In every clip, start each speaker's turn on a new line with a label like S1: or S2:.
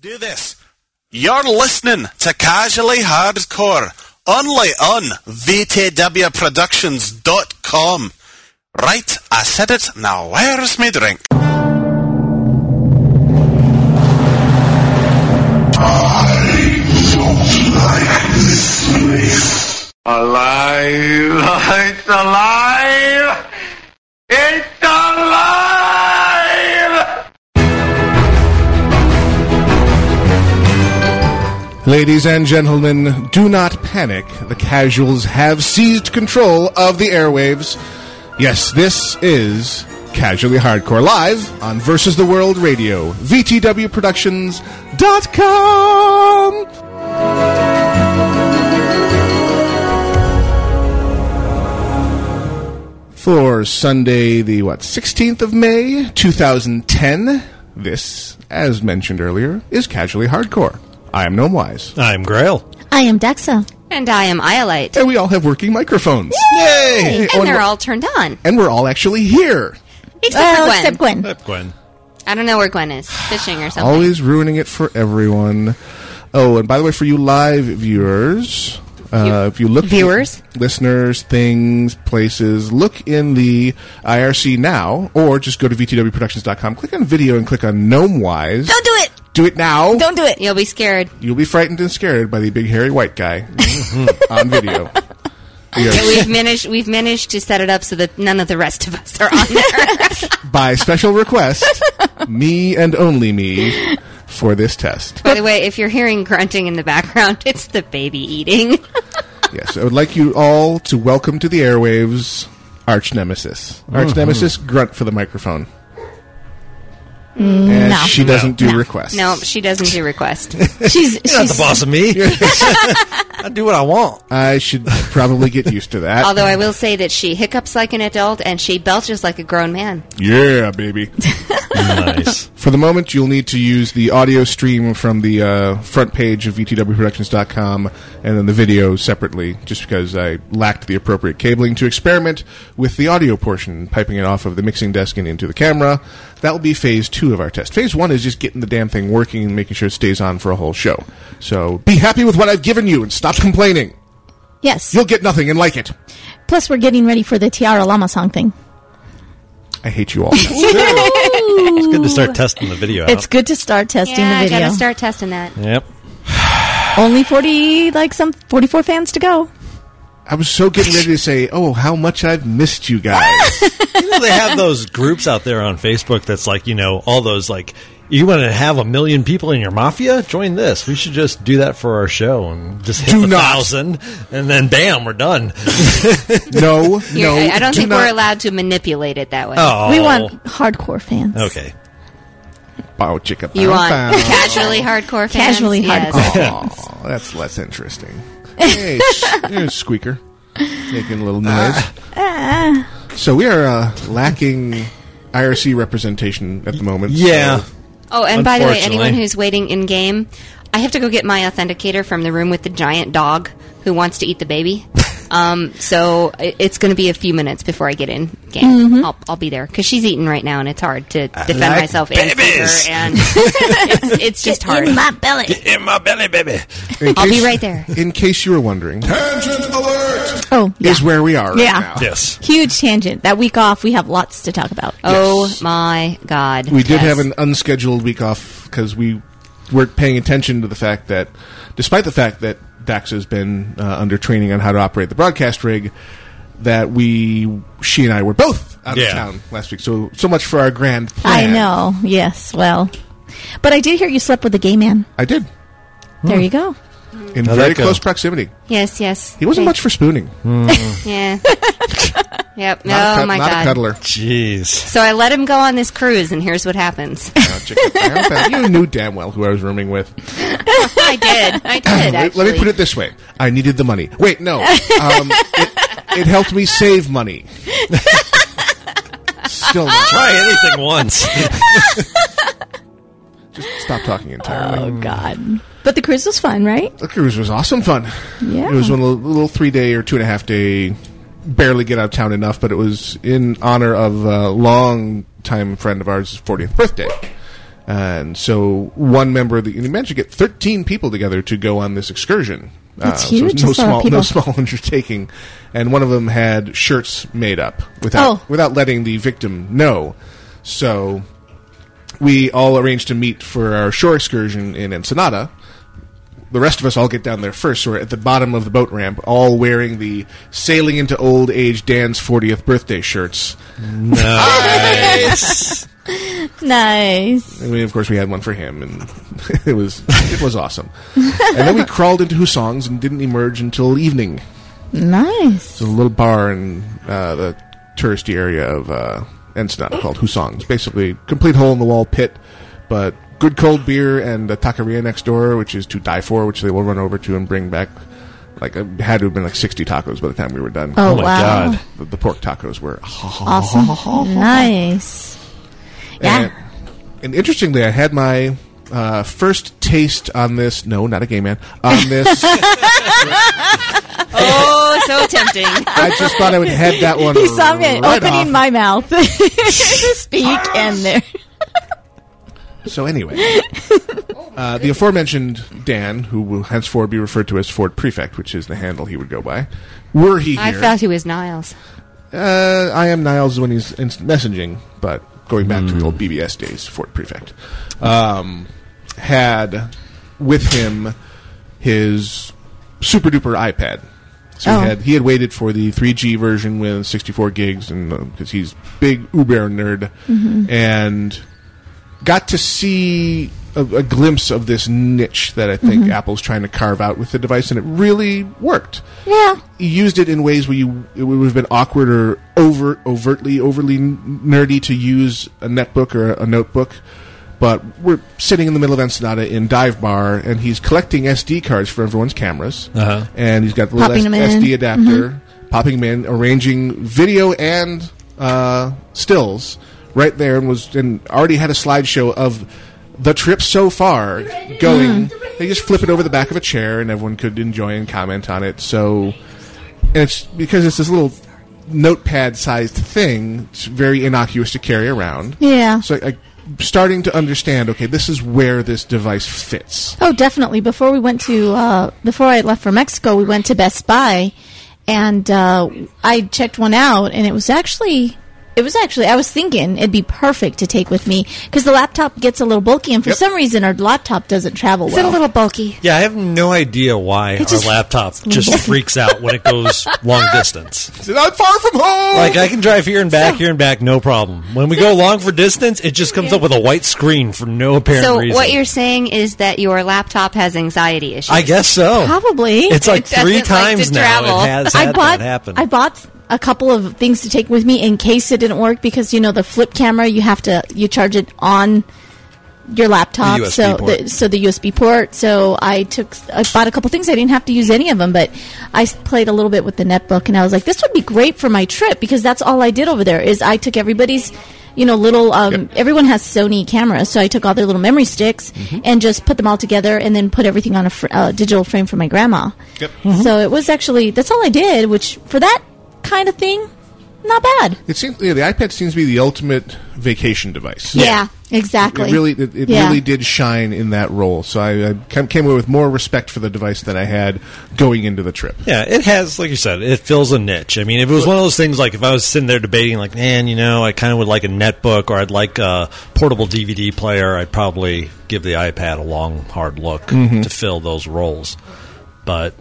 S1: do this. You're listening to Casually Hardcore only on VTWProductions.com. Right, I said it, now where's my drink?
S2: Alive! It's alive! It's alive!
S3: Ladies and gentlemen, do not panic. The casuals have seized control of the airwaves. Yes, this is Casually Hardcore Live on Versus the World Radio, VTWProductions.com. For Sunday, the what, 16th of May, 2010, this, as mentioned earlier, is Casually Hardcore. I am Gnome Wise.
S4: I'm Grail.
S5: I am Dexa.
S6: And I am Iolite.
S3: And we all have working microphones. Yay!
S6: And they're all turned on.
S3: and we're all actually here.
S6: Except
S5: Well,
S6: for Gwen.
S5: except Gwen.
S4: Gwen.
S6: I don't know where Gwen is. Fishing or something.
S3: Always ruining it for everyone. Oh, and by the way, for you live viewers, uh, if you look
S6: Viewers?
S3: listeners, things, places, look in the IRC now, or just go to vtwproductions.com, click on video, and click on Gnome Wise.
S5: Don't do it.
S3: Do it now.
S5: Don't do it.
S6: You'll be scared.
S3: You'll be frightened and scared by the big hairy white guy on video. We are-
S6: We've managed. We've managed to set it up so that none of the rest of us are on there.
S3: by special request, me and only me for this test.
S6: By the way, if you're hearing grunting in the background, it's the baby eating.
S3: Yes, I would like you all to welcome to the airwaves Arch Nemesis. Arch Nemesis, grunt for the microphone. And
S5: Mm, No.
S3: she doesn't do requests.
S6: no, she doesn't do request.
S5: She's
S4: You're not the
S5: she's
S4: boss of me. I do what I want.
S3: I should probably get used to that.
S6: Although I will say that she hiccups like an adult and she belches like a grown man.
S3: yeah, baby.
S4: Nice.
S3: For the moment, you'll need to use the audio stream from the uh, front page of VTWProductions.com and then the video separately, just because I lacked the appropriate cabling to experiment with the audio portion, piping it off of the mixing desk and into the camera. That will be phase two of our test. Phase one is just getting the damn thing working and making sure it stays on for a whole show. So be happy with what I've given you and stop complaining.
S5: yes.
S3: You'll get nothing and like it.
S5: Plus, we're getting ready for the Tiara Lama song thing.
S3: I hate you all.
S4: It's good to start testing the video out.
S5: It's good to start testing
S6: yeah,
S5: the video.
S6: I gotta start testing that.
S4: yep.
S5: Only forty, like some forty-four fans to go.
S3: I was so getting ready to say, oh, how much I've missed you guys.
S4: You know, they have those groups out there on Facebook that's like, you know, all those like, you want to have a million people in your mafia? Join this. We should just do that for our show and just hit
S3: Do
S4: a
S3: not.
S4: thousand, and then bam, we're done.
S3: No,
S6: You're-
S3: no.
S6: I, I don't
S3: do
S6: think
S3: not-
S6: we're allowed to manipulate it that way.
S4: Oh,
S5: We want hardcore fans.
S4: Okay.
S3: Bow chicka
S6: You
S3: bow
S6: want
S3: bow.
S6: casually hardcore fans?
S5: Casually
S6: Yes.
S5: hardcore.
S3: Aw, that's less interesting. Hey, sh- you're a squeaker, making a little noise.
S6: uh.
S3: So we are uh, lacking IRC representation at the moment.
S4: Yeah.
S3: so-
S6: Oh, and by the way, anyone
S4: Unfortunately.
S6: who's waiting in game, I have to go get my authenticator from the room with the giant dog who wants to eat the baby. um, so i- it's going to be a few minutes before I get in game. I'll, I'll be there because she's eating right now, and it's hard to defend
S4: like
S6: myself and feed her,
S4: babies.
S6: and it's, it's just hard.
S5: In my belly.
S4: In my belly, baby.
S3: in
S6: I'll be
S3: case-
S6: right there.
S3: In case you were wondering, tangent alert
S5: Oh, yeah.
S3: is where we are.
S5: Yeah.
S3: Right now.
S4: Yes.
S5: Huge tangent. That week off, we have lots to talk about.
S6: Oh my god!
S3: We did
S6: Yes.
S3: have an unscheduled week off because we weren't paying attention to the fact that, despite the fact that Dax has been uh, under training on how to operate the broadcast rig, that we, she and I were both out of
S4: Yeah.
S3: town last week. So, so much for our grand
S5: I
S3: plan.
S5: know. Yes. Well, but I did hear you slept with a gay man.
S3: I did
S5: There you go.
S3: in
S4: How'd
S3: very
S4: that go?
S3: close proximity.
S6: yes, yes.
S3: He wasn't
S6: Okay.
S3: much for spooning.
S4: Hmm.
S6: Yeah. yep.
S3: Mm. Not a
S6: oh
S3: cud-
S6: my
S3: not
S6: god.
S3: a cuddler.
S4: Jeez.
S6: So I let him go on this cruise, and here's what happens.
S3: No, check it out. you knew damn well who I was rooming with.
S6: I did. I did.
S3: Let- Let me put it this way: I needed the money. Wait, no, um, it, it helped me save money. Still not
S4: Try anything once.
S3: Just stop talking entirely.
S5: Oh God. But the cruise was fun, right?
S3: the cruise was awesome fun.
S5: Yeah.
S3: It was one of the little three day or two and a half day, barely get out of town enough, but it was in honor of a long time friend of ours' 40th birthday. and so one member of the and he managed to get 13 people together to go on this excursion. Uh,
S5: That's
S3: so
S5: huge.
S3: it's no
S5: That's a lot of
S3: small, no
S5: people.
S3: small undertaking, and one of them had shirts made up without
S5: Oh.
S3: without letting the victim know. So we all arranged to meet for our shore excursion in Ensenada. The rest of us all get down there first, so we're at the bottom of the boat ramp, all wearing the sailing into old age Dan's 40th birthday shirts.
S5: Nice.
S3: And we, of course, we had one for him, and it was it was awesome. and then we crawled into Husong's and didn't emerge until evening.
S5: Nice.
S3: There's a little bar in uh, the touristy area of uh, Ensenada called Husong's. Basically, complete hole in the wall pit, but good cold beer and a taqueria next door, which is to die for, which they will run over to and bring back. Like it had to have been like 60 tacos by the time we were done.
S5: Oh,
S4: my
S5: wow.
S4: God.
S3: The, the pork tacos were
S5: Awesome. nice. Yeah.
S3: And, and interestingly, I had my uh, first taste on this. No, not a gay man. On this, I
S6: Oh, so tempting.
S3: just thought I would head that one.
S5: He saw me
S3: right
S5: opening
S3: off.
S5: my mouth to speak, and there.
S3: So anyway, uh, the aforementioned Dan, who will henceforth be referred to as Ford Prefect, which is the handle he would go by, were he
S6: I
S3: here,
S6: thought he was Niles.
S3: uh, I am Niles when he's instant messaging, but going back to the old BBS days, Fort Prefect um, had with him his super duper iPad. So
S5: Oh.
S3: he had he had waited for the 3G version with 64 gigs, and because he's big Uber nerd,
S6: Mm-hmm.
S3: and got to see a, a glimpse of this niche that I
S5: Mm-hmm.
S3: think Apple's trying to carve out with the device, and it really worked
S5: Yeah.
S3: you used it in ways where you it would have been awkward or over overtly overly n- nerdy to use a netbook or a notebook. But we're sitting in the middle of Ensenada in dive bar, and he's collecting SD cards for everyone's cameras,
S4: Uh-huh.
S3: and he's got the little
S5: Popping them
S3: S-
S5: in. Mm-hmm.
S3: SD adapter, popping them in, arranging video and uh, stills right there, and was and already had a slideshow of the trip so far going. They just flip it over the back of a chair, and everyone could enjoy and comment on it. So and it's because it's this little notepad sized thing it's very innocuous to carry around
S5: Yeah.
S3: so like starting to understand okay this is where this device fits
S5: Oh, definitely. Before we went to, uh, before I left for Mexico, we went to Best Buy, and uh, I checked one out, and it was actually, it was actually, I was thinking it'd be perfect to take with me because the laptop gets a little bulky, and for
S3: Yep.
S5: some reason our laptop doesn't travel
S6: Is it
S5: well.
S6: a little bulky?
S4: Yeah, I have no idea why our
S5: just-
S4: laptop just freaks out when it goes long distance.
S3: i'm far from home
S4: Like I can drive here and back, here and back, no problem. When we go long for distance, it just comes up with a white screen for no apparent
S6: So
S4: reason.
S6: what you're saying is that your laptop has anxiety issues.
S4: I guess so.
S5: Probably.
S4: It's like
S6: It doesn't
S4: three
S6: like to
S4: times now
S6: travel.
S4: it has
S5: I
S4: had
S5: bought,
S4: that happen.
S5: I bought a couple of things to take with me in case it didn't work because you know the flip camera you have to you charge it on your laptop
S4: The USB
S5: so
S4: port.
S5: the so the USB port so I took I bought a couple things I didn't have to use any of them but I s- played a little bit with the netbook and I was like this would be great for my trip because that's all I did over there is I took everybody's you know little um,
S3: Yep.
S5: everyone has Sony cameras so I took all their little memory sticks and just put them all together and then put everything on a fr- uh, digital frame for my grandma
S3: Yep.
S5: so it was actually that's all I did, which for that kind of thing, not bad.
S3: it seems yeah, the ipad seems to be the ultimate vacation device
S5: Yeah, exactly.
S3: It really, it, it
S5: Yeah.
S3: really did shine in that role. So I, I cam- came away with more respect for the device than I had going into the trip.
S4: Yeah, it has, like you said, it fills a niche. I mean, if it was one of those things, like if I was sitting there debating, like, man, you know, I kind of would like a netbook or I'd like a portable DVD player, I'd probably give the iPad a long, hard look to fill those roles. But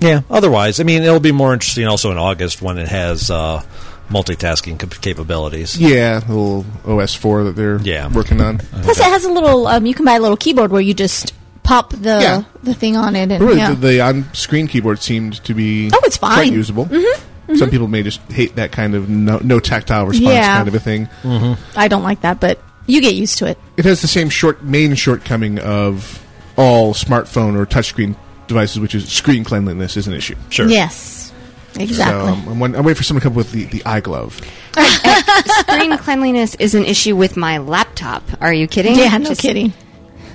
S4: yeah, otherwise, I mean, it'll be more interesting also in August when it has uh, multitasking cap- capabilities.
S3: Yeah, the little OS four that they're
S4: Yeah. Uh-huh.
S3: working on.
S5: Plus, it has a little. Um, you can buy a little keyboard where you just pop the
S3: Yeah.
S5: the thing on it, and
S3: But really,
S5: yeah.
S3: the, the on-screen keyboard seemed to be
S5: Oh, it's
S3: quite
S5: fine. Mm-hmm.
S3: usable. Some people may just hate that kind of no, no tactile response
S5: Yeah.
S3: kind of a thing.
S4: Mm-hmm.
S5: I don't like that, but you get used to it.
S3: It has the same short main shortcoming of all smartphone or touchscreen devices, which is screen cleanliness is an issue.
S4: Sure.
S5: Yes, exactly.
S3: So um, I'm, won- I'm waiting for someone to come up with the, the eye glove.
S4: um,
S6: Screen cleanliness is an issue with my laptop. Are you kidding?
S5: yeah, no
S6: Just- uh,
S5: kidding.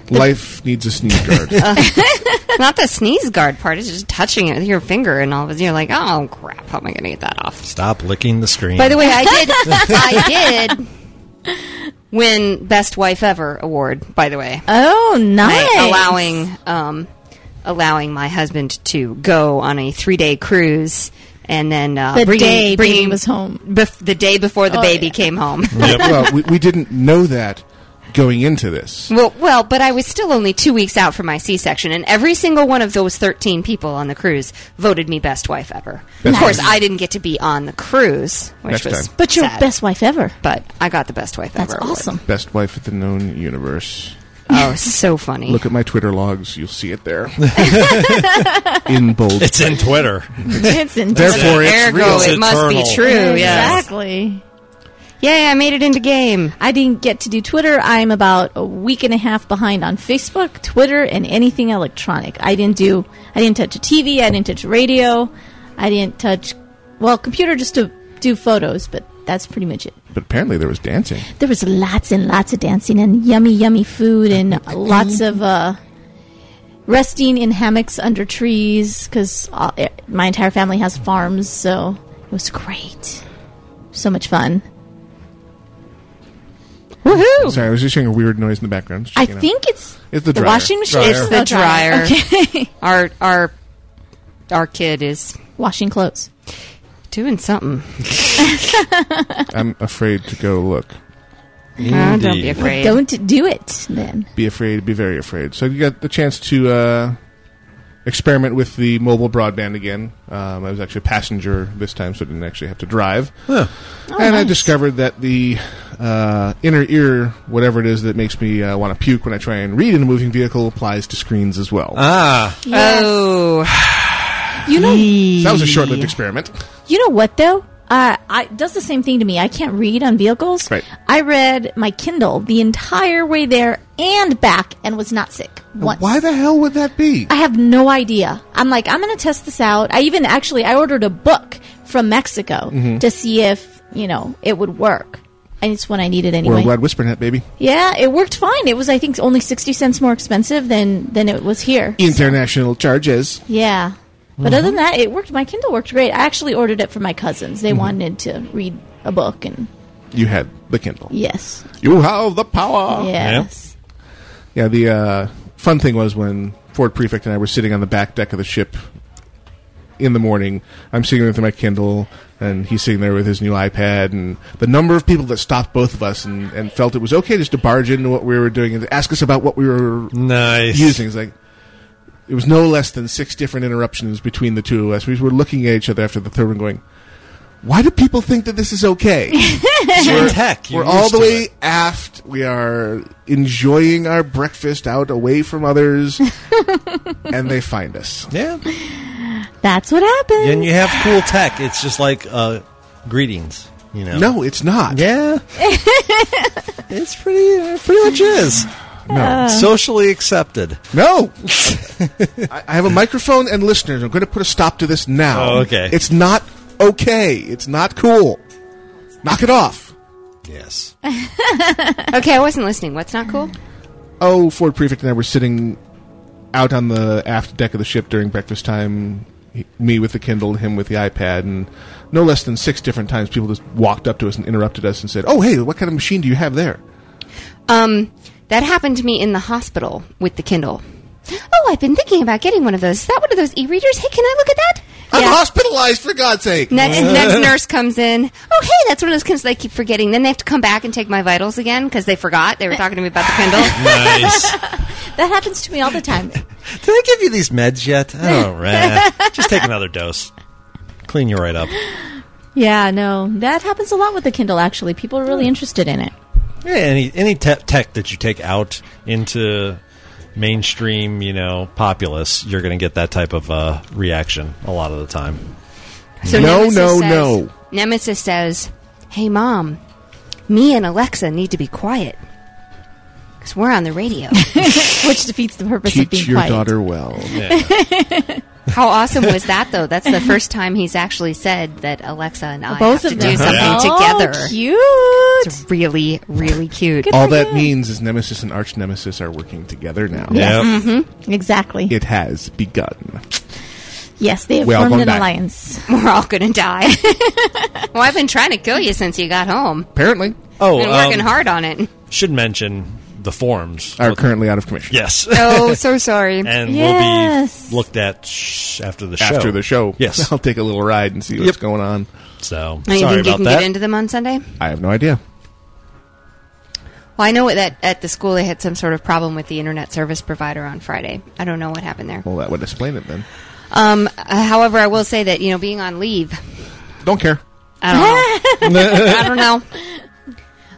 S3: Life needs a sneeze guard.
S6: Not the sneeze guard part. It's just touching it with your finger and all of a sudden you're like, oh crap, how am I going to get that off?
S4: Stop licking the screen.
S6: By the way, I did. I did win Best Wife Ever award, by the way.
S5: Oh, nice.
S6: I- allowing um, allowing my husband to go on a three day cruise. And then uh,
S5: The
S6: bringing,
S5: day baby
S6: bringing
S5: was home.
S6: bef- the day before the
S5: Oh,
S6: baby
S5: yeah.
S6: came home.
S3: well, we, we didn't know that going into this.
S6: well, well, but I was still only two weeks out from my C section, and every single one of those thirteen people on the cruise voted me best wife ever.
S3: Best
S6: of course,
S3: wife.
S6: I didn't get to be on the cruise, which
S3: Next
S6: was
S3: time.
S5: But your
S6: sad.
S5: best wife ever.
S6: But I got the best wife
S5: That's
S6: ever. award.
S5: awesome.
S3: Best wife of the known universe.
S6: Oh, so funny.
S3: Look at my Twitter logs; you'll see it there in bold.
S4: It's in Twitter.
S5: It's in-
S3: Therefore, it's
S6: Ergo,
S3: real.
S4: It's
S6: it must be
S4: eternal.
S6: true. Yeah,
S5: Exactly.
S6: Yay! I made it into game.
S5: I didn't get to do Twitter. I'm about a week and a half behind on Facebook, Twitter, and anything electronic. I didn't do. I didn't touch a TV. I didn't touch radio. I didn't touch. Well, computer just to do photos, but that's pretty much it.
S3: But apparently, there was dancing.
S5: There was lots and lots of dancing and yummy, yummy food and lots of uh, resting in hammocks under trees because my entire family has farms, so it was great. So much fun. Woohoo!
S3: Sorry, I was just hearing a weird noise in the background. Just
S5: I
S3: checking it out.
S5: think it's,
S3: It's the dryer.
S5: washing machine.
S4: Dryer. It's
S6: the
S5: Oh,
S6: dryer.
S5: Okay.
S6: Our our our kid is
S5: washing clothes.
S6: doing something.
S3: I'm afraid to go look.
S5: Ah,
S6: Oh, don't be
S4: Indeed.
S6: afraid.
S5: Don't do it then.
S3: Be afraid. Be very afraid. So you got the chance to uh, experiment with the mobile broadband again. Um, I was actually a passenger this time, so I didn't actually have to drive. and I
S5: Oh, nice.
S3: discovered that the uh, inner ear, whatever it is that makes me uh, want to puke when I try and read in a moving vehicle, applies to screens as well.
S4: Ah,
S6: Oh,
S5: You know,
S3: that was a short-lived experiment.
S5: You know what though? Uh, I it does the same thing to me. I can't read on vehicles.
S3: Right.
S5: I read my Kindle the entire way there and back, and was not sick once.
S3: Why the hell would that be?
S5: I have no idea. I'm like, I'm going to test this out. I even actually I ordered a book from Mexico to see if you know it would work, and it's one I needed
S3: We're
S5: anyway.
S3: a Glad WhisperNet, baby.
S5: yeah, it worked fine. It was I think only sixty cents more expensive than than it was here.
S3: International charges.
S5: Yeah. But
S3: Mm-hmm.
S5: other than that, it worked. My Kindle worked great. I actually ordered it for my cousins. They wanted to read a book, and
S3: You had the Kindle.
S5: yes,
S3: You have the power.
S5: yes,
S3: Yeah, the uh, fun thing was when Ford Prefect and I were sitting on the back deck of the ship in the morning. I'm sitting there with my Kindle, and he's sitting there with his new iPad. And the number of people that stopped both of us and, and felt it was okay just to barge into what we were doing and ask us about what we were
S4: nice.
S3: using. It's like it was no less than six different interruptions between the two of us. We were looking at each other after the third one, going, "Why do people think that this is okay?"
S4: We're, tech.
S3: We're
S4: You're
S3: all
S4: used
S3: the
S4: to
S3: way
S4: it.
S3: aft. We are enjoying our breakfast out away from others, and they find us.
S4: Yeah,
S5: that's what happened.
S4: and you have cool tech. It's just like uh, greetings. You know.
S3: No, it's not.
S4: Yeah. it's pretty.
S6: uh,
S4: It pretty much is
S3: No,
S4: socially accepted.
S3: no. I, I have a microphone and listeners. I'm going to put a stop to this now.
S4: Oh, okay.
S3: It's not okay. It's not cool. Knock it off.
S4: Yes.
S6: okay. I wasn't listening. What's not cool?
S3: Oh, Ford Prefect and I were sitting out on the aft deck of the ship during breakfast time. He- Me with the Kindle, him with the iPad, and no less than six different times people just walked up to us and interrupted us and said, "Oh, hey, what kind of machine do you have there?"
S6: Um, that happened to me in the hospital with the Kindle. Oh, I've been thinking about getting one of those. Is that one of those e-readers? Hey, can I look at that?
S3: I'm
S6: Yeah.
S3: hospitalized for God's sake.
S6: Next, next nurse comes in. Oh, hey, that's one of those Kindles I keep forgetting. Then they have to come back and take my vitals again because they forgot. They were talking to me about the Kindle.
S4: Nice.
S5: that happens to me all the time.
S4: Did I give you these meds yet? Oh, right. Just take another dose. Clean you right up.
S5: yeah, no, that happens a lot with the Kindle. Actually, people are really interested in it.
S4: Yeah, any any te- tech that you take out into mainstream, you know, populace, you're going to get that type of uh, reaction a lot of the time.
S6: So
S3: No,
S6: Nemesis
S3: no,
S6: says-
S3: no.
S6: Nemesis says, "Hey, mom, me and Alexa need to be quiet because we're on the radio.
S5: Which defeats the purpose of being
S3: Teach your
S5: quiet.
S3: daughter well.
S6: How awesome was that, though? That's the first time he's actually said that Alexa and I
S5: Both
S6: have
S5: of
S6: to
S5: them
S6: do something
S5: oh,
S6: together.
S5: Cute.
S6: It's really, really cute.
S5: Good.
S3: All
S5: for
S3: that
S5: you.
S3: means is Nemesis and Arch Nemesis are working together now.
S4: Yep.
S6: Mm-hmm.
S5: Exactly.
S3: It has begun.
S5: yes, they have
S3: We all
S5: formed
S3: gone
S5: an
S3: back.
S5: alliance.
S6: We're all gonna die. well, I've been trying to kill you since you got home.
S3: Apparently.
S4: Oh,
S6: been working
S4: um,
S6: hard on it.
S4: should mention the forums.
S3: Are currently out of commission.
S4: yes.
S6: Oh, so sorry.
S4: and will
S5: Yes.
S4: be looked at sh- after the show.
S3: After the show,
S4: Yes.
S3: I'll take a little ride and see what's
S4: Yep.
S3: going on.
S4: So
S6: Oh, you
S4: sorry
S6: think you
S4: about
S6: can
S4: that.
S6: get into them on Sunday?
S3: I have no idea.
S6: Well, I know that at the school they had some sort of problem with the internet service provider on Friday. I don't know what happened there.
S3: Well, that would explain it then.
S6: Um, uh, however, I will say that you know being on leave,
S3: Don't care.
S6: I don't know. I don't know.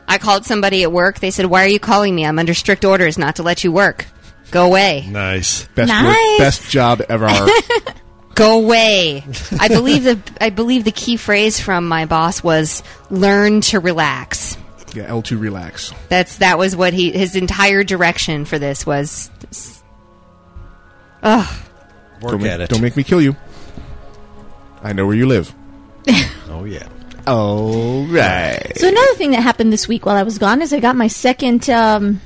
S6: I called somebody at work. They said, "Why are you calling me? I'm under strict orders not to let you work. Go away.
S4: nice.
S3: Best
S5: Nice.
S3: best job ever.
S6: Go away." I believe the I believe the key phrase from my boss was "learn to relax."
S3: yeah, L two relax.
S6: That's that was what he his entire direction for this was. Ugh.
S4: Work
S3: Don't make,
S4: at it.
S3: don't make me kill you. I know where you live.
S4: oh yeah.
S3: All right.
S5: So another thing that happened this week while I was gone is I got my second um,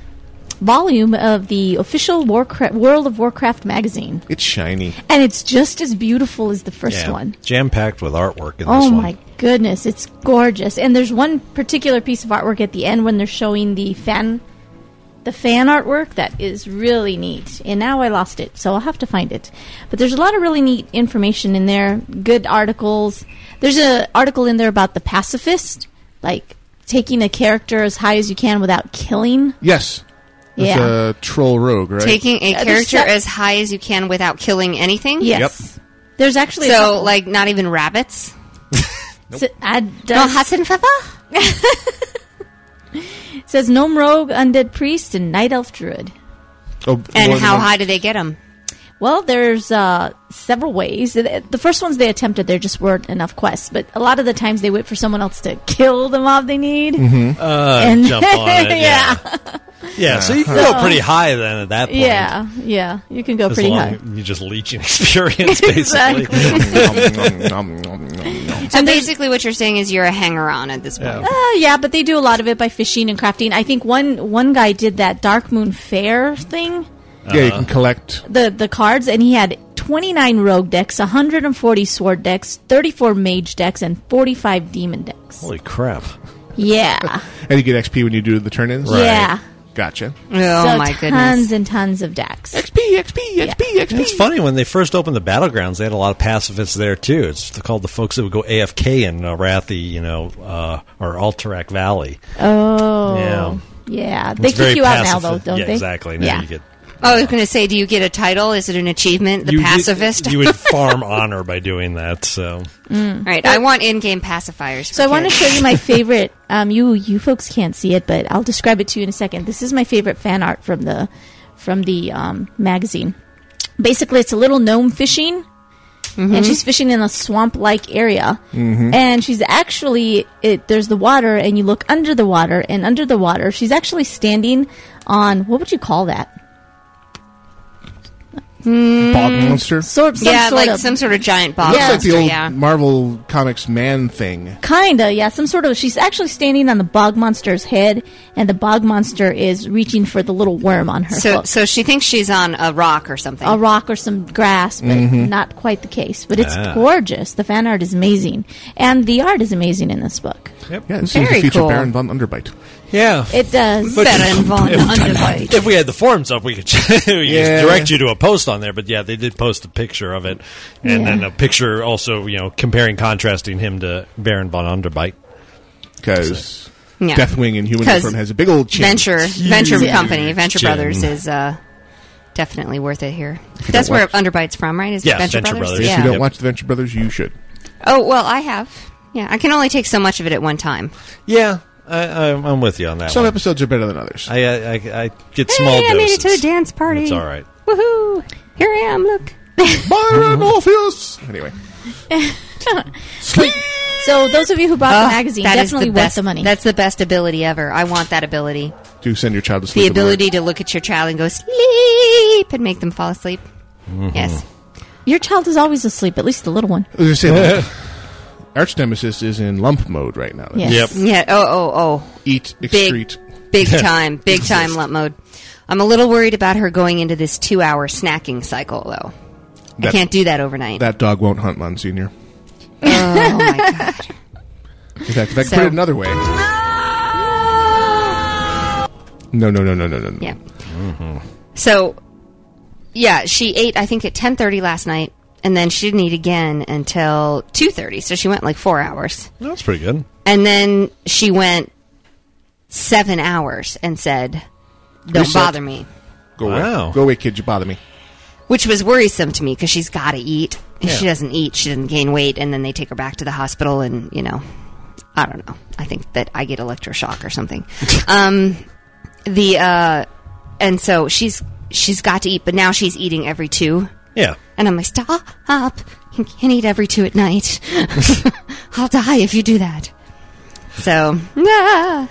S5: volume of the official Warcraft World of Warcraft magazine,
S3: It's shiny.
S5: and it's just as beautiful as the first
S4: yeah.
S5: one.
S4: Jam packed with artwork in
S5: Oh
S4: this one.
S5: my goodness, it's gorgeous. And there's one particular piece of artwork at the end when they're showing the fan the fan artwork that is really neat. And now I lost it, so I'll have to find it. But there's a lot of really neat information in there, good articles. There's an article in there about the pacifist, like taking a character as high as you can without killing.
S3: Yes. It's
S5: yeah.
S3: a troll rogue, right?
S6: Taking a
S5: Uh, there's
S6: character
S5: so-
S6: as high as you can without killing anything.
S5: yes. There's actually a
S6: So,
S5: couple-
S6: like, not even rabbits.
S5: S- I
S6: No,
S5: don't-
S6: Hassan Pfeffer?
S5: says gnome rogue, undead priest, and night elf druid.
S3: Oh,
S6: And
S3: more than
S6: how
S3: one-
S6: high do they get them?
S5: Well, there's uh, several ways. The the first ones they attempted, there just weren't enough quests. But a lot of the times they wait for someone else to kill the mob they need.
S4: Uh,
S5: And-
S4: jump on it. Yeah.
S5: Yeah.
S4: yeah. So you can go pretty high then at that point.
S5: Yeah, yeah, you can go
S4: As
S5: pretty
S4: long
S5: high.
S4: You just leech in experience, basically.
S5: Exactly.
S3: Nom, nom, nom, nom, nom.
S6: So
S5: And there's-
S6: basically, what you're saying is you're a hanger on at this point.
S5: Uh, yeah, but they do a lot of it by fishing and crafting. I think one one guy did that Dark Moon Fair thing,
S3: Yeah, you can
S4: Uh-huh.
S3: collect.
S5: the the cards, and he had 29 rogue decks, 140 sword decks, 34 mage decks, and 45 demon decks.
S4: Holy crap.
S5: Yeah,
S3: And you get XP when you do the turn ins.
S5: yeah.
S3: Gotcha.
S6: Oh,
S5: so
S6: my
S5: tons
S6: goodness.
S5: and tons of decks.
S3: XP, XP, XP, XP.
S4: It's funny when they first opened the battlegrounds. They had a lot of pacifists there too. It's called the folks that would go AFK in uh, Rathi, you know, uh, or Alterac Valley.
S5: Oh.
S4: Yeah.
S5: Yeah. They
S4: It's very
S5: kick you out now,
S4: pacifist-
S5: though, don't
S4: yeah,
S5: they?
S4: Exactly. Now
S5: yeah.
S4: you get
S6: Oh, I was going to say, do you get a title? Is it an achievement? The
S4: you-
S6: pacifist?
S4: You, would farm honor by doing that. So
S6: All right, I want in game pacifiers.
S5: so I want to
S6: kids.
S5: show you my favorite. Um, you you folks can't see it, but I'll describe it to you in a second. This is my favorite fan art from the from the um, magazine. Basically, it's a little gnome fishing, and she's fishing in a swamp like area. And she's actually it, there's the water, and you look under the water, and under the water, she's actually standing on what would you call that?
S3: Bog monster.
S5: Sort some
S6: yeah,
S5: sort
S6: like
S5: of
S6: Mm-hmm. some sort of giant box.
S5: Yeah.
S3: It's like the old
S6: yeah.
S3: Marvel Comics man thing.
S5: Kinda, yeah. Some sort of. She's actually standing on the bog monster's head, and the bog monster is reaching for the little worm on her
S6: So,
S5: hook.
S6: so she thinks she's on a rock or something.
S5: a rock or some grass, but not quite the case. But it's
S4: Ah.
S5: gorgeous. The fan art is amazing, and the art is amazing in this book.
S3: Yeah, it seems to
S6: Very
S3: feature
S6: cool.
S3: Baron von Underbite.
S4: yeah.
S5: It does.
S6: Baron von Underbite.
S4: if we had the forums up, we could, we could
S3: Yeah.
S4: just direct you to a post on there. But yeah, they did post a picture of it, and then a picture also, you know, comparing contrasting him to Baron von Underbite.
S3: Because
S6: Yeah.
S3: Deathwing in Human
S6: 'Cause
S3: Form has a big old chin.
S6: Venture, Venture
S5: Yeah.
S6: Company, Venture
S4: Gin.
S6: Brothers is uh, definitely worth it here. That's where Underbite's from, right? Is it
S4: Yes, Venture Brothers.
S3: If
S6: Yeah.
S3: you don't
S4: Yep.
S3: watch the Venture Brothers, you should.
S6: Oh well, I have. Yeah, I can only take so much of it at one time.
S4: Yeah, I, I, I'm with you on that.
S3: Some
S4: one.
S3: episodes are better than others.
S4: I, I, I- I get small
S6: hey, I
S4: doses.
S6: made it to a dance party.
S4: It's all right.
S6: Woohoo! Here I am. Look.
S3: Byron Orpheus! Anyway. Sleep!
S5: So those of you who bought the magazine
S6: Ah, That is
S5: definitely
S6: the
S5: worth
S6: best,
S5: the money.
S6: That's the best ability ever. I want that ability.
S3: Do send your child to
S6: The
S3: sleep. at work.
S6: ability to look at your child and go sleep and make them fall asleep.
S4: Mm-hmm.
S6: Yes.
S5: Your child is always asleep, at least the little one.
S3: I was gonna say, like, Arch Nemesis is in lump mode right now.
S5: Yeah.
S4: Yep.
S6: Yeah. Oh. Oh. Oh.
S3: Eat,
S6: Big.
S3: excrete.
S6: Big time. Big time lump mode. I'm a little worried about her going into this two-hour snacking cycle, though. I
S3: That-
S6: can't do that overnight.
S3: That dog won't hunt Monsignor.
S6: oh my god.
S3: In fact, if I could
S6: So-
S3: put it another way, No, no, no, no, no, no. no.
S6: Yeah.
S4: Mm-hmm.
S6: So, yeah, she ate I think at ten thirty last night, and then she didn't eat again until two thirty. So she went like four hours,
S4: That's pretty good.
S6: and then she went seven hours and said, "Don't
S3: Reset.
S6: bother me,"
S3: Go away.
S4: Wow.
S3: Go away, kid. You bother me.
S6: which was worrisome to me because she's got to eat. If she
S4: Yeah.
S6: doesn't eat, she doesn't gain weight, and then they take her back to the hospital, and you know, I don't know. I think that I get electroshock or something. um, the uh, and so she's she's got to eat, but now she's eating every two.
S4: Yeah.
S6: And I'm like, stop! You can't eat every two at night. I'll die if you do that. So, ah.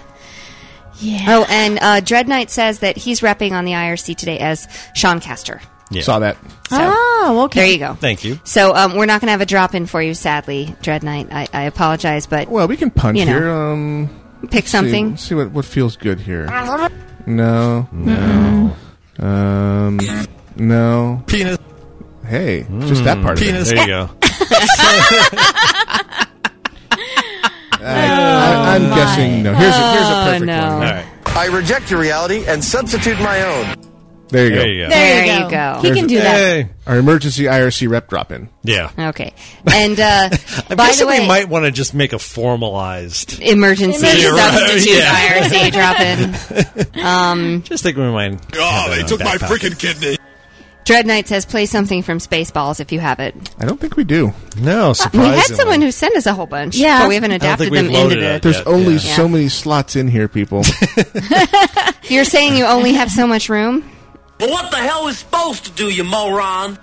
S5: Yeah.
S6: oh, and uh, Dread Knight says that he's repping on the IRC today as Sean Caster.
S4: Yeah.
S3: Saw that.
S6: So,
S5: Oh, okay.
S6: there you go.
S4: Thank you.
S6: So, um, we're not going to have a drop in for you, sadly, Dread Knight. I, I apologize, but
S3: Well, we can punt
S6: You know.
S3: here. Um,
S6: pick something. Mm-hmm.
S3: See, see what what feels good here. No. No. Um. No.
S4: Penis.
S3: Hey, just that part. Of it.
S4: There you go.
S3: I,
S5: Oh.
S3: am guessing no. Here's a, here's a perfect
S6: Oh no.
S4: All
S3: one.
S4: right.
S7: I reject your reality and substitute my own.
S3: There you go.
S4: There you
S5: There,
S4: go.
S6: There
S5: you
S6: you
S5: go.
S6: go.
S5: He can do that.
S4: Hey.
S3: Our emergency IRC rep drop in.
S4: Yeah.
S6: Okay. And uh,
S4: I
S6: by
S4: guess
S6: the way,
S4: we might want to just make a formalized.
S6: emergency
S5: Yeah,
S4: right.
S6: substitute
S4: Yeah.
S6: IRC drop in. Um,
S4: Just think we might. have
S1: Oh,
S4: that
S1: they
S4: on
S1: took
S4: back
S1: my
S4: pocket.
S1: freaking kidney.
S6: Dread Knight says, play something from Spaceballs if you have it. Uh,
S3: I don't think we do.
S4: No,
S6: We
S4: surprisingly. Oh.
S6: had someone who sent us a whole bunch,
S5: Yeah.
S6: but we haven't
S4: I don't think
S6: adapted
S4: we've
S6: them into
S4: loaded it
S6: the.
S3: There's
S4: yet.
S3: only
S4: Yeah.
S3: so many slots in here, people.
S6: You're saying you only have so much room?
S8: Well, what the hell is supposed to do, you moron?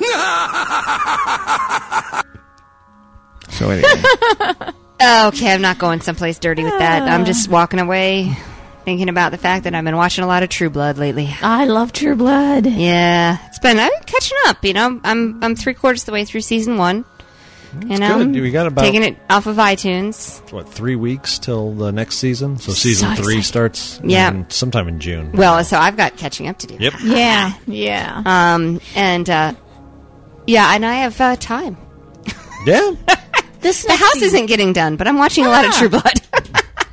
S3: so anyway,
S6: Oh, okay, I'm not going someplace dirty with that. I'm
S5: Ah.
S6: just walking away, thinking about the fact that I've been watching a lot of True Blood lately.
S5: I love True Blood.
S6: Yeah, it's been I'm catching up. You know, I'm I'm three quarters of the way through season one. You know,
S4: good. We got about-
S6: taking it off of iTunes.
S4: what three weeks till the next season. So season
S5: So
S4: three
S5: exciting.
S4: starts.
S6: Yeah.
S4: in- sometime in June.
S6: Well, so I've got catching up to do.
S4: Yep.
S5: Yeah. Yeah.
S6: Um, and uh, yeah, and I have uh, time.
S4: Yeah.
S5: this
S6: The house isn't getting done, but I'm watching a lot of
S5: Ah.
S6: True Blood.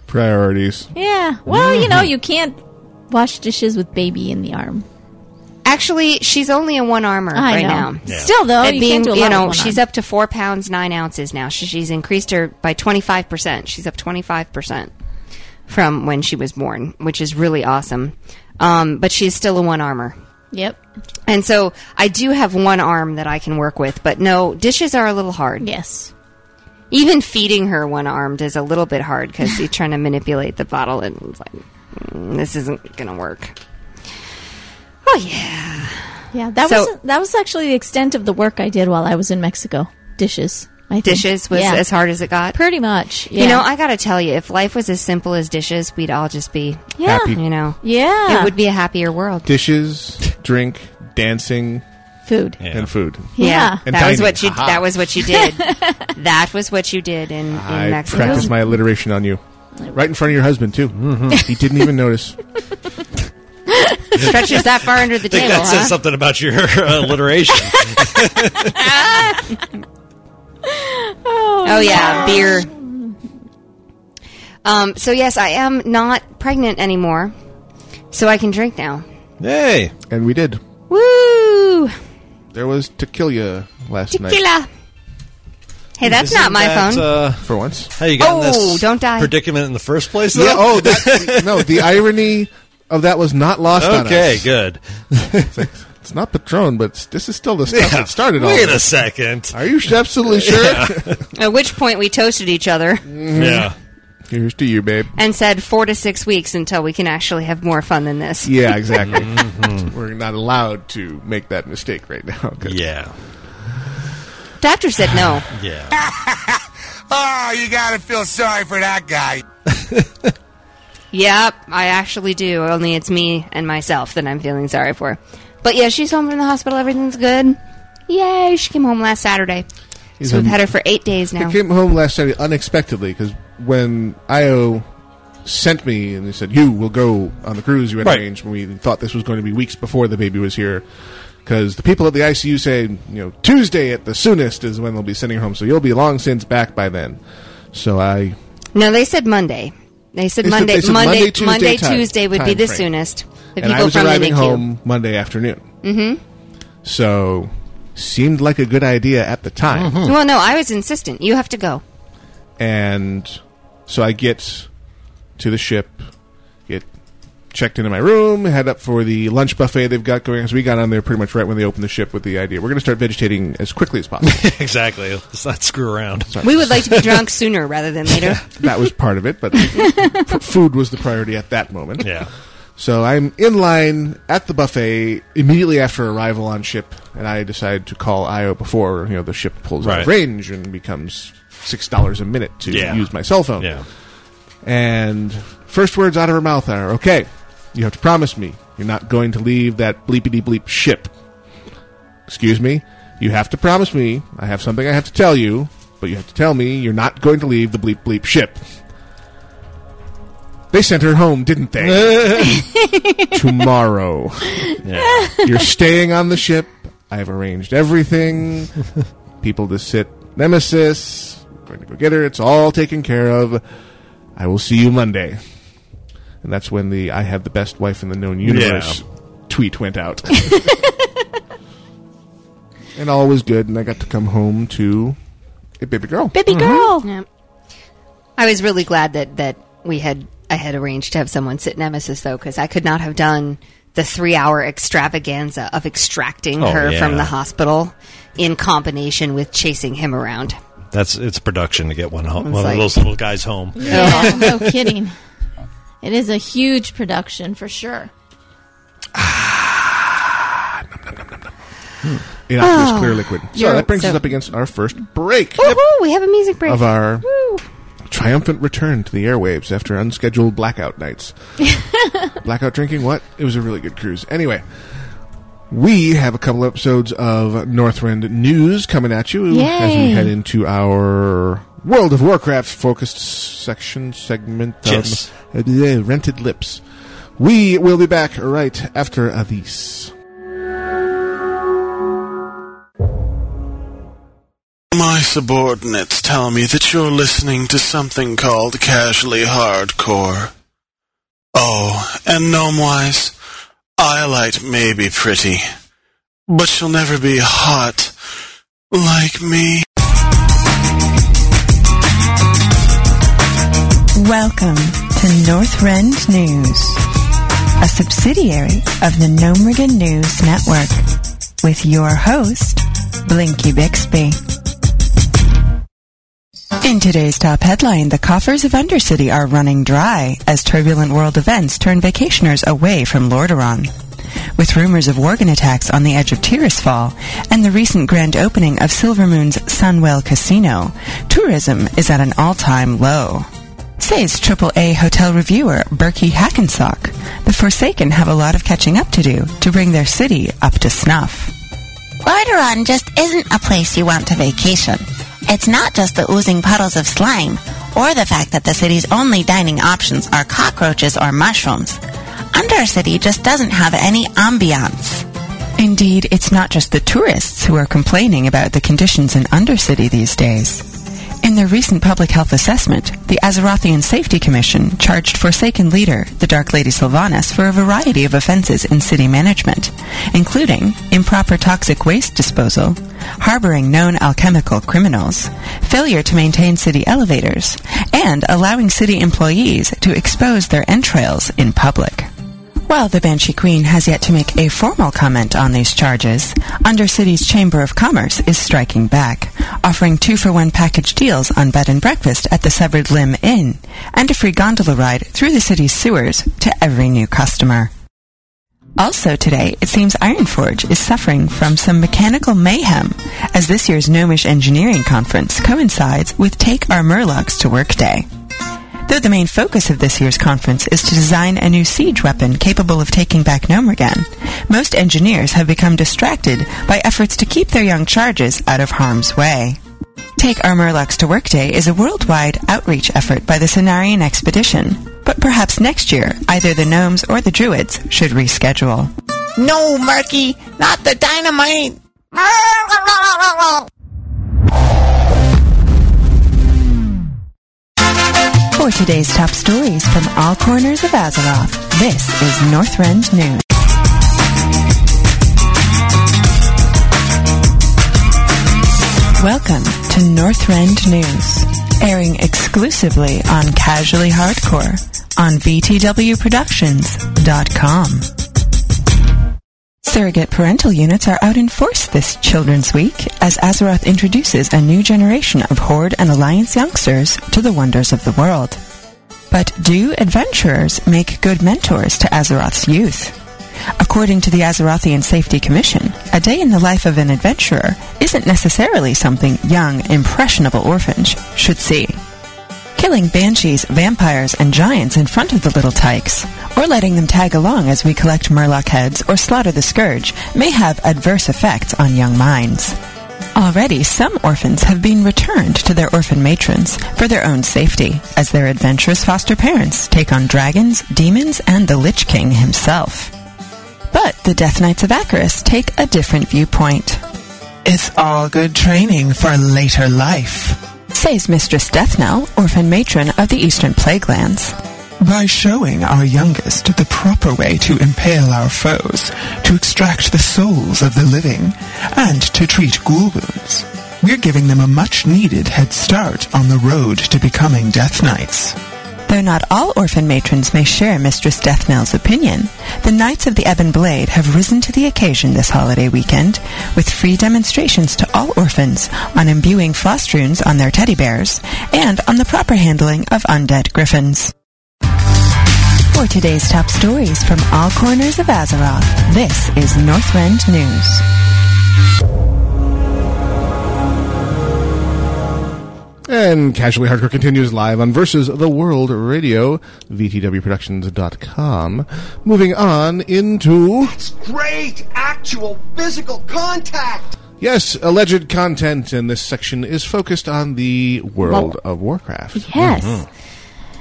S3: priorities.
S5: Yeah. Well,
S3: Mm.
S5: you
S6: Mm-hmm.
S5: know, you can't wash dishes with baby in the arm.
S6: Actually, she's only a one armor
S5: I
S6: right
S5: know.
S6: now.
S4: Yeah.
S5: Still though,
S6: And
S5: you
S6: being,
S5: can't do a lot
S6: you
S5: with
S6: know,
S5: one
S6: she's
S5: arm.
S6: up to four pounds nine ounces now. She, she's increased her by twenty five percent. She's up twenty five percent from when she was born, which is really awesome. Um, but she's still a one armor,
S5: Yep.
S6: and so I do have one arm that I can work with. But no, dishes are a little hard.
S5: Yes.
S6: Even feeding her one armed is a little bit hard because you're trying to manipulate the bottle, and it's like "Mm, this isn't gonna work. Oh yeah,
S5: Yeah. That
S6: So-
S5: was that was actually the extent of the work I did while I was in Mexico. Dishes. I think.
S6: dishes was
S5: Yeah.
S6: as hard as it got.
S5: pretty much. Yeah.
S6: You know, I gotta tell you, if life was as simple as dishes, we'd all just be,
S5: yeah.
S3: Happy.
S6: you know,
S5: Yeah.
S6: it would be a happier world.
S3: Dishes, drink, dancing,
S5: food.
S4: Yeah.
S3: and food.
S5: Yeah.
S3: And
S6: that was
S3: dining.
S6: what you.
S3: Aha.
S6: That was what you did. that was what you did in, in
S3: I
S6: Mexico.
S3: practiced my alliteration on you. Right in front of your husband, too.
S4: Mm-hmm.
S3: He didn't even notice.
S6: Stretches that far under the
S4: I think
S6: table,
S4: that says
S6: huh?
S4: something about your uh, alliteration.
S6: Oh yeah, beer. Um. So yes, I am not pregnant anymore, so I can drink now.
S4: hey.
S3: And we did.
S6: Woo!
S3: There was tequila last night.
S6: Tequila. Hey, that's
S4: Isn't
S6: not my
S4: that,
S6: phone.
S4: Uh,
S3: For once.
S4: how you got in
S6: Oh,
S4: this
S6: don't die.
S4: predicament in the first place?
S3: Yeah,
S4: though?
S3: oh, that, no, the irony of that was not lost on us.
S4: okay, good.
S3: It's not Patron, but it's- this is still the stuff
S4: Yeah.
S3: that started all
S4: Wait a
S3: this.
S4: second.
S3: Are you absolutely sure? Mm-hmm.
S6: At which point we toasted each other.
S4: Yeah.
S3: Here's to you, babe.
S6: and said four to six weeks until we can actually have more fun than this.
S3: Yeah, exactly. We're not allowed to make that mistake right now. 'cause-
S4: Yeah.
S6: Doctor said no.
S4: Yeah.
S7: Oh, you gotta feel sorry for that guy.
S6: yep, I actually do. Only it's me and myself that I'm feeling sorry for. But yeah, she's home from the hospital. Everything's good. Yay! She came home last Saturday. so we've had her for eight days now.
S3: I came home last Saturday unexpectedly because when Io sent me and they said you will go on the cruise you had
S4: Right.
S3: arranged when we thought this was going to be weeks before the baby was here because the people at the ICU say you know Tuesday at the soonest is when they'll be sending her home so you'll be long since back by then so I
S6: No, they said Monday. They said
S3: They said-
S6: Monday.
S3: they said
S6: Monday.
S3: Monday, Tuesday
S6: Monday,
S3: time-
S6: Tuesday would be
S3: time
S6: the
S3: frame.
S6: soonest. But
S3: and I
S6: people
S3: was
S6: from the
S3: arriving
S6: NICU.
S3: home Monday afternoon. Mm-hmm. So seemed like a good idea at the time,
S6: Well, no, I was insistent. You have to go.
S3: and so I get to the ship, get checked into my room, head up for the lunch buffet they've got going. So we got on there pretty much right when they opened the ship with the idea we're going to start vegetating as quickly as possible.
S4: exactly. Let's not screw around.
S6: We would like to be drunk sooner rather than later.
S3: that was part of it, but f- food was the priority at that moment.
S4: Yeah.
S3: So I'm in line at the buffet immediately after arrival on ship, and I decide to call Io before you know the ship pulls out of
S4: Right.
S3: range and becomes six dollars a minute to
S4: Yeah.
S3: use my cell phone.
S4: Yeah.
S3: And first words out of her mouth are, "Okay, you have to promise me you're not going to leave that bleepity bleep ship." Excuse me. You have to promise me. I have something I have to tell you, but you have to tell me you're not going to leave the bleep bleep ship. They sent her home, didn't they? Tomorrow.
S4: Yeah.
S3: You're staying on the ship. I've arranged everything. People to sit Nemesis. going to go get her. It's all taken care of. I will see you Monday. And that's when the I have the best wife in the known universe tweet went out. and all was good, and I got to come home to a baby girl.
S6: Mm-hmm.
S5: Baby girl.
S6: Yeah. I was really glad that that we had I had arranged to have someone sit Nemesis though, because I could not have done the three hour extravaganza of extracting
S4: Oh,
S6: her
S4: yeah.
S6: from the hospital in combination with chasing him around.
S4: That's it's production to get one home, one
S6: like-
S4: of those little guys home.
S5: Yeah, no kidding. It is a huge production for sure.
S3: Innocuous clear liquid. So
S6: You're-
S3: that brings us
S6: so-
S3: up against our first break
S6: Woohoo! We have a music break.
S3: of our triumphant return to the airwaves after unscheduled blackout nights. blackout drinking? What? It was a really good cruise. Anyway, we have a couple episodes of Northrend news coming at you as we
S5: Yay.
S3: head into our World of Warcraft focused section segment of
S4: Yes.
S3: uh, bleh, rented lips. We will be back right after uh, these.
S1: My subordinates tell me that you're listening to something called Casually Hardcore. Oh, and Gnomewise, Iolite may be pretty, but she'll never be hot like me.
S9: Welcome to Northrend News, a subsidiary of the Nomrigan News Network, with your host, Blinky Bixby. In today's top headline, the coffers of Undercity are running dry as turbulent world events turn vacationers away from Lordaeron. With rumors of Worgen attacks on the edge of Tirisfal and the recent grand opening of Silvermoon's Sunwell Casino, tourism is at an all-time low. Says AAA hotel reviewer Berkey Hackensock, the Forsaken have a lot of catching up to do to bring their city up to snuff.
S10: Lordaeron just isn't a place you want to vacation. It's not just the oozing puddles of slime, or the fact that the city's only dining options are cockroaches or mushrooms. Undercity just doesn't have any ambiance.
S9: Indeed, it's not just the tourists who are complaining about the conditions in Undercity these days. In their recent public health assessment, the Azerothian Safety Commission charged Forsaken leader, the Dark Lady Sylvanas, for a variety of offenses in city management, including improper toxic waste disposal, harboring known alchemical criminals, failure to maintain city elevators, and allowing city employees to expose their entrails in public. While the Banshee Queen has yet to make a formal comment on these charges, Undercity's Chamber of Commerce is striking back, offering two-for-one package deals on bed and breakfast at the Severed Limb Inn, and a free gondola ride through the city's sewers to every new customer. Also today, it seems Ironforge is suffering from some mechanical mayhem, as this year's Gnomish Engineering Conference coincides with Take Our Murlocs to Work Day. Though the main focus of this year's conference is to design a new siege weapon capable of taking back Gnomrigan, most engineers have become distracted by efforts to keep their young charges out of harm's way. Take Our Murlocs to Work Day is a worldwide outreach effort by the Cenarian Expedition, but perhaps next year either the gnomes or the druids should reschedule.
S10: No, Marky, not the dynamite!
S9: For today's top stories from all corners of Azeroth, this is Northrend News. Welcome to Northrend News, airing exclusively on Casually Hardcore on VTWProductions.com. Surrogate parental units are out in force this Children's Week as Azeroth introduces a new generation of Horde and Alliance youngsters to the wonders of the world. But do adventurers make good mentors to Azeroth's youth? According to the Azerothian Safety Commission, a day in the life of an adventurer isn't necessarily something young, impressionable orphans should see killing banshees, vampires, and giants in front of the little tykes, or letting them tag along as we collect murloc heads or slaughter the scourge may have adverse effects on young minds. Already, some orphans have been returned to their orphan matrons for their own safety, as their adventurous foster parents take on dragons, demons, and the Lich King himself. But the Death Knights of Acheris take a different viewpoint.
S11: It's all good training for later life.
S9: Says Mistress Deathnell, orphan matron of the Eastern Plaguelands.
S11: By showing our youngest the proper way to impale our foes, to extract the souls of the living, and to treat ghoul wounds, we're giving them a much-needed head start on the road to becoming Death Knights.
S9: Though not all orphan matrons may share Mistress Deathnell's opinion, the Knights of the Ebon Blade have risen to the occasion this holiday weekend with free demonstrations to all orphans on imbuing fostroons on their teddy bears and on the proper handling of undead griffins. For today's top stories from all corners of Azeroth, this is Northrend News.
S3: And Casually Hardcore continues live on Versus the World Radio, VTWProductions.com. Moving on into.
S12: Great actual physical contact!
S3: Yes, alleged content in this section is focused on the World of Warcraft. Mm-hmm.
S5: Yes.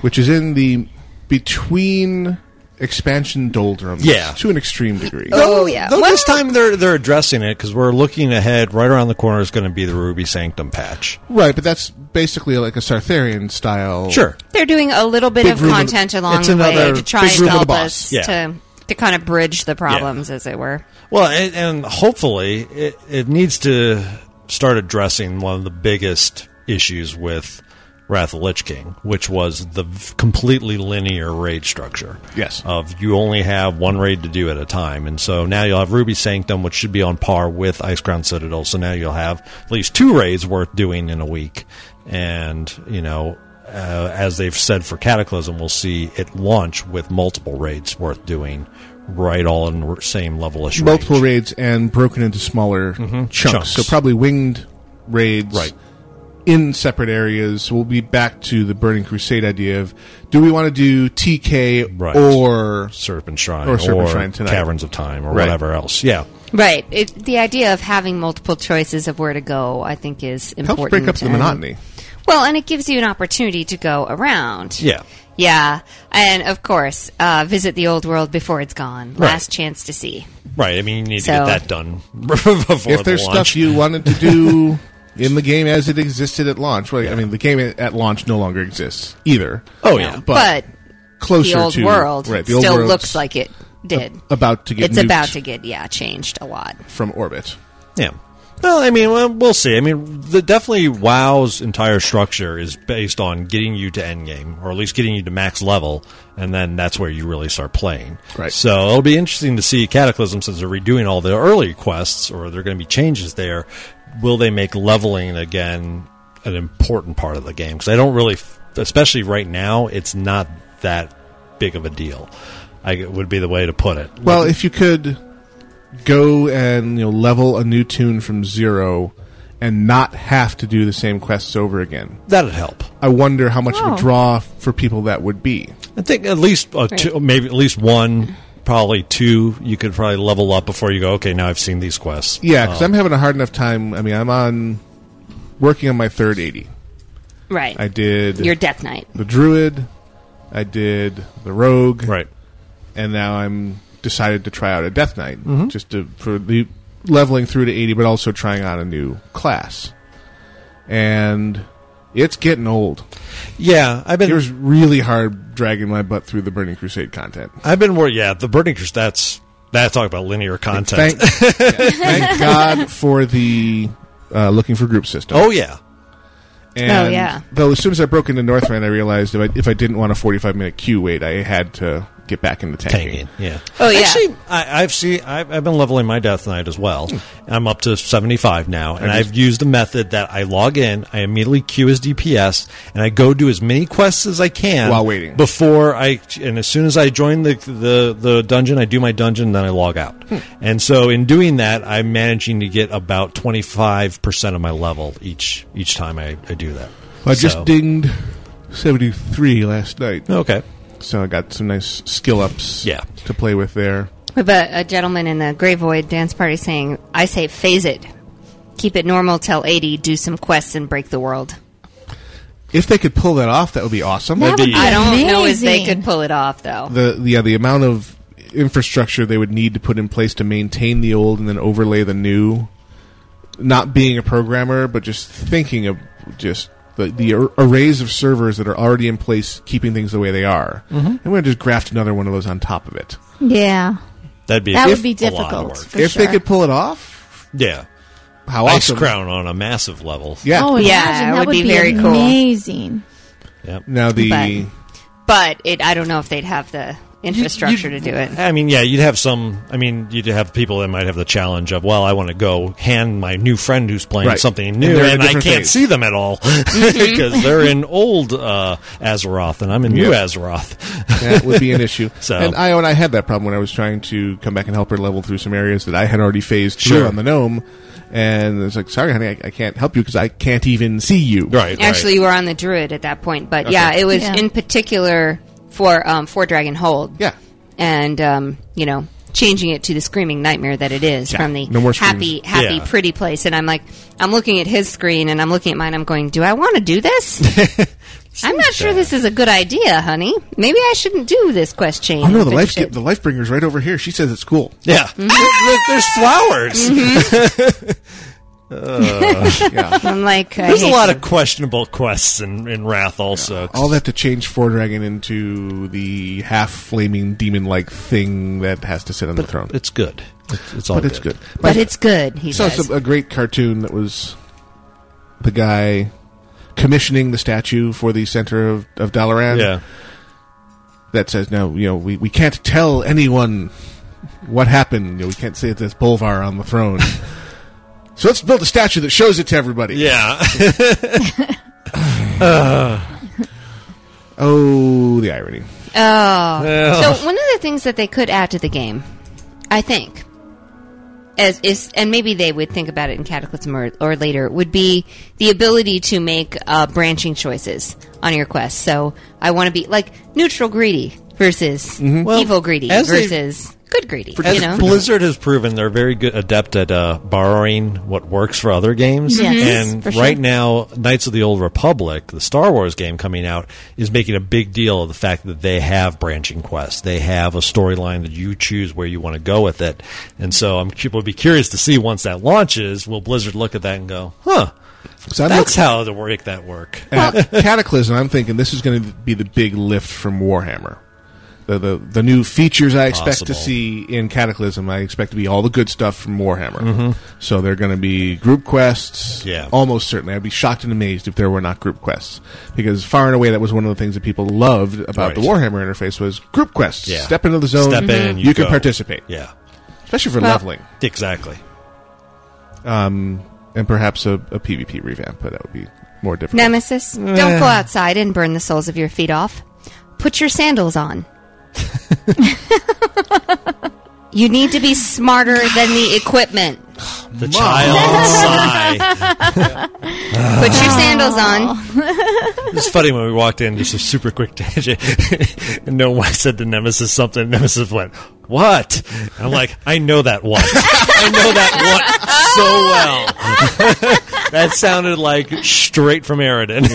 S3: Which is in the between expansion doldrums
S4: Yeah.
S3: to an extreme degree.
S4: Though- Though this time they're they're addressing it because we're looking ahead. Right around the corner is going to be the Ruby Sanctum patch.
S3: Right, but that's basically like a Sartharian style.
S4: Sure.
S6: They're doing a little bit
S3: Big
S6: of
S3: room of the-
S6: content along
S3: it's
S6: the way
S3: another
S6: to try
S3: big room
S6: and
S3: of the
S6: help
S3: boss.
S6: us
S4: Yeah.
S6: to to kind of bridge the problems, as it were.
S4: Well, and, and hopefully it, it needs to start addressing one of the biggest issues with Wrath of the Lich King, which was the v- completely linear raid structure.
S3: Yes.
S4: Of you only have one raid to do at a time. And so now you'll have Ruby Sanctum, which should be on par with Ice Crown Citadel. So now you'll have at least two raids worth doing in a week. And, you know, uh, as they've said for Cataclysm, we'll see it launch with multiple raids worth doing right all in the same level as
S3: Multiple raids and broken into smaller chunks.
S4: Mm-hmm. Chunks.
S3: So probably winged raids
S4: Right.
S3: in separate areas. We'll be back to the Burning Crusade idea of do we want to do TK
S4: Right.
S3: or
S4: Serpent Shrine
S3: or Serpent Shrine tonight?
S4: Caverns of Time or
S3: Right.
S4: whatever else. Yeah.
S6: Right. It, the idea of having multiple choices of where to go, I think, is important.
S3: helps break up the
S6: and-
S3: monotony.
S6: Well, and it gives you an opportunity to go around.
S3: Yeah.
S6: Yeah. And of course, uh, visit the old world before it's gone.
S4: Right.
S6: Last chance to see.
S4: Right. I mean, you need
S6: So-
S4: to get that done before
S3: if there's
S4: the launch.
S3: stuff you wanted to do in the game as it existed at launch, well, I mean, the game at at launch no longer exists either.
S4: Oh, yeah.
S6: But,
S3: closer
S6: the old
S3: to-
S6: world
S3: right, the old
S6: still
S3: world's
S6: looks like it did.
S3: about to get
S6: it's about
S3: nuked.
S6: to get yeah changed a lot.
S3: from orbit.
S4: Yeah. Well, I mean, well, we'll see. I mean, the, definitely WoW's entire structure is based on getting you to endgame, or at least getting you to max level, and then that's where you really start playing. Right. So it'll be interesting to see Cataclysm, since they're redoing all the early quests, or there are going to be changes there. Will they make leveling again an important part of the game? Because I don't really, f- especially right now, it's not that big of a deal. I would be the way to put it.
S3: Well, if you could go and you know level a new tune from zero and not have to do the same quests over again,
S4: that'd help.
S3: I wonder how much of
S4: Oh.
S3: a draw for people that would be.
S4: I think at least uh,
S3: Right.
S4: two, maybe at least one, probably two. You could probably level up before you go. Okay, now I've seen these quests.
S3: Yeah, because
S4: Um,
S3: I'm having a hard enough time. I mean, I'm on working on my third eighty.
S6: Right.
S3: I did
S6: Your Death Knight.
S3: the druid. I did the rogue.
S4: Right.
S3: And now I'm decided to try out a death knight
S4: Mhm.
S3: just to for the leveling through to 80 but also trying out a new class. And It's getting old.
S4: Yeah, I've been.
S3: It was really hard dragging my butt through the Burning Crusade content.
S4: I've been worried. Yeah, the Burning Crusade. That's that's talk about linear content.
S3: Thank, yeah, thank God for the uh, looking for group system.
S4: oh yeah,
S3: And
S6: Oh, yeah.
S3: Though as soon as I broke into Northrend, I realized if I, if I didn't want a 45 minute queue wait, I had to get back into tanking.
S4: yeah.
S6: Oh, yeah.
S4: Actually, I, I've seen. I've, I've been leveling my Death Knight as well.
S3: Hmm.
S4: I'm up to 75 now, and
S3: I just-
S4: I've used a method that I log in, I immediately queue as DPS, and I go do as many quests as I can
S3: While waiting.
S4: before I. And as soon as I join the the, the dungeon, I do my dungeon, then I log out.
S3: Hmm.
S4: And so in doing that, I'm managing to get about 25 percent of my level each each time I, I do that.
S3: I just
S4: So-
S3: dinged 73 last night.
S4: Okay.
S3: So I got some nice skill ups
S4: Yeah.
S3: to play with there.
S6: We have a, a gentleman in the Grey Void dance party saying, I say phase it. Keep it normal till 80, do some quests, and break the world.
S3: If they could pull that off, that would be awesome.
S5: That That'd would be-
S6: I don't know if they
S5: Amazing.
S6: could pull it off,
S5: Oh.
S6: though.
S3: the yeah the amount of infrastructure they would need to put in place to maintain the old and then overlay the new not being a programmer but just thinking of just the, the ar- arrays of servers that are already in place keeping things the way they are
S5: Mm-hmm.
S3: and we're going to just graft another one of those on top of it
S5: Yeah.
S4: That'd be
S5: That
S4: a
S5: would be
S4: lot of
S5: difficult.
S4: work.
S5: For
S3: if
S5: sure.
S3: they could pull it off
S4: Yeah.
S3: how
S4: Ice
S3: awesome
S4: crown on a massive level.
S3: yeah
S5: Oh,
S6: Yeah,
S5: imagine.
S6: it
S5: that
S6: would be very cool.
S5: amazing.
S4: Yep.
S3: now the
S6: But- But it, I don't know if they'd have the infrastructure to do it.
S4: I mean, yeah, you'd have some. I mean, you'd have people that might have the challenge of, well, I want to go hand my new friend who's playing
S3: Right.
S4: something
S3: And
S4: new,
S3: they're in a
S4: and, I
S3: different
S4: can't
S3: phase. Mm-hmm.
S4: see them at all because they're in old uh, Azeroth and I'm in new
S3: Yeah.
S4: Azeroth.
S3: that would be an issue
S4: So-
S3: and i and i had that problem when i was trying to come back and help her level through some areas that i had already phased through
S4: Sure.
S3: on the gnome and it's like sorry honey i, I can't help you because i can't even see you
S4: right.
S6: Actually, you were on the Druid at that point, but yeah, it was
S5: Yeah.
S6: in particular for um, for Dragon Hold.
S3: Yeah.
S6: and um, you know, changing it to the screaming nightmare that it is
S3: Yeah.
S6: from the
S3: No more
S6: happy,
S3: screams.
S6: happy,
S4: Yeah.
S6: pretty place. And I'm like, I'm looking at his screen, and I'm looking at mine. I'm going, do I want to do this? I'm not sure this is a good idea, honey. Maybe I shouldn't do this quest change.
S3: Oh no, the
S6: But
S3: life
S6: shit.
S3: the life bringer's right over here. She says it's cool.
S4: yeah. Look, look, there's flowers.
S6: Mm-hmm.
S4: uh,
S3: Uh, Yeah.
S6: I'm like, I
S4: There's a
S6: hate
S4: lot
S6: you.
S4: of questionable quests in, in Wrath also.
S3: I'll have to change Four Dragon into the half flaming demon like thing that has to sit on the throne.
S4: It's good. It's, it's all
S3: but it's good.
S6: but it's good. He
S3: I saw
S6: says.
S3: some, a great cartoon that was the guy commissioning the statue for the center of, of Dalaran.
S4: Yeah.
S3: That says no, you know, we, we can't tell anyone what happened. You know, we can't say this Bolvar on the throne. so let's build a statue that shows it to everybody.
S4: Yeah.
S3: Uh. Oh, the irony.
S6: Oh.
S4: Yeah.
S6: So one of the things that they could add to the game, I think, as is, and maybe they would think about it in Cataclysm or, or later, would be the ability to make uh, branching choices on your quest. So I want to be like neutral greedy versus evil greedy
S4: Mm-hmm. as they-
S6: versus good greedy.
S4: As
S6: You know,
S4: Blizzard has proven, they're very good adept at uh, borrowing what works for other games.
S5: Yes,
S4: and
S5: for sure.
S4: right now, Knights of the Old Republic, the Star Wars game coming out, is making a big deal of the fact that they have branching quests. They have a storyline that you choose where you want to go with it. And so I'm people would be curious to see once that launches, will Blizzard look at that and go, "Huh,
S3: So I'm
S4: that's how to make that work."
S3: at Cataclysm, I'm thinking this is going to be the big lift from Warhammer. The, the, the new features I expect to
S4: Possible.
S3: see in Cataclysm, I expect to be all the good stuff from Warhammer. So they're going to be group quests.
S4: Mm-hmm. Yeah.
S3: Almost certainly. I'd be shocked and amazed if there were not group quests. Because far and away, that was one of the things that people loved about
S4: Right.
S3: the Warhammer interface was group quests.
S4: Yeah.
S3: Step into the zone.
S4: Step in and
S3: you,
S4: you
S3: can
S4: go.
S3: participate.
S4: Yeah,
S3: Especially for
S6: Well-
S3: leveling.
S4: exactly.
S3: Um, And perhaps a, a PvP revamp, but that would be more difficult.
S6: Nemesis, don't go outside and burn the soles of your feet off. Put your sandals on. you need to be smarter than the equipment.
S4: The child sigh.
S6: Put your sandals on.
S4: It's funny when we walked in, just a super quick tangent, and no one said to Nemesis something. Nemesis went, What? And I'm like, I know that one. I know that one so well. that sounded like straight from Aridin.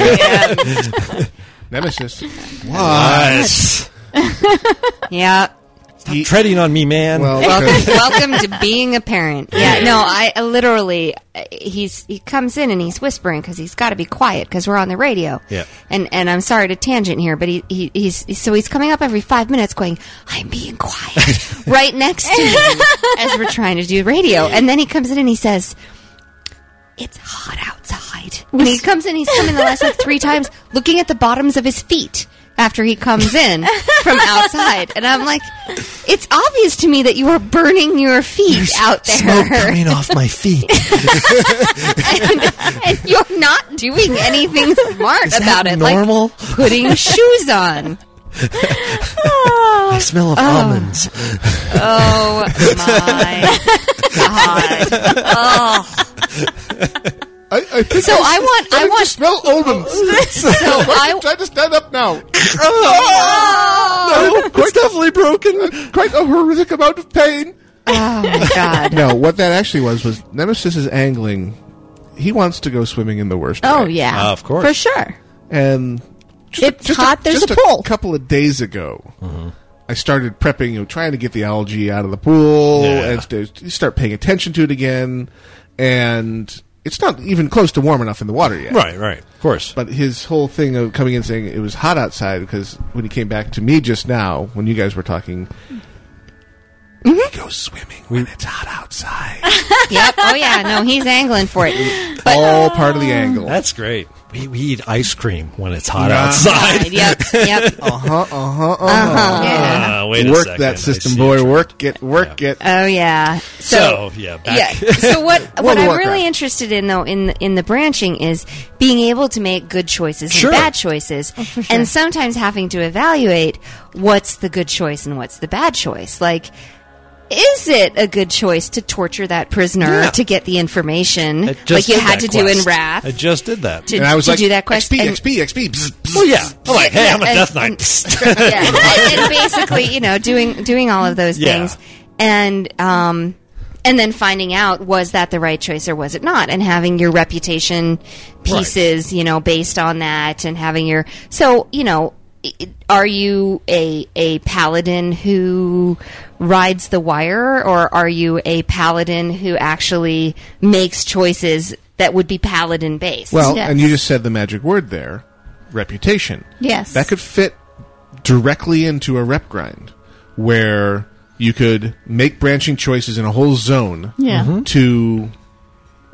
S3: Nemesis.
S4: Yes.
S6: Yeah.
S4: Stop treading on me, man.
S6: welcome, welcome to being a parent. Yeah, no, I I literally uh, he's he comes in and he's whispering because he's got to be quiet because we're on the radio.
S4: Yeah.
S6: and and I'm sorry to tangent here, but he, he he's so he's coming up every five minutes going, I'm being quiet right next to me as we're trying to do radio, and then he comes in and he says. It's hot outside. And he comes in, he's come in the last like three times looking at the bottoms of his feet after he comes in from outside. And I'm like, it's obvious to me that you are burning your feet out there.
S13: Smoke coming off my feet.
S6: and, and you're not doing anything smart
S13: Is that
S6: about it.
S13: normal?
S6: Like putting shoes on.
S13: I smell of
S6: Oh.
S13: almonds.
S6: Oh my god. Oh.
S3: I, I think
S6: So I want- I
S3: starting to
S6: want-
S3: smell almonds.
S6: So I-
S3: try to stand up now.
S6: Oh.
S3: No, quite definitely broken. Quite a horrific amount of pain.
S6: Oh my god.
S3: No, what that actually was was Nemesis is angling. He wants to go swimming in the worst.
S5: Oh,
S3: way.
S5: yeah.
S4: Uh, of course.
S5: For sure.
S3: and just
S5: It's hot, there's
S3: just
S5: a pool.
S3: couple of days ago,
S4: Mm-hmm.
S3: I started prepping, you know, trying to get the algae out of the pool,
S4: Yeah.
S3: and to to start paying attention to it again. And it's not even close to warm enough in the water yet.
S4: Right, right. Of course.
S3: But his whole thing of coming in saying it was hot outside because when he came back to me just now, when you guys were talking, we go swimming when it's hot outside.
S6: Yep. Oh yeah. No, he's angling for it. But
S3: All part of the angle.
S4: That's great. We, we eat ice cream when it's hot
S3: Yeah.
S4: outside. Uh-huh.
S6: Yep. Yep.
S3: Uh huh. Uh huh. Uh huh.
S4: Yeah. Uh, wait a
S3: work
S4: second, I
S3: that system,
S4: see
S3: boy. Work it. Work it.
S6: Oh yeah. So,
S4: So, yeah, back-
S6: yeah. So
S3: World
S6: what what
S3: of
S6: I'm
S3: Warcraft.
S6: really interested in though in the, in the branching is being able to make good choices
S4: Sure.
S6: and bad choices,
S5: Oh, for sure.
S6: and sometimes having to evaluate what's the good choice and what's the bad choice. Like, is it a good choice to torture that prisoner
S4: Yeah.
S6: to get the information
S4: I just
S6: like you
S4: did that
S6: had to do in
S4: quest.
S6: Wrath?
S4: I just did that.
S6: to,
S3: and I was
S6: to
S3: like,
S6: do that quest
S3: XP,
S6: and-
S3: XP, XP. Bzz, bzz.
S4: Well, Oh, yeah. I'm like, hey,
S6: Yeah,
S4: I'm a
S6: and-
S4: death knight.
S6: and- yeah, and, and basically, you know, doing doing all of those
S4: Yeah.
S6: things, and um, and then finding out was that the right choice or was it not, and having your reputation pieces, you know, based on that, and having your so you know. i- i- Are you a a paladin who rides the wire, or are you a paladin who actually makes choices that would be paladin based?
S3: Well,
S5: Yes.
S3: and you just said the magic word there, reputation.
S5: Yes.
S3: That could fit directly into a rep grind where you could make branching choices in a whole zone
S5: Yeah. Mhm.
S3: to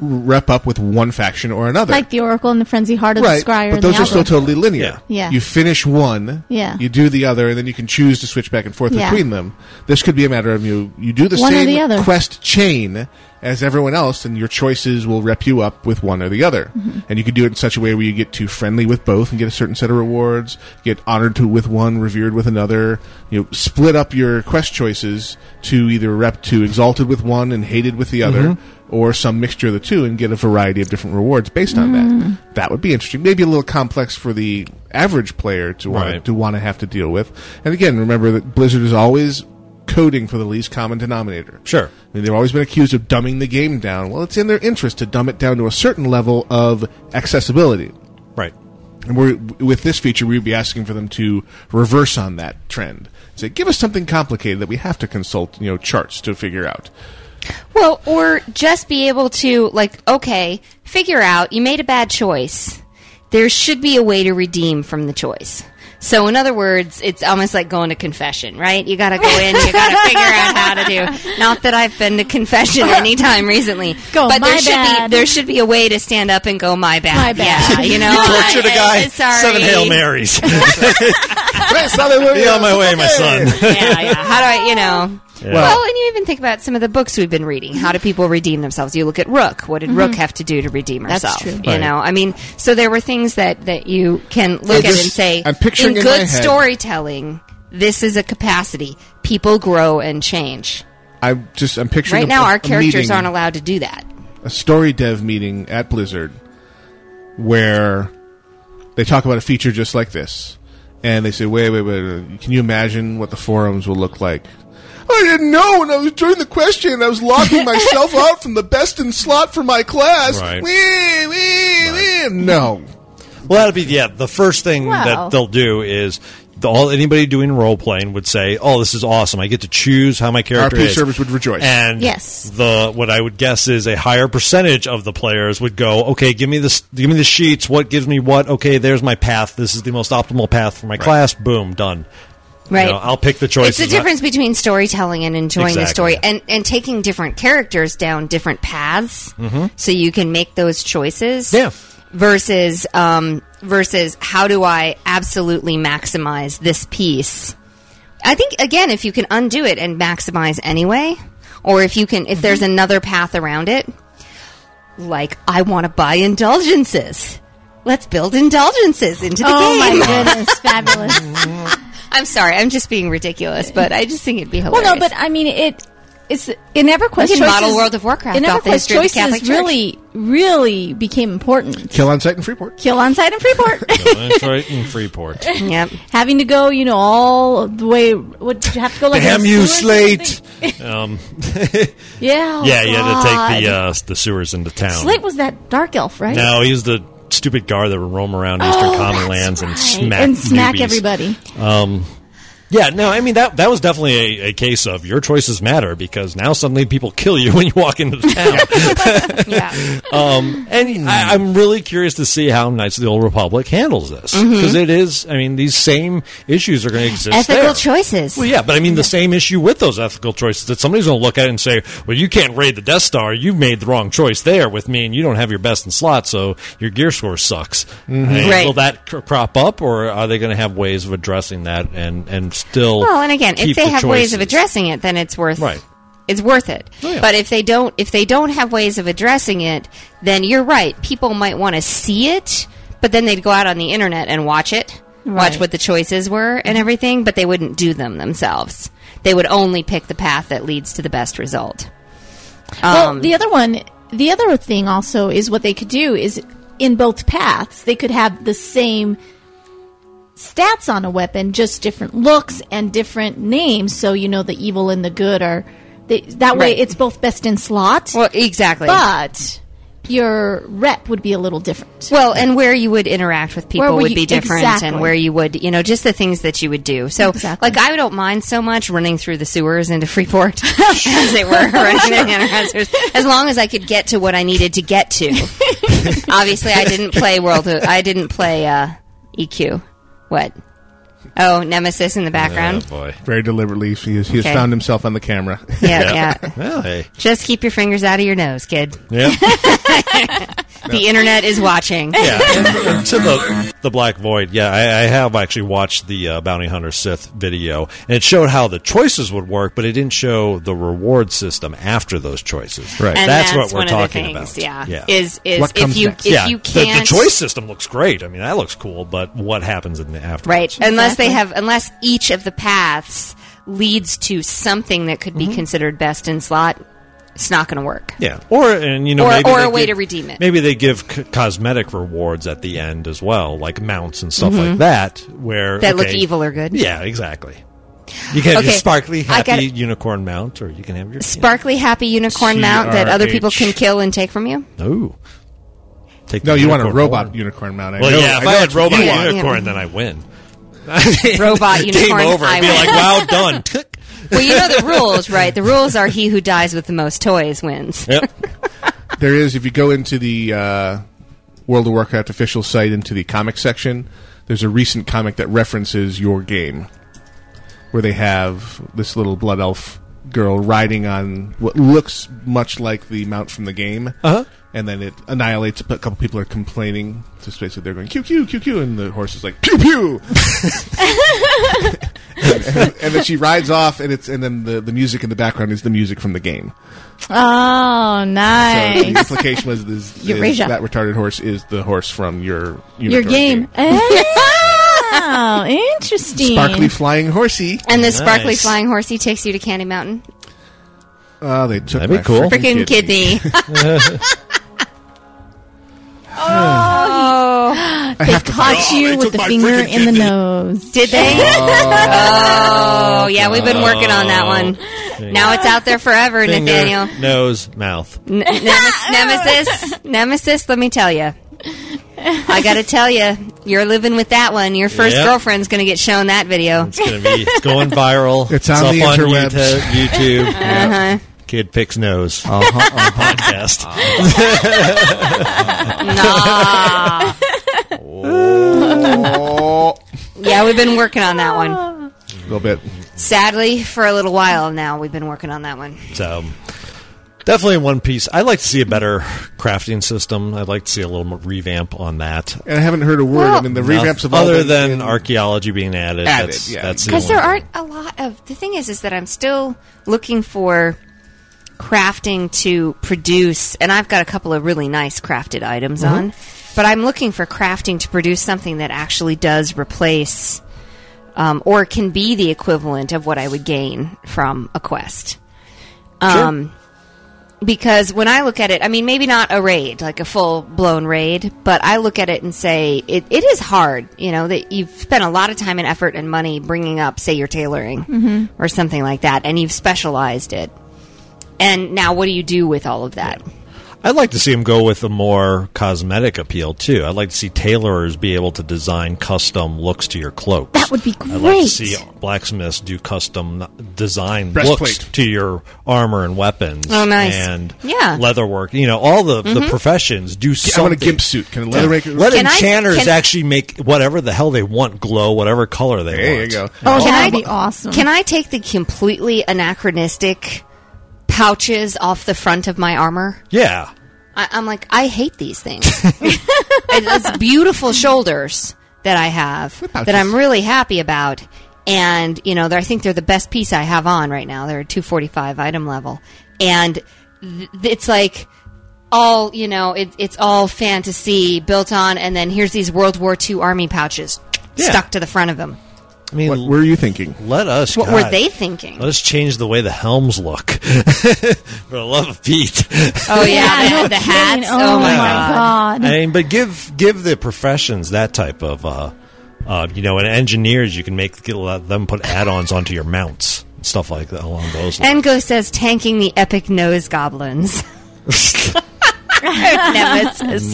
S3: rep up with one faction or another.
S5: Like the Oracle and the Frenzy Heart of
S3: right,
S5: the Scryer.
S3: but
S5: and
S3: those
S5: the
S3: are still
S5: Algor.
S3: totally linear.
S5: Yeah. Yeah.
S3: You finish one,
S5: Yeah.
S3: you do the other, and then you can choose to switch back and forth
S5: Yeah.
S3: between them. This could be a matter of you you do the
S5: One or
S3: same
S5: the other.
S3: quest chain as everyone else, and your choices will rep you up with one or the other.
S5: Mm-hmm.
S3: And you could do it in such a way where you get too friendly with both and get a certain set of rewards, get honored to with one, revered with another. You know, split up your quest choices to either rep to exalted with one and hated with the other. Or some mixture of the two, and get a variety of different rewards based on
S6: Mm.
S3: that. That would be interesting. Maybe a little complex for the average player to want
S4: Right.
S3: to want to have to deal with. And again, remember that Blizzard is always coding for the least common denominator.
S4: Sure.
S3: I mean, they've always been accused of dumbing the game down. Well, it's in their interest to dumb it down to a certain level of accessibility.
S4: Right.
S3: And we're, with this feature, we'd be asking for them to reverse on that trend. Say, give us something complicated that we have to consult, you know, charts to figure out.
S6: Well, or just be able to, like, okay, figure out you made a bad choice. There should be a way to redeem from the choice. So, in other words, it's almost like going to confession, right? You got to go in, you got to figure out how to do. Not that I've been to confession anytime recently,
S5: Go,
S6: but there
S5: "My
S6: should
S5: bad."
S6: be there should be a way to stand up and go, my bad,
S5: My bad.
S6: yeah, you know,
S4: Torture the
S6: I-
S4: guy.
S6: I- sorry.
S4: Seven Hail Marys.
S3: Be
S4: Be on my way, my son.
S6: yeah, yeah. How do I, you know?
S4: Yeah.
S6: Well, and you even think about some of the books we've been reading. How do people redeem themselves? You look at Rook. What did Rook have to do to redeem
S5: That's
S6: herself?
S5: true.
S6: You
S5: Right.
S6: know, I mean, so there were things that that you can look at
S3: just-
S6: and say,
S3: I'm picturing in my
S6: good
S3: head-
S6: storytelling, this is a capacity. People grow and change.
S3: I'm just I'm picturing
S6: right
S3: a-
S6: now,
S3: a-
S6: our
S3: a
S6: characters
S3: meeting-
S6: aren't allowed to do that.
S3: a story dev meeting at Blizzard where they talk about a feature just like this. And they say, wait, wait, wait, can you imagine what the forums will look like? I didn't know when I was doing the question. I was locking myself out from the best in slot for my class.
S4: Right.
S3: Wee, wee, wee. No.
S4: Well, that'll be yeah. The first thing
S5: Well.
S4: that they'll do is the- all anybody doing role playing would say, "Oh, this is awesome! I get to choose how my character
S3: RP
S4: is."
S3: servers would rejoice.
S4: And
S5: Yes.
S4: the what I would guess is a higher percentage of the players would go, "Okay, give me this, give me the sheets. What gives me what? Okay, there's my path. This is the most optimal path for my class. Boom, done. You
S6: Right.
S4: know, I'll pick the
S6: It's
S4: choices.
S6: the difference between storytelling and enjoying a
S4: Exactly.
S6: story, and and taking different characters down different paths,
S4: Mhm.
S6: so you can make those choices.
S4: Yeah.
S6: Versus, um, versus how do I absolutely maximize this piece? I think again, if you can undo it and maximize anyway, or if you
S4: Mm-hmm.
S6: can, if there's another path around it, like I want to buy indulgences. Let's build indulgences into the
S5: Oh, my
S6: game.
S5: goodness, fabulous.
S6: I'm sorry, I'm just being ridiculous, but I just think it'd be
S5: Well,
S6: hilarious.
S5: no, but I mean it. It's in EverQuest.
S6: We can model
S5: choices-
S6: World of Warcraft
S5: In
S6: off the
S5: EverQuest,
S6: history of the
S5: choices
S6: Catholic Church.
S5: really, really became important.
S3: Kill on site in Freeport.
S5: Kill on site and Freeport.
S4: That's right in Freeport.
S6: yep.
S5: Having to go, you know, all the way. What did you have to go? Like in
S4: Damn
S5: a
S4: you,
S5: sewer or something?
S4: Slate! Um,
S5: Yeah. oh,
S4: yeah, you had to take
S5: God.
S4: the uh, the sewers into town.
S5: Slate was that dark elf, right?
S4: No, he was the stupid guard that would roam around Eastern
S5: Oh,
S4: Common
S5: that's
S4: Lands and
S5: right.
S4: smack
S5: and smack
S4: newbies.
S5: everybody.
S4: Um, yeah, no, I mean that that was definitely a, a case of your choices matter because now suddenly people kill you when you walk into the town. Um, and I, I'm really curious to see how Knights of the Old Republic handles this
S6: Mhm.
S4: because is. I mean, these same issues are going to exist.
S6: Ethical
S4: there.
S6: choices.
S4: Well, yeah, but I mean the same issue with those ethical choices that somebody's going to look at it and say, "Well, you can't raid the Death Star. You made the wrong choice there with me, and you don't have your best in slot, so your gear score sucks." And
S6: Mm-hmm. Right.
S4: Will that cr- crop up, or are they going to have ways of addressing that and and still?
S6: Well, and again, if
S4: keep
S6: they
S4: the
S6: have ways of
S4: choices?
S6: addressing it, then it's worth
S4: Right. Oh,
S6: it's worth it. But if they don't if they don't have ways of addressing it, then you're right. People might want to see it, but then they'd go out on the internet and watch it. Watch
S5: Right.
S6: what the choices were and everything, but they wouldn't do them themselves. They would only pick the path that leads to the best result. Um,
S5: well, the other one, the other thing also is what they could do is in both paths, they could have the same stats on a weapon, just different looks and different names. So you know the evil and the good are. They, that way,
S6: Right.
S5: it's both best in slot.
S6: Well, exactly.
S5: But your rep would be a little different.
S6: Well, and where you would interact with
S5: Where
S6: people
S5: would
S6: would
S5: you-
S6: be different,
S5: exactly.
S6: and where you would, you know, just the things that you would do. So, like, I don't mind so much running through the sewers into Freeport, as they were running the Anheuser-Busch, as long as I could get to what I needed to get to. Obviously, I didn't play World. Of, I didn't play uh, EQ. What? Oh, Nemesis in the background.
S4: boy.
S3: Very deliberately, he has, he has
S6: Okay.
S3: found himself on the camera.
S6: Yeah, Yeah. yeah.
S4: Well, hey.
S6: Just keep your fingers out of your nose, kid.
S4: Yeah.
S6: The internet is watching.
S4: Yeah, and- and to the the black void. Yeah, I, I have actually watched the uh, bounty hunter Sith video, and it showed how the choices would work, but it didn't show the reward system after those choices. Right,
S6: And
S4: that's, what
S6: that's
S4: we're
S6: one of the
S4: talking
S6: things, yeah,
S4: about.
S6: is- is What if comes you- next? if
S4: Yeah,
S6: you
S4: the- the,
S6: can't-
S4: choice system looks great. I mean, that looks cool, but what happens in the after?
S6: Right. Unless they
S5: Exactly.
S6: have, unless each of the paths leads to something that could be
S4: Mm-hmm.
S6: considered best in slot, it's not going to work.
S4: Yeah, or and you know,
S6: Or-
S4: maybe
S6: or
S4: they
S6: a way
S4: give-
S6: to redeem it.
S4: Maybe they give c- cosmetic rewards at the end as well, like mounts and stuff
S6: Mhm.
S4: like that, where
S6: That look
S4: okay,
S6: evil or good.
S4: Yeah, exactly. You can have your
S6: Okay,
S4: sparkly
S6: I
S4: happy
S6: gotta-
S4: unicorn mount, or you can have your
S6: Sparkly, happy unicorn mount that other people can
S4: CRH.
S6: kill and take from you.
S4: No. Take
S3: No,
S4: the
S3: you want a
S4: unicorn
S3: robot
S4: horn.
S3: unicorn mount. I
S4: well,
S3: know-
S4: yeah, if
S3: know
S4: I, had
S3: it's what
S4: robot
S3: you want.
S4: unicorn, then I win.
S6: Robot unicorn.
S4: Game over.
S6: I
S4: be
S6: win.
S4: like, wow, done.
S6: well, you know the rules, right? The rules are he who dies with the most toys wins.
S3: there is if you go into the uh, World of Warcraft official site into the comic section, there's a recent comic that references your game, where they have this little blood elf girl riding on what looks much like the mount from the game,
S4: Uh-huh.
S3: and then it annihilates. A couple people are complaining, just basically they're going "Q Q Q Q," and the horse is like "Pew Pew." and, and- and then she rides off, and it's and then the, the music in the background is the music from the game.
S5: Oh, nice.
S3: So the implication was this, is
S5: Eurasia.
S3: that retarded horse is the horse from your
S5: Your
S3: unicorn
S5: game. Eh? Oh, interesting.
S3: Sparkly flying horsey.
S6: And the sparkly flying horsey takes you to Candy Mountain.
S3: Oh, they took
S4: That'd be
S3: my
S4: cool.
S6: Freaking
S3: Frickin'
S6: kidney.
S5: Oh, they caught you with the finger in the nose.
S6: Did they? Oh, yeah, we've been working on that one. Now it's out there forever,
S4: Oh. Finger,
S6: Nathaniel.
S4: nose, mouth.
S6: N- Nemes- nemesis, nemesis. Let me tell you, I got to tell you, you're living with that one. Your first
S4: Yep.
S6: girlfriend's going to get shown that video.
S4: It's going to be it's going viral.
S3: It's on
S4: up
S3: the
S4: on
S3: interwebs. Uh-huh,
S4: YouTube. YouTube.
S6: Uh-huh.
S4: Kid picks nose podcast.
S14: Ah.
S6: Yeah, we've been working on that one.
S3: A little bit.
S6: Sadly, for a little while now, we've been working on that one.
S4: So definitely in one piece. I'd like to see a better crafting system. I'd like to see a little more revamp on that.
S3: And I haven't heard a word. I mean, the revamps have all
S4: other
S3: been
S4: than archaeology being added.
S3: Added,
S4: that's,
S3: yeah.
S4: that's the
S6: Because
S4: only
S6: there aren't a lot of. The thing is, is that I'm still looking for crafting to produce, and I've got a couple of really nice crafted items
S4: Mm-hmm.
S15: Mhm.
S6: on, but I'm looking for crafting to produce something that actually does replace um, or can be the equivalent of what I would gain from a quest. Um, Because when I look at it, I mean, maybe not a raid, like a full blown raid, but I look at it and say it, it is hard, you know, that you've spent a lot of time and effort and money bringing up, say, your tailoring
S15: Mhm.
S5: Mm-hmm.
S6: or something like that, and you've specialized it. And now what do you do with all of that?
S4: I'd like to see them go with a more cosmetic appeal too. I'd like to see tailorers be able to design custom looks to your cloaks. That
S5: would be
S4: I'd like to
S5: great.
S4: see blacksmiths do custom design looks
S5: Breastplate.
S4: to your armor and weapons.
S6: Oh, nice.
S4: And
S6: Yeah.
S4: leather work. You know, all the, the
S6: Mhm.
S4: professions do
S3: I
S4: something.
S3: want a gimp suit. Can a leather maker-
S4: Let
S6: Can I-
S4: enchanters
S6: can-
S4: actually make whatever the hell they want glow, whatever color they
S3: There you
S4: want.
S3: go.
S6: Oh, Can
S5: that'd
S6: I-
S5: Oh, be awesome.
S6: Can I take the completely anachronistic pouches off the front of my armor?
S4: Yeah.
S6: I, I'm like, I hate these things. And it's beautiful shoulders that I have that I'm really happy about. And, you know, they're- I think they're the best piece I have on right now. They're a 245 item level. And th- it's like all, you know, it, it's all fantasy built on. And then here's these World War II army pouches stuck to the front of them.
S4: I mean,
S3: what were you thinking?
S4: Let us.
S6: What were
S4: God,
S6: they thinking?
S4: Let us change the way the helms look. For the love of Pete.
S6: Oh, yeah. the, the
S5: kidding.
S6: hats. Oh, my
S5: God.
S4: I mean, but give give the professions that type of, uh, uh, you know, and engineers, you can make get, let them put add-ons onto your mounts and stuff like that along those lines.
S6: Engo says tanking the epic nose goblins. Nemesis.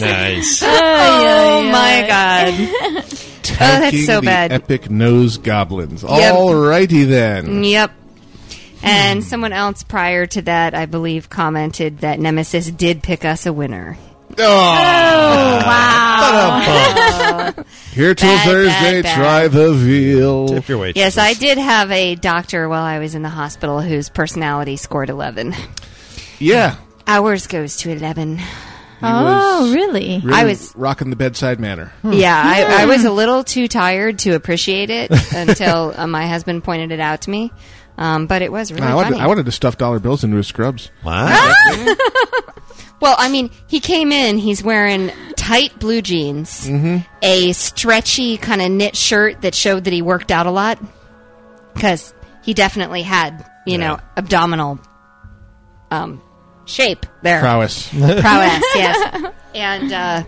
S4: Nice.
S6: Oh
S5: Ay, ay,
S6: my
S5: ay.
S6: god. oh, that's
S3: Tanking
S6: so
S3: the
S6: bad.
S3: Epic nose goblins.
S6: Yep. Mm.
S3: All righty then.
S6: yep.
S3: Hmm.
S6: And someone else prior to that, I believe, commented that Nemesis did pick us a winner.
S3: Oh.
S6: Oh,
S3: Ah. Here till
S6: Bad,
S3: Thursday.
S6: bad, bad.
S3: Try the veal. Tip
S4: your waitress.
S6: Yes, I did have a doctor while I was in the hospital whose personality scored 11.
S3: Yeah.
S6: Ours goes to 11.
S3: was Hmm.
S5: really?
S6: I was Hmm.
S3: rocking the bedside manner.
S6: Yeah, I, I was a little too tired to appreciate it until uh, my husband pointed it out to me. Um, but it was really
S3: I wanted,
S6: funny.
S3: I wanted to stuff dollar bills into his scrubs.
S4: Wow.
S6: well, I mean, he came in. He's wearing tight blue jeans, a stretchy kind of knit shirt that showed that he worked out a lot because he definitely had, you know, abdominal um, shape there.
S3: Prowess.
S6: prowess, yes. And uh,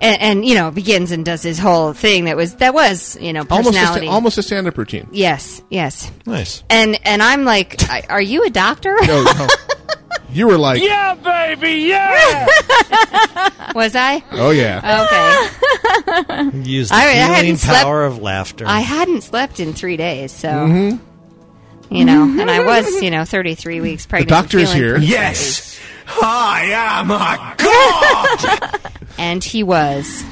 S6: and, and you know begins and does his whole thing that was that was you know
S3: Almost a,
S6: personality.
S3: sta- almost a stand up routine.
S6: yes, yes.
S4: Nice.
S6: And and I'm like, I- are you a doctor?
S3: No, no. you were like,
S2: Yeah, baby, yeah!
S6: was I?
S3: oh yeah.
S6: Okay.
S4: Use the
S6: I- I hadn't
S4: healing
S6: slept-
S4: power of laughter.
S6: I hadn't slept in three days, so
S4: Mhm.
S6: you know, and I was you know 33 weeks pregnant. and
S3: doctor's
S6: feeling
S3: here.
S6: pretty
S3: Yes.
S6: crazy.
S7: I am a
S6: and he was,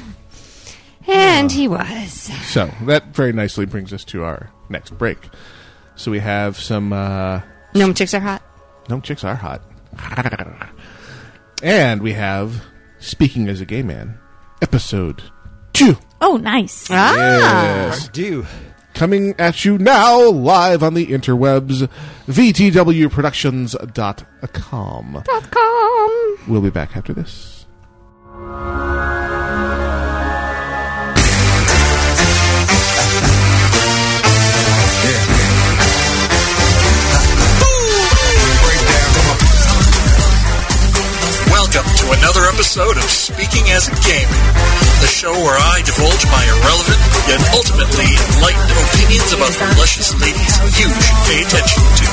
S6: and he was.
S3: So that very nicely brings us to our next break. So we have some. Uh,
S6: Gnome chicks are hot.
S3: Gnome chicks are hot. and we have Speaking as a Gay Man, episode two.
S5: Oh, nice.
S6: Ah.
S3: Yes. Coming at you now, live on the interwebs, VTWProductions.com.
S6: com.
S3: We'll be back after this.
S16: Welcome to another episode of Speaking as a Game, the show where I divulge my irrelevant yet ultimately enlightened opinions about the luscious ladies you should pay attention to.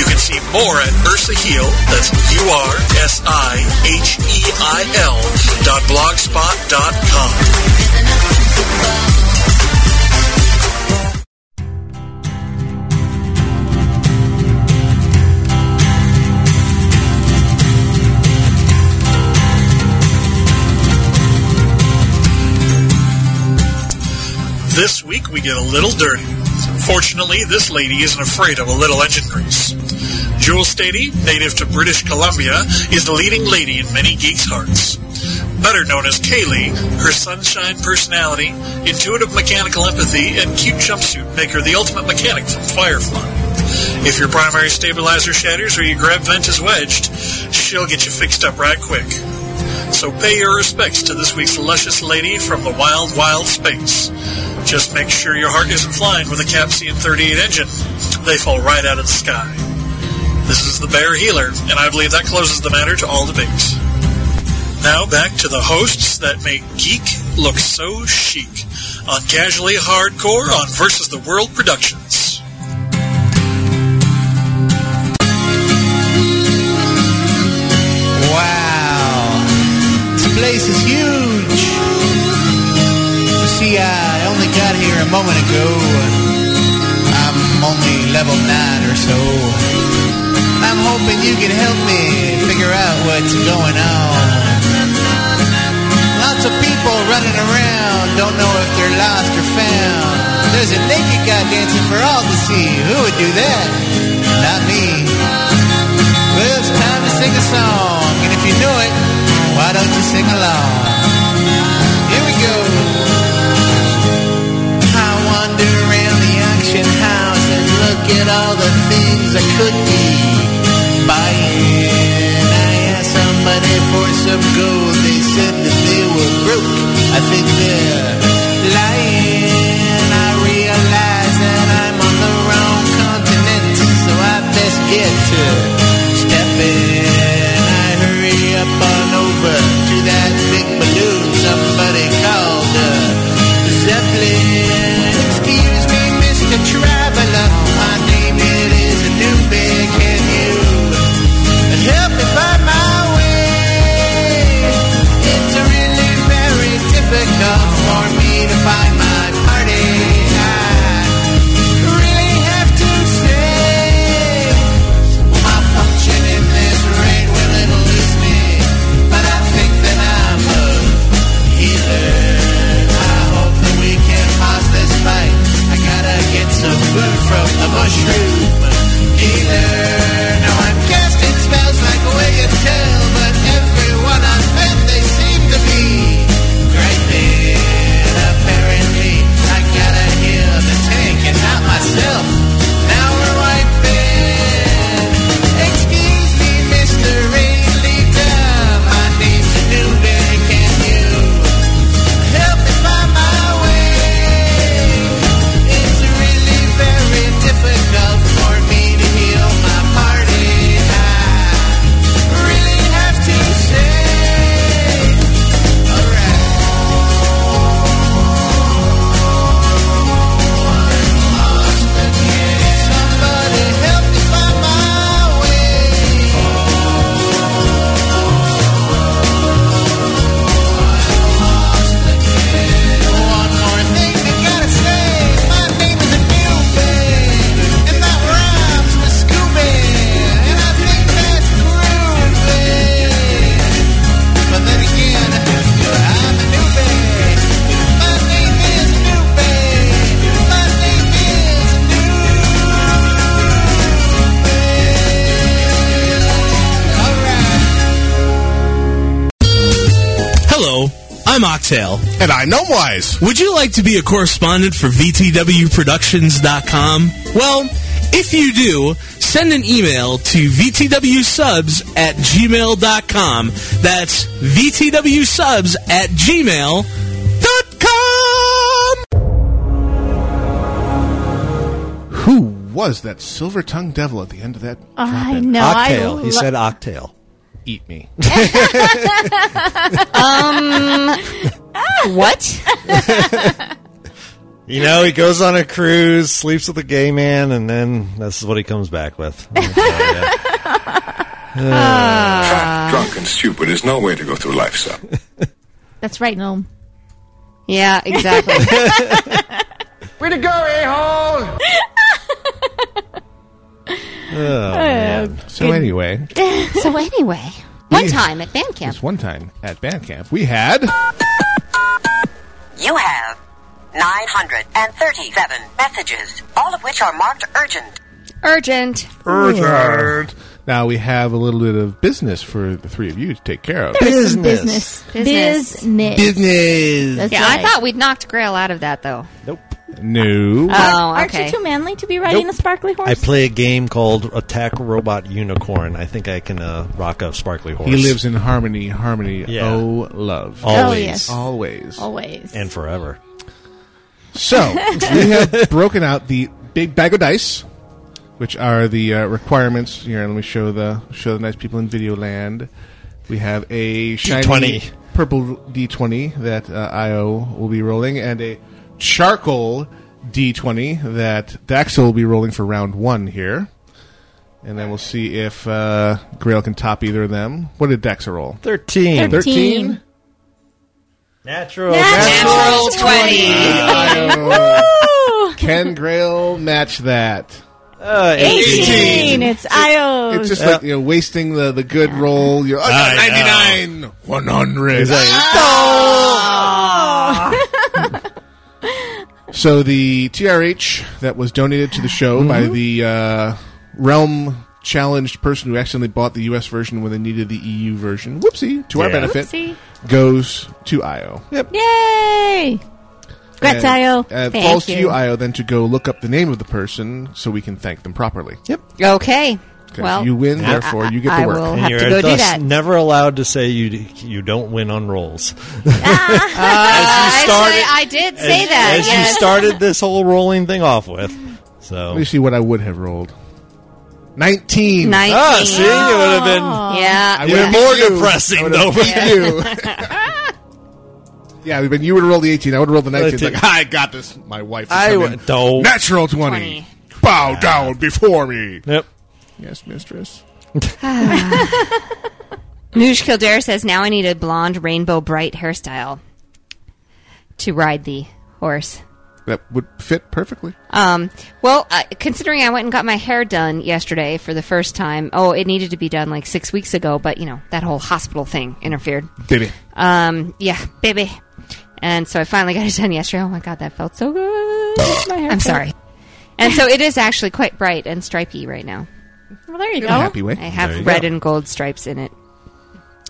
S16: You can see more at Ursa Heel, that's U R S I H E I L www.blogspot.com. This week we get a little dirty. Fortunately, this lady isn't afraid of a little engine grease. Jewel Stady, native to British Columbia, is the leading lady in many geeks' hearts. Better known as Kaylee, her sunshine personality, intuitive mechanical empathy, and cute jumpsuit make her the ultimate mechanic from Firefly. If your primary stabilizer shatters or your grab vent is wedged, she'll get you fixed up right quick. So pay your respects to this week's luscious lady from the wild, wild space. Just make sure your heart isn't flying with a Capsian 38 engine. They fall right out of the sky. This is the Bear Healer, and I believe that closes the matter to all debates. Now back to the hosts that make geek look so chic on Casually Hardcore on Versus the World Productions.
S14: Wow. This place is huge. You see, I only got here a moment ago. I'm only level 9 or so. I'm hoping you can help me figure out what's going on. Lots of people running around, don't know if they're lost or found. There's a naked guy dancing for all to see. Who would do that? Not me. Well, it's time to sing a song, and if you know it, why don't you sing along? Here we go. I wander around the auction house and look at all the things I could be buying. I asked somebody for some gold, they said that they were broke. I think they're lying. I realize that I'm on the wrong continent, so I best get to stepping. I hurry up on over to that big balloon somebody called a Zeppelin. Excuse me, Mr. Traveler. My name it is a new big. Can you help me find my way? It's really very difficult for me to find my party. I really have to say my function in this raid will elude me, but I think that I'm a healer. I hope that we can pause this fight. I gotta get some food from the mushroom healer. Now I'm casting spells like a way and tell, but everyone I've met they seem to be griping. Apparently, I gotta heal the tank and not myself. Now we're wiping. Excuse me, Mr. Ringleader. My name's a new bear. Can you help me find my way? It's really very difficult for me to heal my party. I really have to say.
S17: Hello, I'm Oxtail. And I'm Gnomewise. Would you like to be a correspondent for VTWProductions.com? Well, if you do, send an email to VTWSubs at gmail.com. That's VTWSubs at gmail.com.
S3: Who was that silver tongued devil at the end of that?
S18: I
S3: drop-in?
S18: know. I Octale. He lo- said
S3: octale. Eat me.
S6: um, what?
S4: You know, he goes on a cruise, sleeps with a gay man, and then this is what he comes back with. Oh,
S5: Uh,
S6: Uh.
S5: Fat, drunk, and stupid is no way to go through life, son. That's right, Noam.
S6: Yeah, exactly.
S12: Way to go, a-hole!
S3: Oh,
S18: Uh,
S3: so anyway,
S6: so anyway, one
S3: We-
S6: time at band camp,
S3: this one time at Bandcamp, we had
S14: You have 937 messages, all of which are marked urgent.
S6: urgent.
S3: Now we have a little bit of business for the three of you to take care of.
S5: There's some Business.
S6: Business.
S5: Business.
S3: Business.
S5: That's
S6: yeah, I
S5: right.
S6: thought we'd knocked Grail out of that though.
S3: No.
S6: Oh,
S5: Aren't
S6: okay.
S5: you too manly to be riding
S4: Nope.
S5: a sparkly horse?
S4: I play a game called Attack Robot Unicorn. I think I can uh, rock a sparkly horse.
S3: He lives in harmony, harmony.
S4: Yeah.
S3: Oh, love.
S4: Always. Oh, yes.
S3: Always.
S5: Always.
S4: and forever.
S3: So we have broken out the big bag of dice, which are the uh, requirements. Here, let me show the show the nice people in video land. We have a shiny
S4: D20.
S3: purple D twenty that uh, Io will be rolling, and a charcoal D twenty that Daxel will be rolling for round one here. And then we'll see if uh, Grail can top either of them. What did Daxa roll?
S4: Thirteen.
S3: Thirteen.
S4: Natural.
S3: Natural
S6: 20.
S3: Io. Can Grail match that?
S4: Uh,
S5: 18. It's Io's.
S3: It's just like you know, wasting the, the good roll. You're, oh,
S4: I know.
S3: 99, 100. Ah!
S6: Ah.
S3: So the TRH that was donated to the show
S4: Mm-hmm.
S3: by the uh, realm challenged person who accidentally bought the US version when they needed the EU version. Whoopsie, to our
S4: Yeah.
S3: benefit,
S5: Whoopsie.
S3: goes to IO.
S5: Uh, Yay! Congrats,
S3: And,
S5: Io.
S3: Uh, it
S5: Thank
S3: falls to
S5: you.
S3: you, Io, then to go look up the name of the person so we can thank them properly. Yep.
S6: Okay. Well,
S3: you win,
S6: I-
S3: therefore
S6: I-
S3: you get
S6: I
S3: the work.
S6: will
S4: And
S6: have
S4: you're
S6: to go do
S4: thus
S6: that.
S4: never allowed to say you you don't win on rolls.
S6: Uh,
S4: started-
S6: actually, I did say
S4: as,
S6: that.
S4: as
S6: yes.
S4: you started this whole rolling thing off with. So
S3: Let me see what I would have rolled. 19.
S6: Nineteen. Oh.
S4: Ah, see, it would have been
S6: yeah.
S3: I
S4: even
S3: would've
S4: more
S3: beat you. I
S4: depressing
S3: would've
S4: though.
S3: beat you. yeah, but you would have rolled the 18. I would have rolled the 19. It's like, I got this. My wife. has
S4: I
S3: come
S4: would-
S3: in.
S4: don't.
S3: Natural 20.
S6: 20.
S3: Bow down before me.
S4: Yep.
S3: Yes, mistress.
S6: Noosh Kildare says, now I need a blonde, rainbow, bright hairstyle to ride the horse.
S3: That would fit perfectly.
S6: Um, well, uh, considering I went and got my hair done yesterday for the first time, oh, it needed to be done like six weeks ago, but you know, that whole hospital thing interfered.
S3: Baby.
S6: Um, yeah, baby. And so I finally got it done yesterday. Oh my God, that felt so good. my hair I'm sorry. And so it is actually quite bright and stripy right now.
S5: Well, there you go.
S3: I'm happy with.
S6: Oh, I
S4: There
S6: have
S4: you
S6: red
S4: go.
S6: and gold stripes in it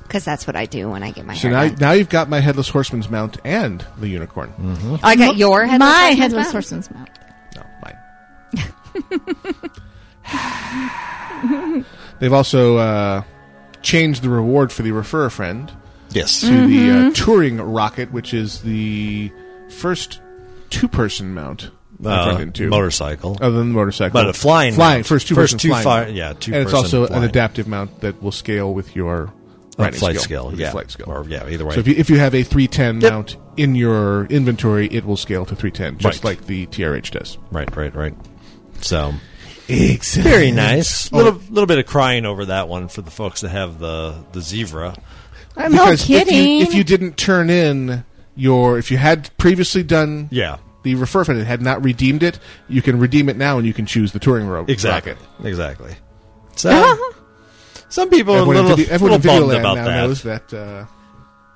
S6: because that's what I do when I get my
S3: So
S6: hair
S3: now,
S6: done.
S3: now you've got my headless horseman's mount and the unicorn.
S4: Mm-hmm.
S6: Oh, I got your headless
S5: My
S6: horseman's
S5: headless
S6: mount?
S5: horseman's mouth.
S3: No, mine. They've also uh, changed the reward for the refer a friend
S4: Yes.
S3: to the uh, touring rocket, which is the first two-person mount. I've
S4: Uh,
S3: run into.
S4: motorcycle.
S3: other than the motorcycle,
S4: But a flying
S3: flying
S4: mount.
S3: first two
S4: First
S3: person
S4: two
S3: flying,
S4: fi-
S3: mount.
S4: yeah, two
S3: and it's
S4: person
S3: also
S4: flying.
S3: an adaptive mount that will scale with your
S4: Uh,
S3: riding
S4: flight
S3: skill,
S4: skill,
S3: with your
S4: yeah.
S3: flight skill,
S4: Or, yeah, either way.
S3: So if you, if you have a three ten
S4: Yep.
S3: mount in your inventory, it will scale to three ten, just
S4: Right.
S3: like the TRH does.
S4: Right, right, right. So
S3: Excellent.
S4: very nice.
S3: Oh.
S4: Little little bit of crying over that one for the folks that have the the zebra.
S5: I'm
S3: because
S5: no kidding.
S3: If you, if you didn't turn in your, if you had previously done
S4: Yeah.
S3: the refer fund and had not redeemed it, you can redeem it now and you can choose the touring ro-
S4: Exactly.
S3: rocket.
S4: Exactly. So some people are a
S3: Everyone,
S4: little,
S3: in video, everyone
S4: little
S3: in
S4: bummed
S3: Videoland
S4: about
S3: now
S4: that.
S3: knows that uh,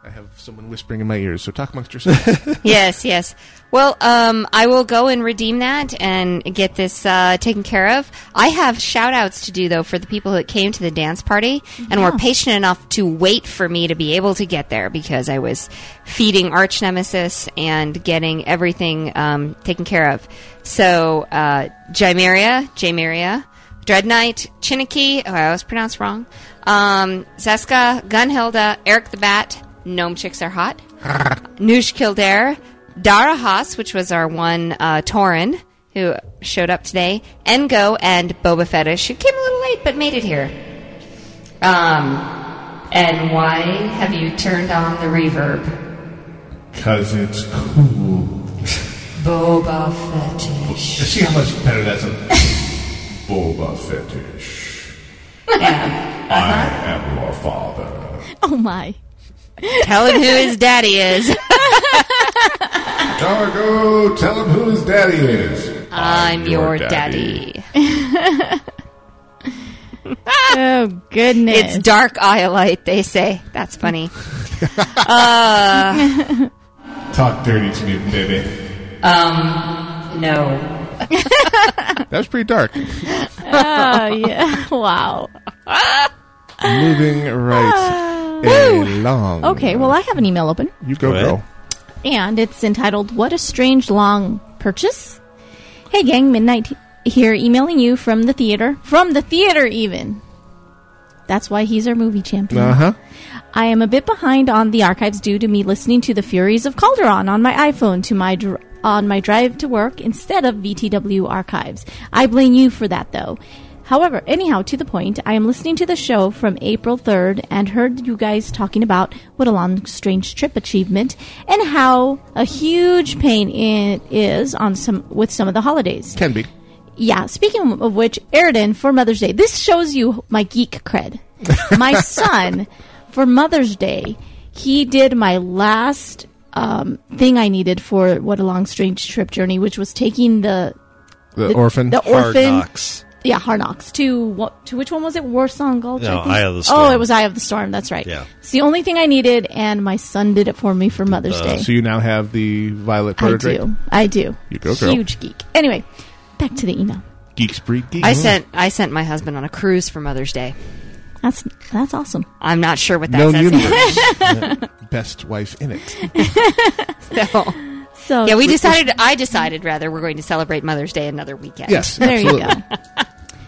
S3: I have someone whispering in my ears. So talk amongst yourselves.
S6: yes, yes. Well, um, I will go and redeem that and get this uh, taken care of. I have shout outs to do, though, for the people that came to the dance party and were patient enough to wait for me to be able to get there because I was feeding Arch Nemesis and getting everything um, taken care of. So, uh, Jaimeria, Jaimeria, Dread Knight, Chiniki, oh, I always pronounce wrong, um, Zeska, Gunhilda, Eric the Bat, Gnome Chicks Are Hot. Noosh Kildare, Dara Haas, which was our one uh, Torin who showed up today, Engo, and Boba Fettish, who came a little late but made it here. Um, and why have you turned on the reverb?
S3: Because it's cool.
S6: Boba Fettish.
S3: See how much better that's a Boba Fetish. I am your father.
S5: oh my.
S6: Tell him who his daddy is.
S3: Dargo, tell him who his daddy is.
S6: I'm your daddy.
S5: oh goodness!
S6: It's dark iolite. They say that's funny. uh,
S3: Talk dirty to me, baby.
S6: um, no.
S3: That was pretty dark.
S5: Oh, yeah. Wow.
S3: Moving
S6: Uh,
S3: right along.
S5: Okay, well, I have an email open.
S3: You go, girl.
S5: and it's entitled "What a Strange Long Purchase." Hey, gang, midnight he- here, emailing you from the theater, from the theater, even. That's why he's our movie champion.
S3: Uh huh.
S5: I am a bit behind on the archives due to me listening to the Furies of Calderon on my iPhone to my dr- on my drive to work instead of VTW archives. I blame you for that though. However, anyhow, to the point, I am listening to the show from April 3rd and heard you guys talking about what a long, strange trip achievement and how a huge pain it is on some with some of the holidays.
S3: Can be.
S5: Yeah, speaking of which, Eridan for Mother's Day. This shows you my geek cred. My son for Mother's Day, he did my last um, thing I needed for what a long strange trip journey, which was taking the
S3: The orphan?
S5: the
S3: Hard
S5: orphan,
S3: Knocks.
S5: yeah, Hard Knocks to what to which one was it? Warsaw Gulch.
S4: No,
S5: I think?
S4: Eye of the
S5: Oh,
S4: Storm.
S5: it was Eye of the Storm. That's right.
S3: Yeah.
S5: it's the only thing I needed, and my son did it for me for Mother's Day.
S3: Uh, So you now have the violet
S5: I
S3: bird
S5: do. I do.
S3: You go, girl.
S5: Huge geek. Anyway, back to the email.
S3: Geeks breed geeks.
S6: I sent I sent my husband on a cruise for Mother's Day.
S5: That's that's awesome.
S6: I'm not sure what that
S3: known
S6: says.
S3: universe. Best wife in it.
S5: So
S6: yeah, we decided. I decided rather we're going to celebrate Mother's Day another weekend.
S3: Yes,
S5: There you
S3: absolutely.
S5: go.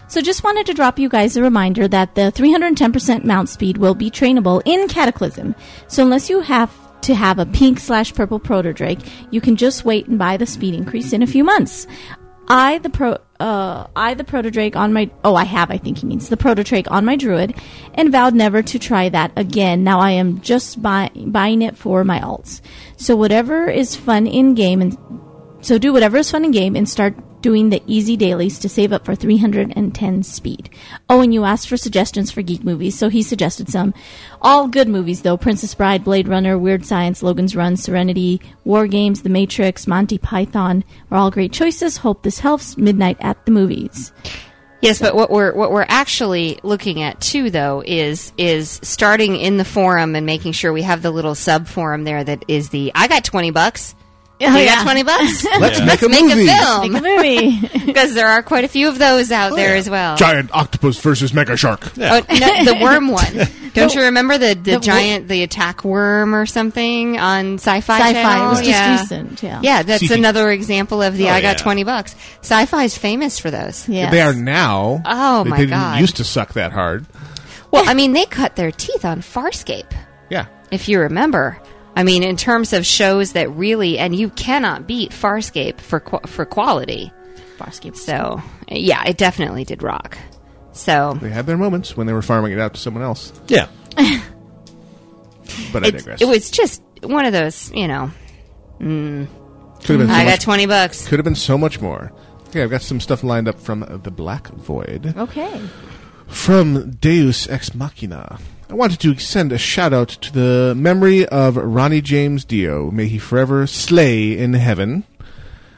S5: So just wanted to drop you guys a reminder that the 310% mount speed will be trainable in Cataclysm. So unless you have to have a pink slash purple protodrake, you can just wait and buy the speed increase in a few months. I the pro uh, I the protodrake on my oh I have I think he means the protodrake on my druid and vowed never to try that again. Now I am just buy- buying it for my alts. So whatever is fun in game and so do whatever is fun in game and start doing the easy dailies to save up for 310 speed. Oh, and you asked for suggestions for geek movies, so he suggested some. All good movies though: Princess Bride, Blade Runner, Weird Science, Logan's Run, Serenity, War Games, The Matrix, Monty Python are all great choices. Hope this helps. Midnight at the movies.
S6: Yes, but what we're what we're actually looking at too, though, is is starting in the forum and making sure we have the little sub forum there that is the I got twenty bucks.
S5: Oh,
S6: you
S5: yeah.
S6: got twenty bucks.
S3: Let's make a
S6: make
S3: movie.
S6: film.
S5: Make a movie
S6: because there are quite a few of those out
S3: Oh,
S6: there as well.
S3: Giant octopus versus mega shark.
S6: Oh, no, the worm one. Don't you remember the, the,
S5: wor-
S6: giant, the attack worm or something on Sci-Fi?
S5: Sci-Fi
S6: Channel?
S5: was just
S6: yeah.
S5: recent, yeah.
S6: yeah, that's
S3: Seeking.
S6: another example of the
S3: Oh,
S6: I got
S3: yeah.
S6: twenty bucks. Sci-Fi is famous for those.
S5: Yeah,
S3: They are now.
S6: Oh,
S3: they
S6: my
S3: didn't
S6: God.
S3: used to suck that hard.
S6: Well, I mean, they cut their teeth on Farscape,
S3: Yeah.
S6: if you remember. I mean, in terms of shows that really, and you cannot beat Farscape for qu- for quality.
S5: Farscape.
S6: So, yeah, it definitely did rock. So,
S3: They had their moments when they were farming it out to someone else.
S4: Yeah.
S3: But I
S6: it,
S3: digress.
S6: it was just one of those, you know. Mm,
S3: Could have been so
S6: I got
S3: much-
S6: twenty bucks.
S3: Could have been so much more. Okay, I've got some stuff lined up from uh, the Black Void.
S5: Okay.
S3: From Deus Ex Machina. I wanted to send a shout out to the memory of Ronnie James Dio. May he forever slay in heaven.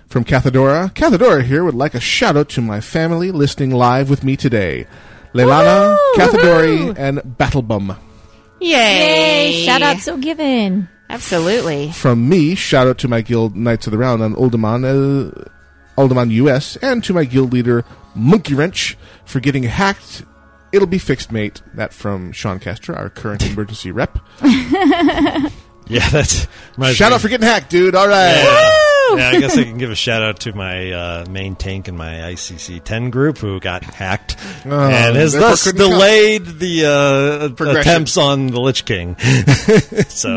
S3: From Cathedora. Cathedora here would like a shout out to my family listening live with me today. Leilana,
S5: Woohoo!
S3: Cathedori,
S5: Woohoo!
S3: and Battlebum.
S6: Yay!
S5: Yay! Shout out so given.
S6: Absolutely.
S3: From me, shout out to my guild Knights of the Round on Alderman, uh, Alderman US, and to my guild leader Monkey Wrench for getting hacked. It'll be fixed, mate. That from Sean Castro, our current emergency rep.
S4: Yeah, that's reminds
S3: shout
S4: me-
S3: out for getting hacked, dude. All right.
S4: Yeah, I guess I can give a shout out to my uh, main tank and my ICC 10 group who got hacked
S3: Oh,
S4: and has
S3: therefore
S4: thus
S3: couldn't come.
S4: delayed the uh,
S3: Progression.
S4: attempts on the Lich King. so,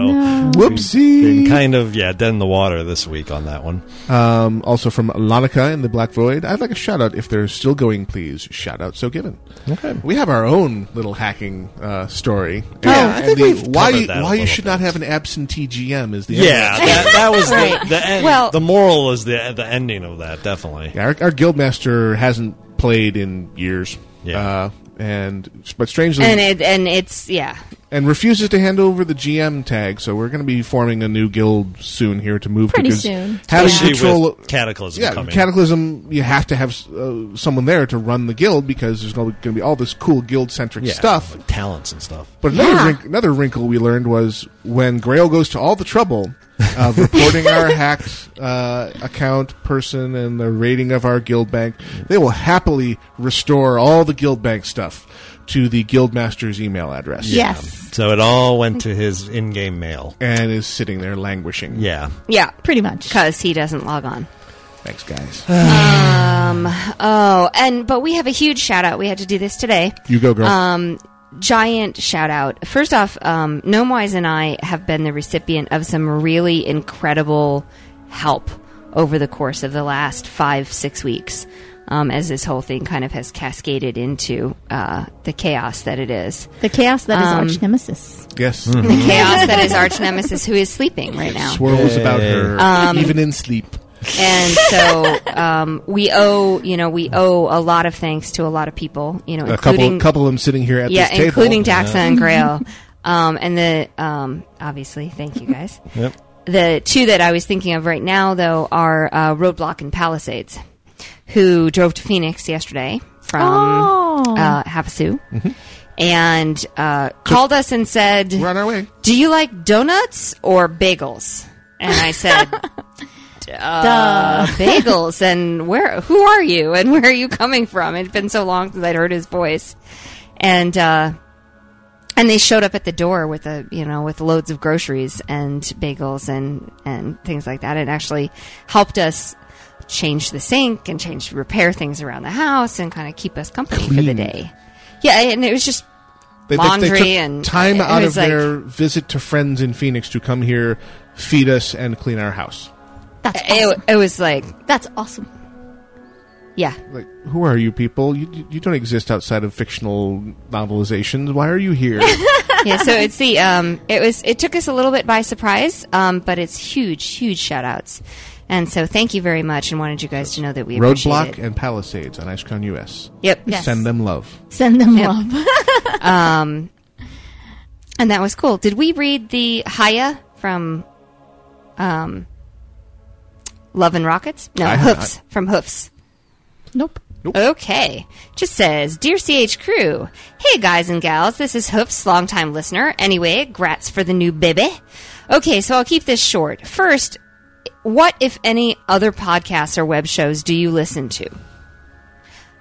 S3: Whoopsie.
S4: been kind of, yeah, dead in the water this week on that one.
S3: Um, also from Lanika in the Black Void, I'd like a shout out if they're still going, please. Shout out so given. Okay. We have our own little hacking uh, story.
S4: Yeah, I
S3: And
S4: think
S3: the-
S4: we've
S3: why
S4: covered
S3: you,
S4: that a
S3: why you
S4: little
S3: should not have an absentee GM is the
S4: Yeah, that, that was
S6: Right.
S4: the, the, end,
S6: Well-
S4: the moral is the, the ending of that, definitely.
S3: Yeah, our, our guildmaster hasn't played in years. Uh, and but strangely
S6: and it, and it's yeah.
S3: and refuses to hand over the GM tag. So we're going to be forming a new guild soon here to move
S5: Pretty
S3: because
S5: soon.
S3: having
S4: Especially
S3: control.
S4: with Cataclysm
S3: yeah,
S4: coming.
S3: Cataclysm. You have to have uh, someone there to run the guild because there's going to be all this cool guild centric
S4: Yeah,
S3: stuff.
S4: like talents and stuff.
S3: But another, wrink, another wrinkle we learned was when Grail goes to all the trouble of reporting our hacked uh, account person and the rating of our guild bank, they will happily restore all the guild bank stuff to the guild master's email address.
S6: Yeah. Yes.
S4: So it all went to his in-game mail
S3: and is sitting there languishing.
S4: Yeah.
S6: Yeah,
S5: pretty much.
S6: Because he doesn't log on.
S3: Thanks, guys.
S6: um. Oh, and but we have a huge shout out. We had to do this today.
S3: You go, girl.
S6: Um. Giant shout out. First off, um, Gnomewise and I have been the recipient of some really incredible help over the course of the last five, six weeks, um, as this whole thing kind of has cascaded into uh, the chaos that it is.
S5: The chaos that is
S6: Um,
S5: arch nemesis.
S3: Yes.
S6: The
S4: Mm-hmm.
S6: chaos that is Arch Nemesis, who is sleeping right now.
S3: Mm-hmm. Swirls about her,
S6: Um,
S3: even in sleep.
S6: and so um, we owe you know we owe a lot of thanks to a lot of people you know
S3: A
S6: including
S3: couple, couple of them sitting here at
S6: yeah
S3: this table.
S6: including Daxa and Grail um, and the um, obviously thank you guys
S3: Yep.
S6: the two that I was thinking of right now though are uh, Roadblock and Palisades who drove to Phoenix yesterday from uh, Havasu
S3: Mm-hmm.
S6: and uh, called us and said we're
S3: on our way
S6: do you like donuts or bagels and I said uh,
S5: Duh.
S6: bagels and where who are you and where are you coming from it's been so long since i'd heard his voice and uh and they showed up at the door with a you know with loads of groceries and bagels and and things like that and actually helped us change the sink and change repair things around the house and kind of keep us company for the
S3: Clean.
S6: day yeah and it was just
S3: They, they- they
S6: laundry
S3: took
S6: and uh,
S3: time
S6: it
S3: out
S6: was
S3: of
S6: like-
S3: their visit to friends in Phoenix to come here, feed us, and clean our house.
S5: That's
S6: it, it was like
S5: that's awesome.
S6: Yeah.
S3: Like, who are you people? You, you- you don't exist outside of fictional novelizations. Why are you here?
S6: yeah, so it's the um, it was it took us a little bit by surprise, um, but it's huge, huge shout outs. And so thank you very much and wanted you guys to know that we appreciate
S3: Roadblock
S6: it.
S3: and Palisades on Icecon US.
S6: Yep. Yes.
S3: Send them love.
S5: Send them
S6: Yep.
S5: love.
S6: um and that was cool. Did we read the Haya from um Love and Rockets? No,
S5: I have
S6: Hoofs
S5: not.
S6: from Hoofs.
S5: Nope.
S6: Okay. Just says, Dear CH crew, hey guys and gals, this is Hoofs, longtime listener. Anyway, grats for the new baby. Okay, so I'll keep this short. First, what, if any, other podcasts or web shows do you listen to?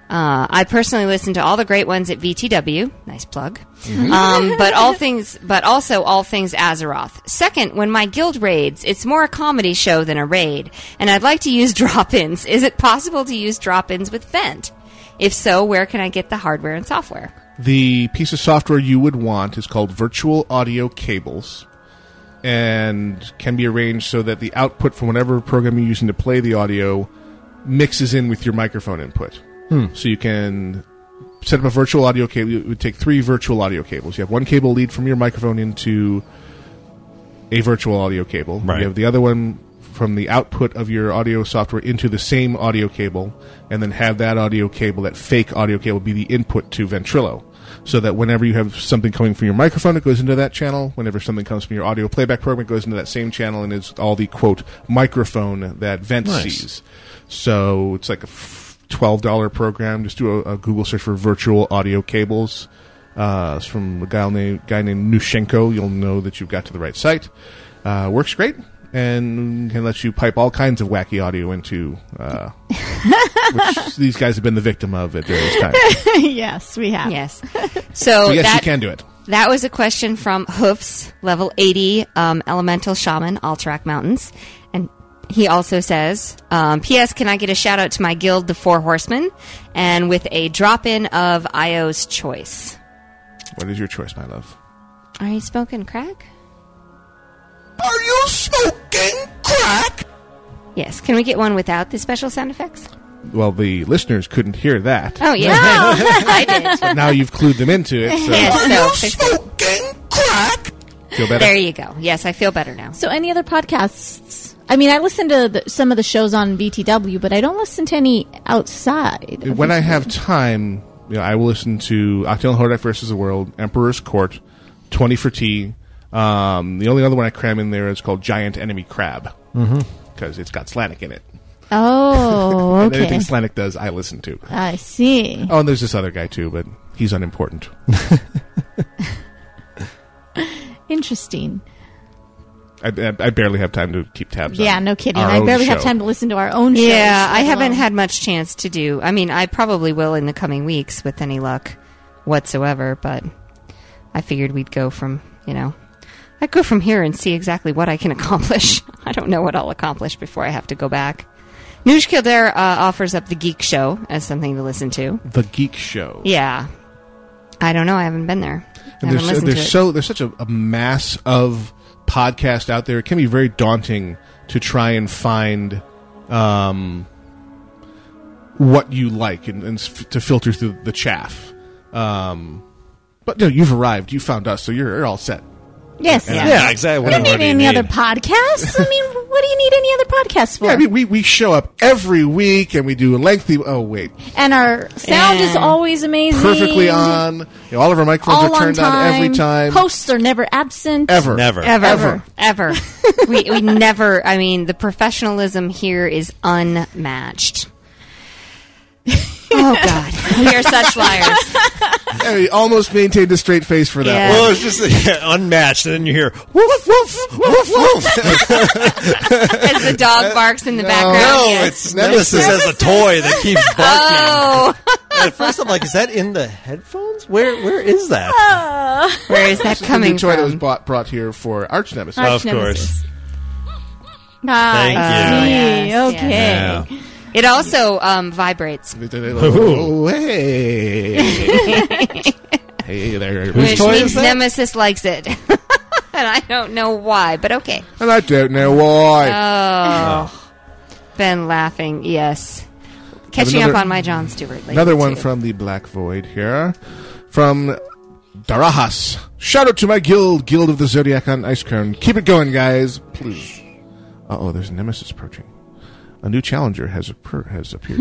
S6: Uh, I personally listen to all the great ones at VTW. Nice plug.
S3: Mm-hmm.
S5: Mhm.
S6: Um, but all things, but also all things Azeroth. Second, when my guild raids, it's more a comedy show than a raid, and I'd like to use drop-ins. Is it possible to use drop-ins with Vent? If so, where can I get the hardware and software?
S3: The piece of software you would want is called Virtual Audio Cables and can be arranged so that the output from whatever program you're using to play the audio mixes in with your microphone input.
S19: Hmm.
S3: So you can set up a virtual audio cable. It would take three virtual audio cables. You have one cable lead from your microphone into a virtual audio cable.
S4: Right.
S3: You have the other one from the output of your audio software into the same audio cable, and then have that audio cable, that fake audio cable, be the input to Ventrilo. So that whenever you have something coming from your microphone, it goes into that channel. Whenever something comes from your audio playback program, it goes into that same channel and is all the quote microphone that Vent
S4: Nice.
S3: sees. So it's like a f- twelve dollar program. Just do a, a Google search for virtual audio cables. Uh, it's from a guy named guy named Nushenko. You'll know that you've got to the right site. Uh, works great and can let you pipe all kinds of wacky audio into uh, which these guys have been the victim of at various times.
S5: yes, we have.
S6: Yes. So,
S3: So yes,
S6: that,
S3: you can do it.
S6: That was a question from Hoofs, level 80, um, elemental shaman, Alterac Mountains. And he also says, um, P.S. Can I get a shout out to my guild, the Four Horsemen, and with a drop in of Io's choice?
S3: What is your choice, my love?
S6: Are you smoking crack?
S15: Are you smoking crack?
S6: Yes. Can we get one without the special sound effects?
S3: Well, the listeners couldn't hear that.
S6: Oh, yeah. I did.
S3: But now you've clued them into it. So
S6: Yes, so fix it.
S3: feel better.
S6: There you go. Yes, I feel better now.
S5: So, any other podcasts? I mean, I listen to the, some of the shows on BTW, but I don't listen to any outside. of
S3: when I
S5: this.
S3: have time, you know, I will listen to Octagon Hordak versus the World, Emperor's Court, Twenty for Tea. Um, the only other one I cram in there is called Giant Enemy Crab
S4: Mhm.
S3: because it's got Slanik in it.
S5: Oh,
S3: And
S5: okay.
S3: anything Slanik does, I listen to.
S5: I see.
S3: Oh, and there's this other guy too, but he's unimportant.
S5: Interesting.
S3: I, I, I barely have time to keep tabs.
S5: Yeah,
S3: on
S5: no kidding.
S3: our
S5: I
S3: own
S5: barely have
S3: show.
S5: time to listen to our own shows.
S6: Yeah, I
S5: let
S6: haven't
S5: alone-
S6: had much chance to do. I mean, I probably will in the coming weeks with any luck whatsoever, but I figured we'd go from, you know, I'd go from here and see exactly what I can accomplish. I don't know what I'll accomplish before I have to go back. Noosh Kildare uh, offers up The Geek Show as something to listen to.
S3: The Geek Show.
S6: Yeah. I don't know. I haven't been there. I
S3: And
S6: haven't
S3: there's so,
S6: listened to
S3: there's
S6: it.
S3: so there's such a, a mass of podcasts out there. It can be very daunting to try and find um, what you like and, and s- to filter through the chaff. Um, but no, you've arrived. You found us, so you're, you're all set.
S5: Yes.
S3: And I- Yeah, exactly.
S5: You don't
S3: What
S5: need
S3: do you
S5: any
S3: need?
S5: other podcasts. I mean, what do you need any other podcasts for?
S3: Yeah, I mean, we, we show up every week and we do a lengthy. Oh wait,
S5: and our sound is
S3: And-
S5: always amazing.
S3: perfectly on. You know, all of our microphones
S5: All
S3: are
S5: on
S3: turned on
S5: time.
S3: every time.
S5: Hosts are never absent.
S3: Ever.
S4: Never.
S6: Ever.
S5: Ever.
S6: Ever. we, we never, I mean, the professionalism here is unmatched. Oh, God. We are such liars.
S3: Yeah, we almost maintained a straight face for that.
S6: Yeah.
S3: One.
S4: Well, it's just yeah, unmatched, and then you hear
S3: woof woof woof woof.
S6: As the dog barks in the background. yes.
S4: it's Nemesis has a toy that keeps barking.
S6: Oh.
S4: At first, I'm like, is that in the headphones? Where where is that?
S6: Uh, Where is that
S3: This is the
S6: coming
S3: new toy that was
S6: from?
S3: bought, brought here for Arch Nemesis.
S6: Arch Of Nemesis.
S5: Ah, I
S6: you.
S5: see.
S6: Yes,
S5: okay.
S4: yes.
S6: It also um, vibrates.
S3: Oh, hey. hey there.
S6: Which means Nemesis likes it. and I don't know why, but okay.
S3: And I don't know why.
S6: Oh. Been laughing, yes. Catching
S3: another-
S6: up on my John Stewart lately.
S3: Another one
S6: too.
S3: from the Black Void here. From Darajas. Shout out to my guild, Guild of the Zodiac on Icecrown. Keep it going, guys, please. Uh oh, there's a Nemesis approaching. A new challenger has, appar- has appeared.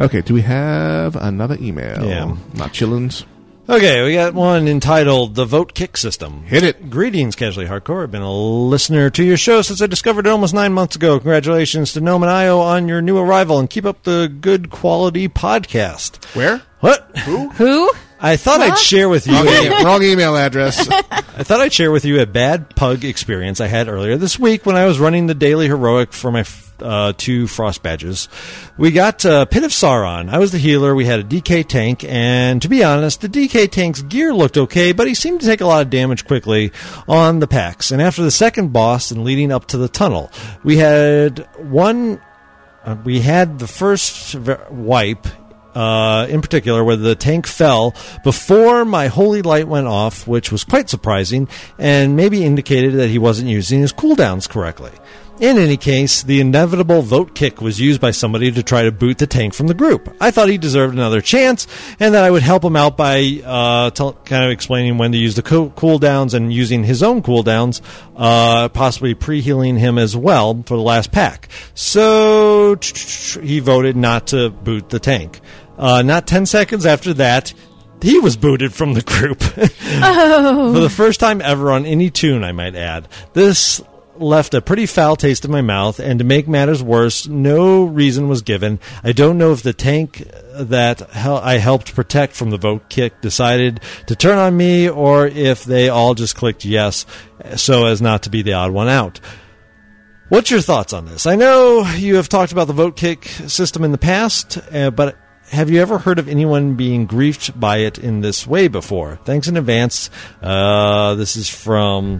S3: okay, do we have another email?
S4: Yeah.
S3: Not chillins.
S4: Okay, we got one entitled The Vote Kick System.
S3: Hit it.
S4: Greetings, Casually Hardcore. I've been a listener to your show since I discovered it almost nine months ago. Congratulations to Gnome and Io on your new arrival and keep up the good quality podcast.
S3: Where?
S4: What?
S3: Who?
S6: Who?
S4: I thought I'd
S6: Huh?
S4: share with you.
S3: Wrong, e- wrong email address.
S4: I thought I'd share with you a bad pug experience I had earlier this week when I was running the daily heroic for my f- uh, two frost badges. We got uh, Pit of Sauron. I was the healer. We had a DK tank, and to be honest, the DK tank's gear looked okay, but he seemed to take a lot of damage quickly on the packs. And after the second boss and leading up to the tunnel, we had one uh, we had the first v- wipe uh, in particular where the tank fell before my holy light went off which was quite surprising and maybe indicated that he wasn't using his cooldowns correctly in any case the inevitable vote kick was used by somebody to try to boot the tank from the group i thought he deserved another chance and that i would help him out by uh, tell, kind of explaining when to use the co- cooldowns and using his own cooldowns uh, possibly pre-healing him as well for the last pack so he voted not to boot the tank. Uh, not 10 seconds after that, he was booted from the group.
S5: Oh.
S4: For the first time ever on any tune, I might add. This left a pretty foul taste in my mouth, and to make matters worse, no reason was given. I don't know if the tank that hel- I helped protect from the vote kick decided to turn on me, or if they all just clicked yes so as not to be the odd one out. What's your thoughts on this? I know you have talked about the vote kick system in the past, uh, but have you ever heard of anyone being griefed by it in this way before? Thanks in advance. Uh, this is from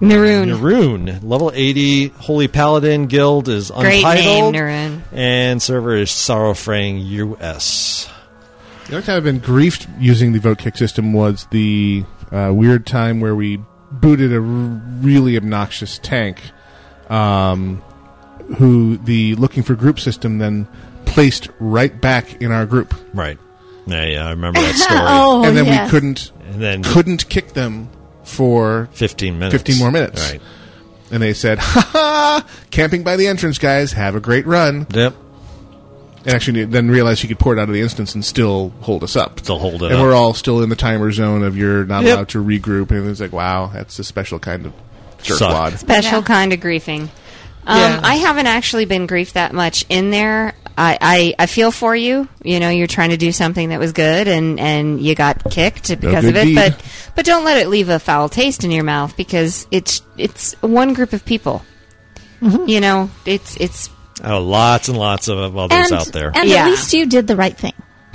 S6: Naroon.
S4: Naroon, level 80, Holy Paladin Guild is
S6: Great
S4: untitled.
S6: name, Naroon.
S4: And server is Sorrowfrang US.
S3: The only time I've been griefed using the vote kick system was the uh, weird time where we booted a r- really obnoxious tank, um, who the looking for group system then placed right back in our group.
S4: Right. Yeah, yeah, I remember that story.
S5: Oh,
S3: and then
S5: yes.
S3: we couldn't
S4: And then-
S3: couldn't kick them for
S4: 15 minutes.
S3: 15 more minutes.
S4: Right.
S3: And they said, "Ha ha! Camping by the entrance, guys. Have a great run."
S4: Yep.
S3: and actually then realize she could pour it out of the instance and still hold us up.
S4: Still hold it
S3: And
S4: up.
S3: we're all still in the timer zone of you're not
S6: Yep.
S3: allowed to regroup. And it's like, wow, that's a special kind of jerkwad.
S6: Special kind of griefing. Um,
S3: Yeah.
S6: I haven't actually been griefed that much in there. I, I, I feel for you. You know, you're trying to do something that was good and, and you got kicked because of
S19: good
S6: it.
S19: deed.
S6: But but don't let it leave a foul taste in your mouth because it's it's one group of people.
S3: Mm-hmm.
S6: You know, it's it's
S4: Oh, lots and lots of others
S5: and,
S4: out there.
S5: and at least you did the right thing.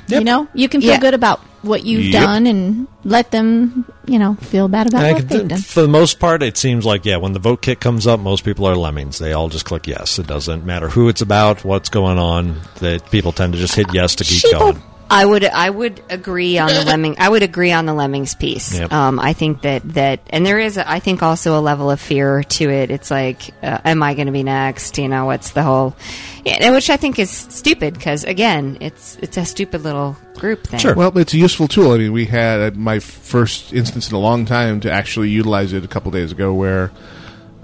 S5: You know, you can feel
S6: Yeah.
S5: good about what you've
S4: Yep.
S5: done and let them, you know, feel bad about
S4: And I
S5: what
S4: could-
S5: they've done.
S4: for the most part, it seems like yeah. When the vote kit comes up, most people are lemmings. They all just click yes. It doesn't matter who it's about, what's going on. That people tend to just hit yes to keep going.
S6: I would I would agree on the lemming I would agree on the lemmings piece.
S4: Yep.
S6: Um, I think that that and there is I think also a level of fear to it. It's like uh, am I going to be next? You know, what's the whole yeah, which I think is stupid because again, it's it's a stupid little group thing.
S3: Well, it's a useful tool. I mean, we had uh, my first instance in a long time to actually utilize it a couple days ago where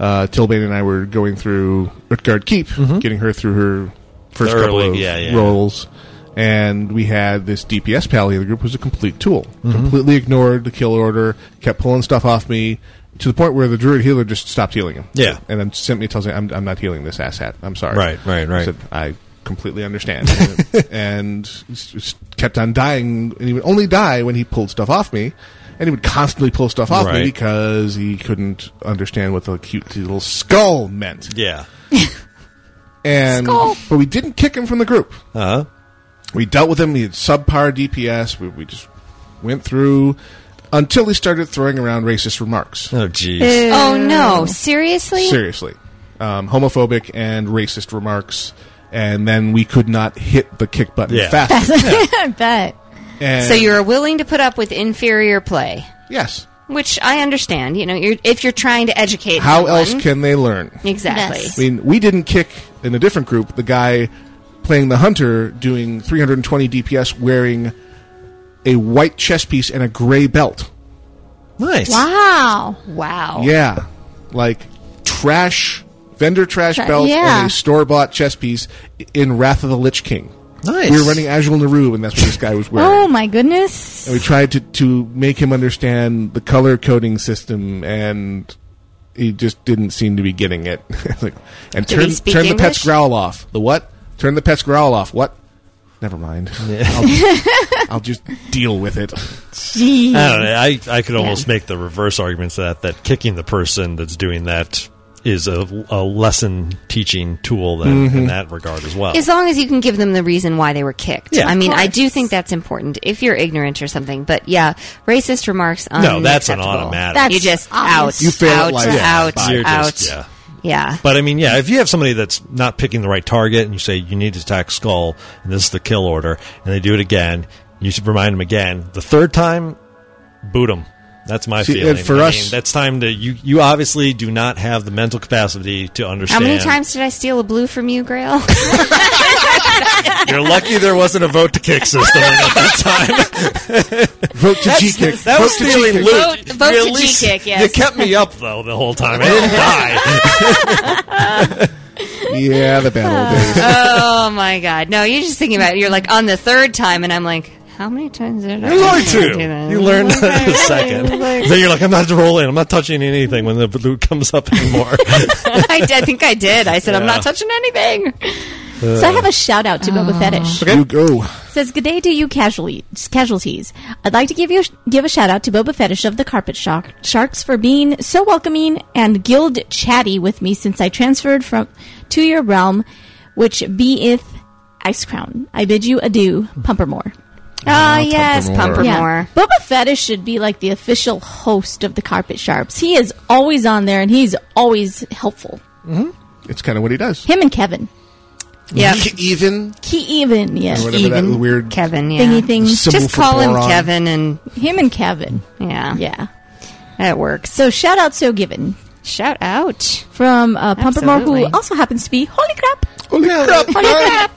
S3: uh, Tilbane and I were going through Utgard Keep, getting her through her first
S4: Mm-hmm. The
S3: couple
S4: early-
S3: of
S4: yeah, yeah.
S3: rolls. And we had this DPS pally in the group was a complete tool.
S4: Mhm.
S3: Completely ignored the kill order, kept pulling stuff off me to the point where the druid healer just stopped healing him.
S4: Yeah.
S3: And then simply tells me, I'm, I'm not healing this asshat. I'm sorry.
S4: Right, right, right.
S3: I said, I completely understand. and s- s- kept on dying, and he would only die when he pulled stuff off me. And he would constantly pull stuff off me
S4: Right.
S3: because he couldn't understand what the cute little skull meant.
S4: Yeah.
S3: And
S4: Skull.
S3: but we didn't kick him from the group.
S4: Uh huh.
S3: We dealt with him. He had subpar DPS. We, we just went through until he started throwing around racist remarks.
S4: Oh jeez.
S6: Oh no, seriously?
S3: Seriously. Um, homophobic and racist remarks, and then we could not hit the kick button
S4: Yeah.
S3: fast.
S6: I bet.
S3: And
S6: so you're willing to put up with inferior play.
S3: Yes.
S6: Which I understand, you know, you're if you're trying to educate
S3: How
S6: someone.
S3: else can they learn?
S6: Exactly.
S3: I mean, we didn't kick in a different group the guy playing the hunter doing 320 DPS wearing a white chest piece and a gray belt.
S4: Nice.
S5: Wow. Wow.
S3: Yeah. Like trash vendor trash
S5: Tra-
S3: belt
S5: yeah.
S3: and a store bought chess piece in Wrath of the Lich King.
S4: Nice.
S3: We were running Azul Naru and that's what this guy was wearing.
S5: Oh my goodness.
S3: and we tried to, to make him understand the color coding system and he just didn't seem to be getting it It's like, and
S4: Did
S3: turn,
S4: he speak
S3: turn the pet's
S4: English?
S3: growl off the what turn the pet's growl off what never mind I'll, I'll just deal with it
S5: Jeez.
S4: I don't know. I, I could almost make the reverse argument to that that kicking the person that's doing that is a, a lesson teaching tool then, in
S3: Mhm.
S4: that regard as well.
S6: As long as you can give them the reason why they were kicked.
S4: Yeah,
S6: I
S4: of
S6: mean, I do think that's important if you're ignorant or something. But yeah, racist remarks.
S4: No, that's an
S6: unacceptable.
S4: automatic.
S6: you just
S4: obvious.
S6: out.
S4: You fail at
S6: out,
S4: life. Yeah,
S6: out,
S4: bye. You're
S6: out.
S4: just- yeah.
S6: yeah.
S4: But I mean, yeah, if you have somebody that's not picking the right target and you say you need to attack skull and this is the kill order and they do it again, you should remind them again. The third time, boot them. That's my
S3: See,
S4: feeling.
S3: and for
S4: I
S3: us-
S4: mean, that's time to you. You obviously do not have the mental capacity to
S6: How
S4: understand.
S6: many times did I steal a blue from you, Grail?
S4: You're lucky there wasn't a vote to kick system at that time.
S3: vote to
S4: That's-
S3: G kick
S4: That was
S3: to
S4: stealing
S3: G-kick.
S4: loot.
S15: Vote- vote
S4: You
S15: to
S4: at least-
S15: G-kick, yes.
S4: You kept me up though the whole time. I didn't die.
S3: yeah the bad old days
S6: oh my god! No, you're just thinking about. it. You're like on the third time, and I'm like, how many times did I?
S4: You're going
S6: do that?
S4: to. You learn that in a second. then you're like, I'm not rolling. I'm not touching anything when the loot comes up anymore.
S6: I, did- I think I did. I said I'm
S4: Yeah. Uh.
S6: not touching anything.
S5: So I have a shout out to Boba Fettish.
S3: you go
S5: Says good day to you casualties. Casualties. I'd like to give you a, give a shout out to Boba Fetish of the Carpet Shark, Sharks for being so welcoming and guild chatty with me since I transferred from to your realm, which beeth Ice Crown. I bid you adieu, Pumpermore.
S6: Ah, yes, Pumpermore. Pumpermore.
S5: Yeah. Boba Fetish should be like the official host of the Carpet Sharps. He is always on there and he's always helpful.
S3: it's kind of what he does
S5: Him and Kevin.
S6: Yeah.
S3: even
S5: Key even, yes.
S3: Or whatever that weird
S6: Kevin, yeah.
S5: thingy thing.
S3: Symbol Just for call him boron. Kevin
S6: and
S5: him and Kevin.
S6: Yeah,
S5: yeah,
S6: that works.
S5: So shout out so given.
S6: Shout out
S5: from uh, Pumpermore, who
S6: Absolutely.
S5: also happens to be holy crap,
S3: holy crap,
S5: holy crap.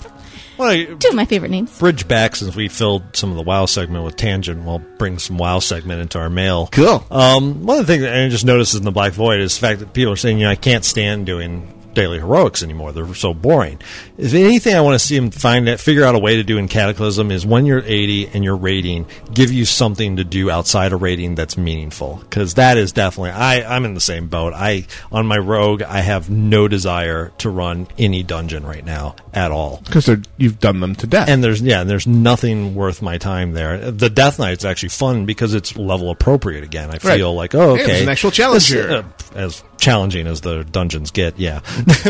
S4: Well,
S5: Two of my favorite names.
S4: Uh, bridge back since we filled some of the WoW segment with tangent. We'll bring some WoW segment into our mail.
S3: Cool.
S4: Um, one of the things that I just noticed in the Black Void is the fact that people are saying, you know, I can't stand doing daily heroics anymore. They're so boring. If anything, I want to see them find that figure out a way to do in Cataclysm is when you're 80 and you're raiding, give you something to do outside of raiding that's meaningful. Because that is definitely I. I'm in the same boat. I on my rogue, I have no desire to run any dungeon right now at all.
S3: Because you've done them to death.
S4: And there's yeah, and there's nothing worth my time there. The Death Knight's actually fun because it's level appropriate again. I
S3: Right.
S4: feel like oh
S3: Hey,
S4: okay,
S3: it was an actual challenge
S4: This-
S3: here.
S4: uh, as challenging as the dungeons get, yeah.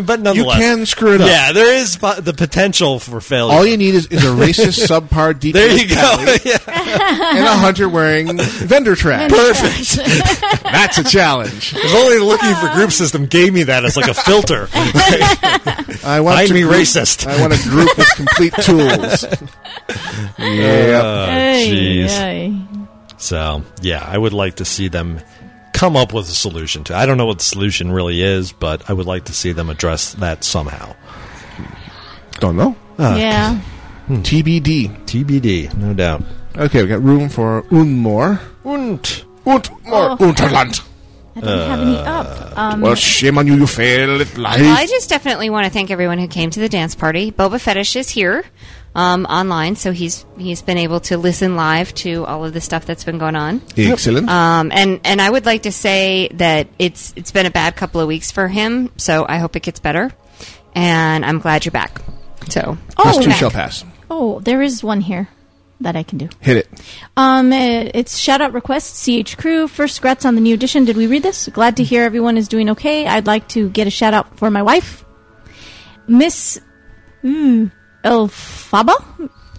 S4: but nonetheless,
S3: can screw it up.
S4: Yeah, there is po- the potential for failure.
S3: All you need is, is a racist subpar DPS
S4: There you
S3: pally
S4: go. Yeah.
S3: and a hunter wearing vendor trash.
S4: Perfect.
S3: That's a challenge.
S4: I was only looking for group system gave me that as like a filter.
S3: I want
S4: Find
S3: to
S4: me
S3: group-
S4: racist.
S3: I want a group with complete tools. Uh, Yeah.
S4: Oh, jeez. So yeah, I would like to see them come up with a solution to. I don't know what the solution really is, but I would like to see them address that somehow.
S3: Don't know.
S14: Ah,
S5: yeah.
S3: TBD.
S4: TBD, no doubt.
S3: Okay, we got room for un more.
S4: Und.
S3: Und more.
S5: Oh.
S3: Unterland.
S5: I don't have
S6: Uh,
S5: any up.
S4: Uh,
S5: Um,
S3: well, shame on you, you failed at life.
S6: Well, I just definitely want to thank everyone who came to the dance party. Boba Fetish is here um, online, so he's he's been able to listen live to all of the stuff that's been going on.
S3: Excellent.
S6: Um, and and I would like to say that it's it's been a bad couple of weeks for him, so I hope it gets better. And I'm glad you're back. So
S3: Plus
S5: Oh,
S3: two
S5: back.
S3: shall pass.
S5: oh, there is one here that I can do.
S3: Hit it.
S5: Um, it- it's shout out request CH Crew. First, congrats on the new edition. Did we read this? Glad to hear everyone is doing okay. I'd like to get a shout out for my wife, Miss mm, Elfaba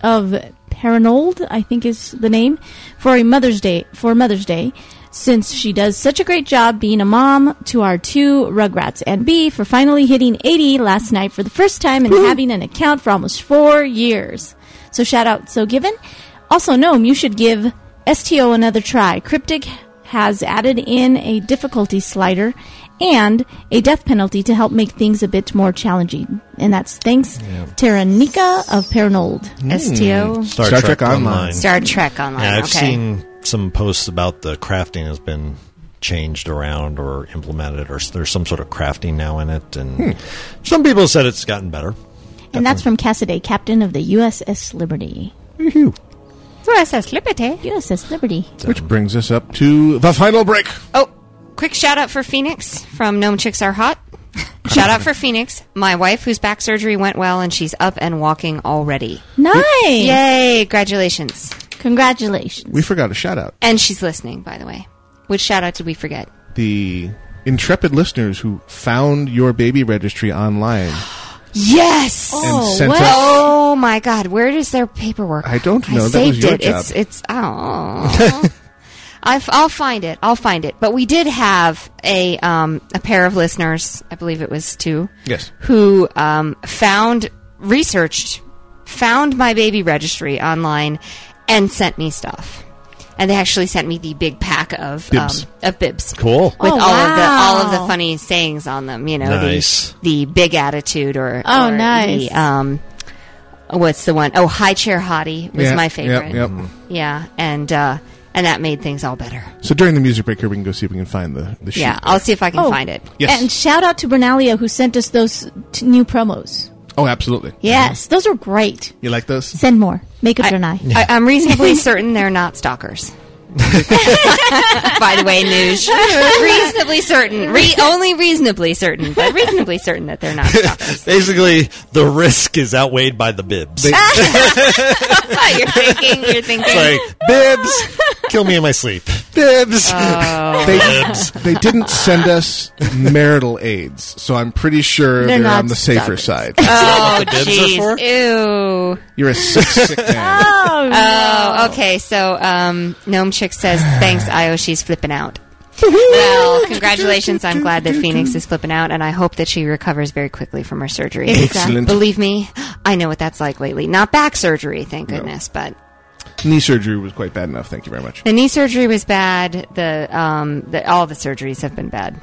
S5: of Paranold, I think is the name, for a Mother's Day for Mother's Day, since she does such a great job being a mom to our two Rugrats, and B for finally hitting 80 last night for the first time and having an account for almost four years. So shout out so given. Also, Gnome, you should give STO another try. Cryptic has added in a difficulty slider and a death penalty to help make things a bit more challenging. And that's thanks Taranika of Paranold.
S6: Hmm.
S5: STO.
S4: Star,
S3: Star
S4: Trek,
S3: Trek Online.
S4: Online.
S6: Star Trek Online,
S4: Yeah, I've
S6: okay.
S4: seen some posts about the crafting has been changed around or implemented, or s- there's some sort of crafting now in it,
S3: Hmm.
S4: and some people said it's gotten better.
S5: And that's from Cassidy, captain of the USS Liberty.
S6: USS Liberty.
S5: USS Liberty.
S3: Which brings us up to the final break.
S6: Oh, quick shout out for Phoenix from Gnome Chicks Are Hot. Shout out for Phoenix, my wife whose back surgery went well and she's up and walking already.
S5: Nice.
S6: Yay, congratulations.
S5: Congratulations.
S3: We forgot a shout out.
S6: And she's listening, by the way. Which shout out did we forget?
S3: The intrepid listeners who found your baby registry online.
S6: Yes.
S3: And sent
S6: wow.
S3: us-
S6: oh my God! Where is their paperwork?
S3: I don't know.
S6: I
S3: That
S6: saved
S3: was your
S6: it. It's
S3: job.
S6: it's oh. i will find it. I'll find it. But we did have a um, a pair of listeners. I believe it was two.
S3: Yes.
S6: Who um, found researched found my baby registry online and sent me stuff. And they actually sent me the big pack of
S4: Bibs.
S6: Um, of bibs.
S4: Cool.
S6: With
S5: Oh,
S6: all of the all of
S5: wow.
S6: the funny sayings on them, you know, the-
S4: Nice.
S6: the, big attitude or
S5: Oh,
S6: or
S5: nice.
S6: the, um, what's the one? Oh, high chair hottie was
S3: Yeah,
S6: my
S3: yep,
S6: favorite.
S3: yep.
S6: Yeah, and uh, and that made things all better.
S3: So during the music break here, we can go see if we can find the, the sheet.
S6: Yeah, I'll see if I can find it.
S3: Yes.
S5: Oh. And shout out to Bernalia who sent us those t- new promos.
S3: Oh, absolutely.
S5: Yes, those are great.
S3: You like those?
S5: Send more. Make up your eye.
S6: I, I'm reasonably certain they're not stalkers. By the way, Nuge, reasonably certain, re- only reasonably certain, but reasonably certain that they're not stalkers.
S4: Basically, the risk is outweighed by the bibs.
S6: you're thinking, you're thinking.
S4: it's like bibs, kill me in my sleep. Bibs.
S3: They, they didn't send us marital aids, so I'm pretty sure
S5: They're
S3: they're,
S5: not
S3: on the safer side.
S6: oh,
S4: the bibs are for?
S6: jeez, ew.
S3: You're a sick, sick man.
S5: Oh,
S6: Oh, okay. So, um, Gnome Chick says, thanks, Io, she's flipping out. well, congratulations. I'm glad that Phoenix is flipping out, and I hope that she recovers very quickly from her surgery.
S3: Excellent.
S6: Believe me, I know what that's like lately. Not back surgery, thank goodness, but
S3: Knee surgery was quite bad enough. Thank you very much.
S6: the knee surgery was bad. The, um, the all the surgeries have been bad.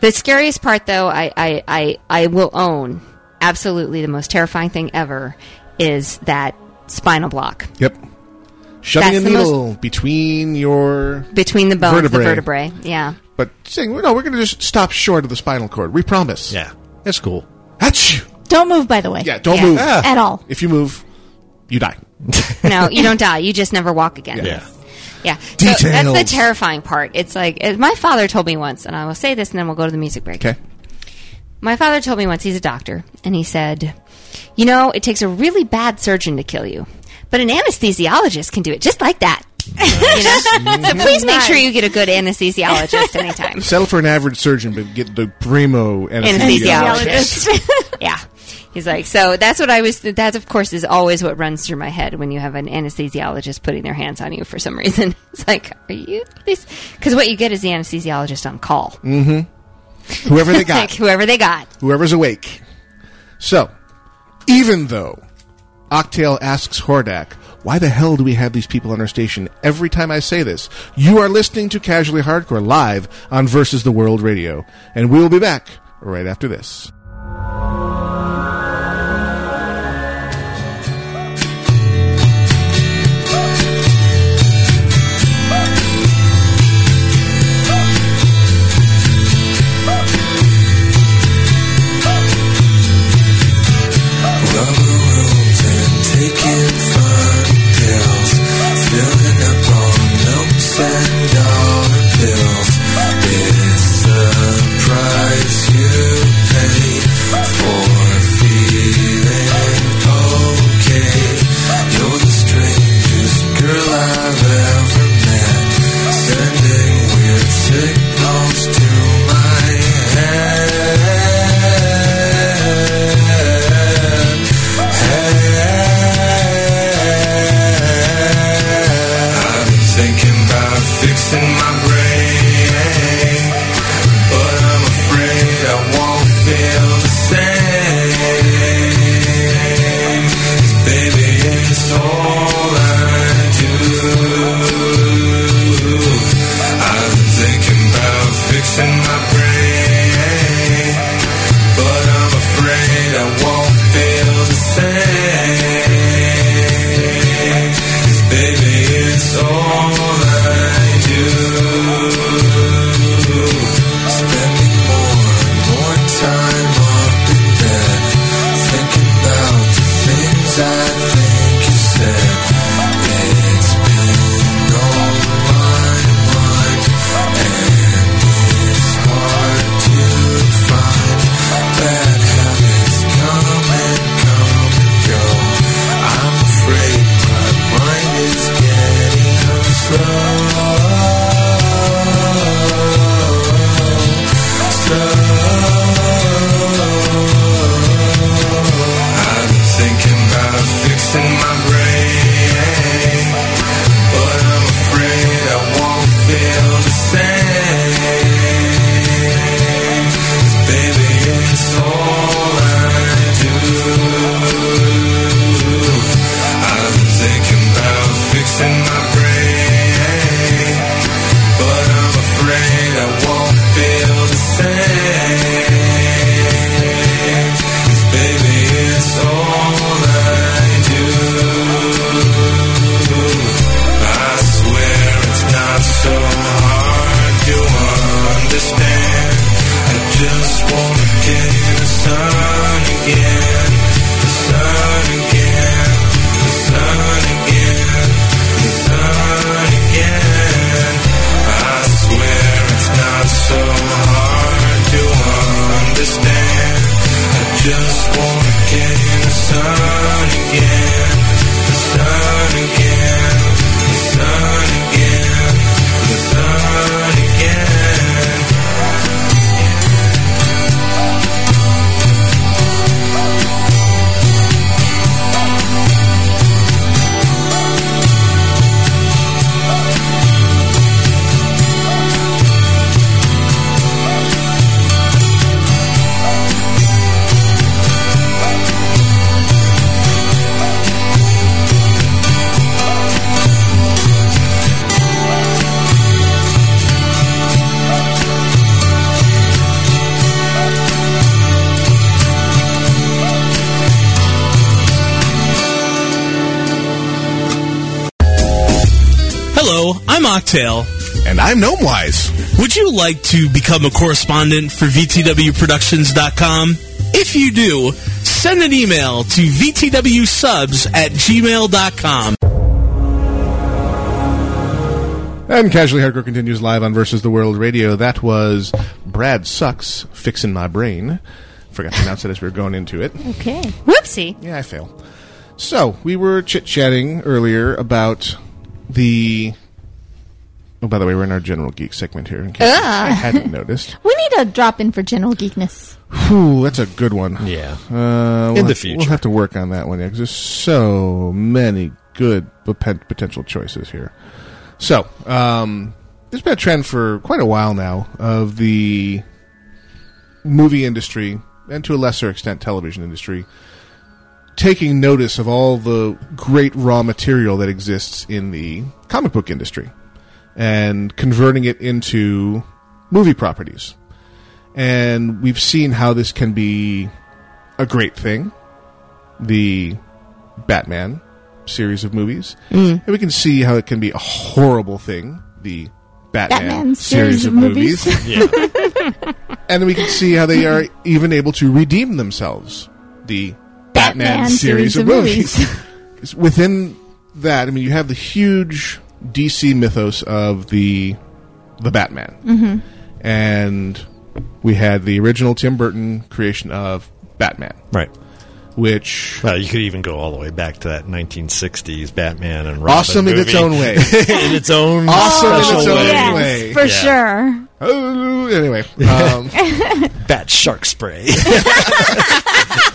S6: The scariest part, though, I, I, I, I will own absolutely the most terrifying thing ever is that spinal block.
S3: Yep. Shoving
S6: That's
S3: a
S6: the most-
S3: needle between your.
S6: Between the bones,
S3: Vertebrae.
S6: the vertebrae. Yeah.
S3: But saying, no, we're going to just stop short of the spinal cord. We promise.
S4: Yeah. That's cool. Ah.
S3: Achoo!
S5: Don't move, by the way.
S3: Yeah, don't move
S5: at all.
S3: If you move, you die.
S6: no, you don't die. You just never walk again.
S3: Yeah.
S6: Yeah. So that's the
S3: Details.
S6: terrifying part. It's like it- my father told me once, and I will say this, and then we'll go to the music break.
S3: Okay.
S6: My father told me once he's a doctor, and he said, "You know, it takes a really bad surgeon to kill you, but an anesthesiologist can do it just like that." You know?
S3: Mm-hmm.
S6: so please make sure you get a good anesthesiologist anytime.
S3: Settle for an average surgeon, but get the primo anesthesiologist.
S6: anesthesiologist. yeah. He's like, so that's what I was. That, of course, is always what runs through my head when you have an anesthesiologist putting their hands on you for some reason. It's like, are you this? Because what you get is the anesthesiologist on call.
S3: Mm-hmm. Whoever they got.
S6: Like, whoever they got.
S3: whoever's awake. So, even though Octale asks Hordak, why the hell do we have these people on our station every time I say this? You are listening to Casually Hardcore live on Versus the World Radio, and we will be back right after this.
S15: Rubber rooms and taking fun pills. Filling up on notes and dollar bills. It's the price you pay for feeling okay. You're the strangest girl I've ever met. Sending weird signals to my head. I've been thinking about fixing my brain, but I'm afraid I won't feel the same. 'Cause baby, it's all I do. I've been thinking about fixing my brain, but I'm afraid I won't feel the same. 'Cause baby, it's all I do. Spending more and more time up in bed, thinking about the things I think you said. It's been all my mind, and it's hard to find bad habits come and come and go. I'm afraid my mind is getting slow. Slow. I've been thinking about fixing my brain, but I'm afraid I won't feel the same. 'Cause baby, it's all I do. I've been thinking about fixing my brain, but I'm afraid I won't feel the same. 'Cause baby, it's all I do. I swear it's not so hard to understand. I just wanna get in the sun again, the sun again, the sun again, the sun again. I swear it's not so hard to understand. I just wanna get in the sun again, the sun again, the sun again, the sun again.
S17: Hello, I'm Octale.
S3: And I'm Gnomewise.
S17: Would you like to become a correspondent for VTWProductions.com? If you do, send an email to vtwsubs at gmail.com.
S3: And Casually Hardcore continues live on Versus the World Radio. That was Brad Sucks Fixin' My Brain. Forgot to announce it as we were going into it.
S5: Okay.
S6: Whoopsie.
S3: Yeah, I fail. So, we were chit chatting earlier about the. Oh, by the way, we're in our general geek segment here, in case
S5: Ah.
S3: I hadn't noticed.
S5: We need a drop in for general geekness.
S3: Whew, that's a good one.
S4: Yeah.
S3: Uh, we'll
S4: In the
S3: have-
S4: future.
S3: We'll have to work on that one because there's so many good poten- potential choices here. So, um, there's been a trend for quite a while now of the movie industry, and to a lesser extent, television industry, taking notice of all the great raw material that exists in the comic book industry and converting it into movie properties. And we've seen how this can be a great thing. The Batman series of movies.
S15: Mm.
S3: And we can see how it can be a horrible thing. The Batman,
S15: Batman
S3: series,
S15: series
S3: of
S15: of
S3: movies.
S15: movies.
S3: and then we can see how they are even able to redeem themselves. The Batman,
S15: Batman
S3: series, of movies. It's Within that, I mean, you have the huge DC mythos of the the Batman,
S15: Mhm.
S3: and we had the original Tim Burton creation of Batman,
S4: right?
S3: Which
S4: well, you could even go all the way back to that 1960s Batman and Robin
S3: Awesome in its
S4: movie.
S3: own way.
S4: in its own
S3: Awesome in
S4: special
S3: its own
S4: way.
S3: way.
S5: For sure.
S3: Oh, anyway, um,
S4: Bat shark spray.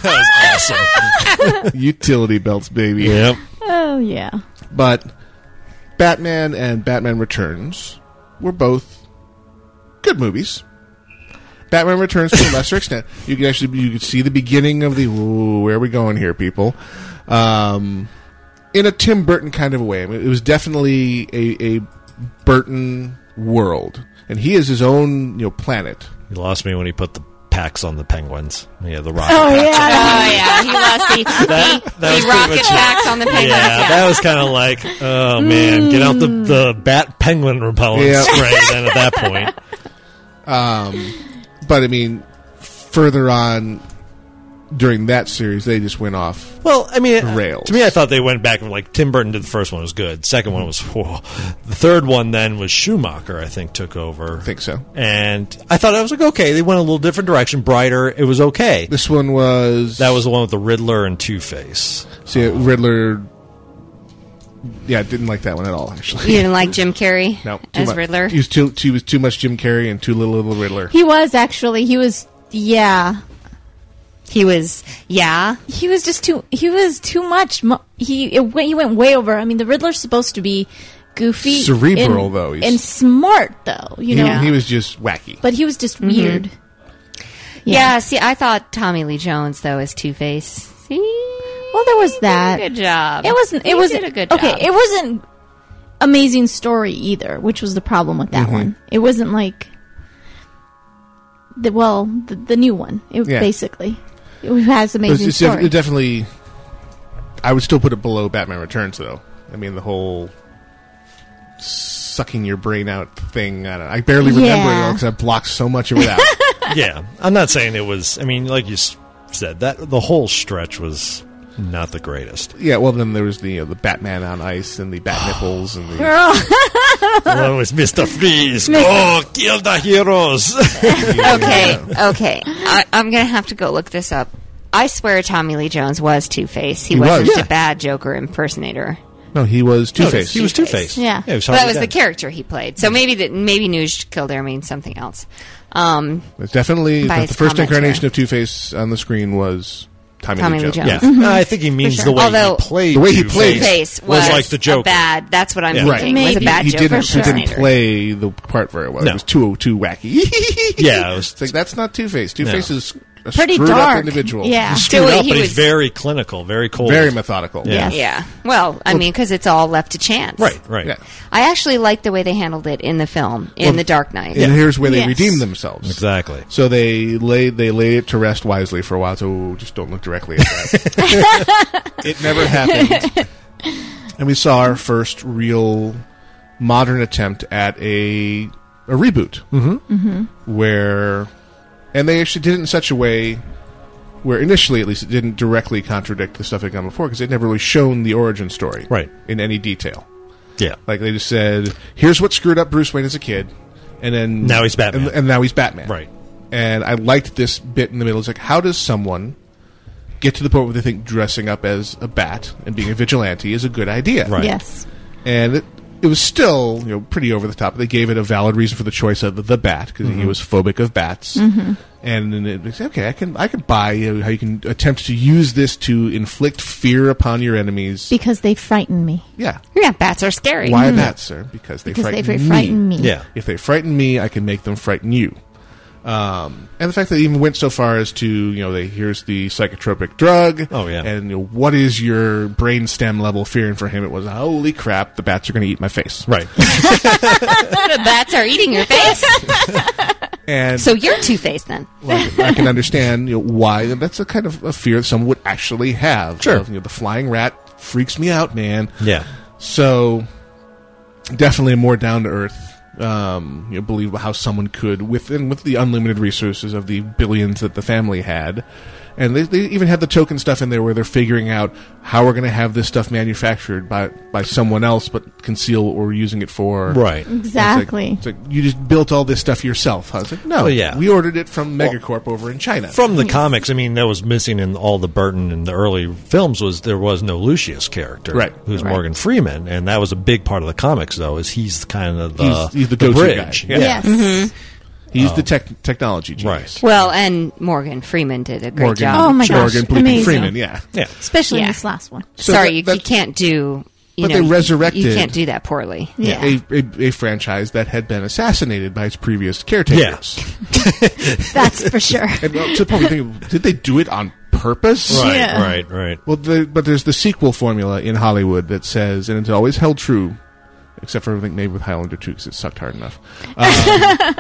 S4: that
S3: was awesome. Utility belts, baby.
S4: Yep.
S5: Oh, yeah.
S3: But Batman and Batman Returns were both good movies. Batman Returns to a lesser extent. You could actually you could see the beginning of the ooh, where are we going here, people? Um, in a Tim Burton kind of a way. I mean, it was definitely a, a Burton world, and he is his own you know planet.
S4: He lost me when he put the packs on the penguins. Yeah, the rocket.
S5: Oh,
S4: packs.
S6: Oh, yeah. He lost the,
S4: That-
S6: the-
S4: that was
S6: the
S4: pretty
S6: rocket
S4: much it.
S6: packs on the penguins.
S4: Yeah,
S6: Yeah.
S4: that was kind of like, oh man, get out the,
S5: Mm.
S4: the bat penguin repellent
S3: Yeah.
S4: spray. Oh, Then at that point,
S3: Um, but I mean, further on during that series, they just went off.
S4: Well, I mean,
S3: rails.
S4: to me, I thought they went back and like Tim Burton did the first one was good. Second one was whoa. The third one then was Schumacher. I think took over. I
S3: think so.
S4: And I thought I was like, okay, they went a little different direction, brighter. It was okay.
S3: This one was
S4: that was the one with the Riddler and Two Face.
S3: See, Riddler. Yeah, didn't like that one at all. Actually,
S6: You didn't like Jim Carrey
S3: no too
S6: as
S3: much-
S6: Riddler?
S3: He was too. He was too much Jim Carrey and too little of the Riddler.
S5: He was actually. He was. Yeah.
S6: He was. Yeah.
S5: He was just too. He was too much. Mo- He it went. He went way over. I mean, the Riddler's supposed to be goofy,
S3: Cerebral,
S5: and,
S3: though. He's-
S5: and smart though. You
S3: he,
S5: know,
S3: he was just wacky.
S5: but he was just
S6: Mhm.
S5: weird.
S6: Yeah. see, I thought Tommy Lee Jones though is Two Face. See,
S5: well, there was that.
S6: Good job.
S5: It wasn't. It
S6: You
S5: wasn't
S6: did a good
S5: Okay,
S6: job.
S5: it wasn't amazing story either, which was the problem with
S3: Mm-hmm.
S5: that
S6: Mhm.
S5: one. It wasn't like the well, the, the new one. It
S3: Yeah.
S5: basically it has
S3: It was-
S5: amazing
S3: it's def-
S5: story.
S3: it definitely. I would still put it below Batman Returns, though. I mean, the whole sucking your brain out thing. I, don't, I barely remember it
S4: Yeah.
S3: all because I blocked so much of it out.
S4: yeah, I'm not saying it was. I mean, like you s- said, that the whole stretch was not the greatest.
S3: yeah, well, then there was the you know, the Batman on ice and the Bat nipples and the
S5: Girl.
S4: Along with Mister Freeze,
S6: Mr.
S4: go Oh, kill the heroes.
S6: okay, okay. I, I'm gonna have to go look this up. I swear, Tommy Lee Jones was Two Face. He,
S3: He was,
S6: wasn't
S3: yeah.
S6: a bad Joker impersonator.
S3: no, he was Two Face.
S4: he was Two Face.
S6: Yeah.
S4: it was
S6: Well, that
S4: Harvey
S6: was the
S4: Dent.
S6: character he played. So maybe that maybe Nuge Kildare means something else. Um,
S3: It's definitely
S6: By
S3: the,
S6: his
S3: the first
S6: comments
S3: incarnation of Two Face on the screen was Tommy,
S6: Tommy
S3: Lee
S6: Lee
S3: Jones.
S6: Jones. Yeah. Mhm.
S4: Uh, I think he
S6: For
S4: means
S6: sure.
S4: the way
S6: Although-
S4: he played.
S3: The way he
S4: Two-Face
S3: played.
S6: Two-Face
S4: was,
S6: was
S4: like the
S6: a
S4: Joker.
S6: bad- that's what I'm Yeah. thinking, was a
S3: He-
S6: bad
S3: he,
S6: Joker
S3: Didn't, he didn't
S6: impersonator.
S3: play the part very well.
S4: No.
S3: It was too too wacky.
S4: Yeah, it was-
S3: It's like, that's not Two Face. Two Face
S4: No.
S3: is a
S5: Pretty
S3: screwed
S5: dark.
S3: up individual.
S5: Yeah.
S4: He's
S5: Still,
S4: screwed up,
S5: he
S4: but
S5: was-
S4: he's very clinical, very cold,
S3: Very methodical.
S4: Yeah,
S6: yeah. Well, I mean, 'cause mean, because it's all left to chance.
S4: right, right.
S6: I actually like the way they handled it in the film, in
S3: Well,
S6: The Dark Knight.
S3: And here's where they redeemed themselves.
S4: Exactly.
S3: So they laid they laid it to rest wisely for a while. So "Oh, just don't look directly at that. it never happened. And we saw our first real modern attempt at a a reboot.
S15: Mm-hmm.
S3: where and they actually did it in such a way where initially, at least, it didn't directly contradict the stuff that had gone before because they'd never really shown the origin story
S4: right.
S3: in any detail.
S4: Yeah.
S3: Like they just said, here's what screwed up Bruce Wayne as a kid, and then
S4: Now he's Batman.
S3: and, and now he's Batman.
S4: Right.
S3: And I liked this bit in the middle. It's like, how does someone get to the point where they think dressing up as a bat and being a vigilante is a good idea?
S5: Right. Yes.
S3: And it, it was still you know pretty over the top. They gave it a valid reason for the choice of the bat because he
S4: Mm-hmm.
S11: Mhm.
S3: was phobic of bats
S14: Mm-hmm.
S5: Mm-hmm.
S11: Mhm.
S3: and then it- it's okay. I can I can buy you know, how you can attempt to use this to inflict fear upon your enemies.
S5: because they frighten me. Mm-hmm.
S3: Yeah.
S6: Yeah, bats are scary.
S3: Why that, sir? Because they
S5: Because they
S3: frighten me.
S5: frighten me. Yeah.
S3: If they frighten me, I can make them frighten you. Um, and the fact that they even went so far as to you know they here's the psychotropic drug.
S4: Oh, yeah.
S3: And you know, what is your brainstem level fear? And for him, it was holy crap, the bats are going to eat my face.
S4: Right.
S6: the bats are eating your face.
S3: and
S6: so you're Two Face then.
S3: Like, I can understand you know, why that's a kind of a fear that someone would actually have.
S4: Sure.
S3: Of, you know, the flying rat freaks me out, man.
S4: Yeah.
S3: So definitely a more down to earth. Um, you know, believe how someone could within with the unlimited resources of the billions that the family had, and they, they even had the token stuff in there where they're figuring out how we're going to have this stuff manufactured by by someone else, but conceal what we're using it for.
S4: Right.
S3: And it's like-
S5: Exactly.
S3: It's like, you just built all this stuff yourself. I was like, no,
S4: Well, yeah.
S3: we ordered it from Megacorp over in China.
S4: From the comics, I mean, that was missing in all the Burton and the early films was there was no Lucius character,
S3: Right.
S4: Who's
S3: Right.
S4: Morgan Freeman, and that was a big part of the comics, though, is he's kind of the
S3: He's- he's the go-to
S4: bridge. Um,
S3: guy. Yeah. Yes.
S5: Mm-hmm.
S3: Mhm.
S4: Mm-hmm.
S3: He's the tech- technology
S4: genius,
S6: Well, and Morgan Freeman did a great
S4: Morgan-
S6: job.
S4: Oh my gosh, Morgan bleeping amazing. Freeman,
S3: yeah.
S4: Yeah.
S5: Especially in this last one.
S3: So
S6: Sorry,
S3: that-
S6: you,
S3: that-
S6: you can't do. You
S3: but
S6: know,
S3: they
S6: you-
S3: resurrected.
S6: You can't do that poorly.
S3: Oh. A, a, a franchise that had been assassinated by its previous caretakers.
S5: That's for sure.
S3: and well, to the point where you think, did they do it on purpose?
S4: Right, Yeah. right, right.
S3: Well, the, but there's the sequel formula in Hollywood that says, and it's always held true, except for I think maybe with Highlander 2 because it sucked hard enough. Um,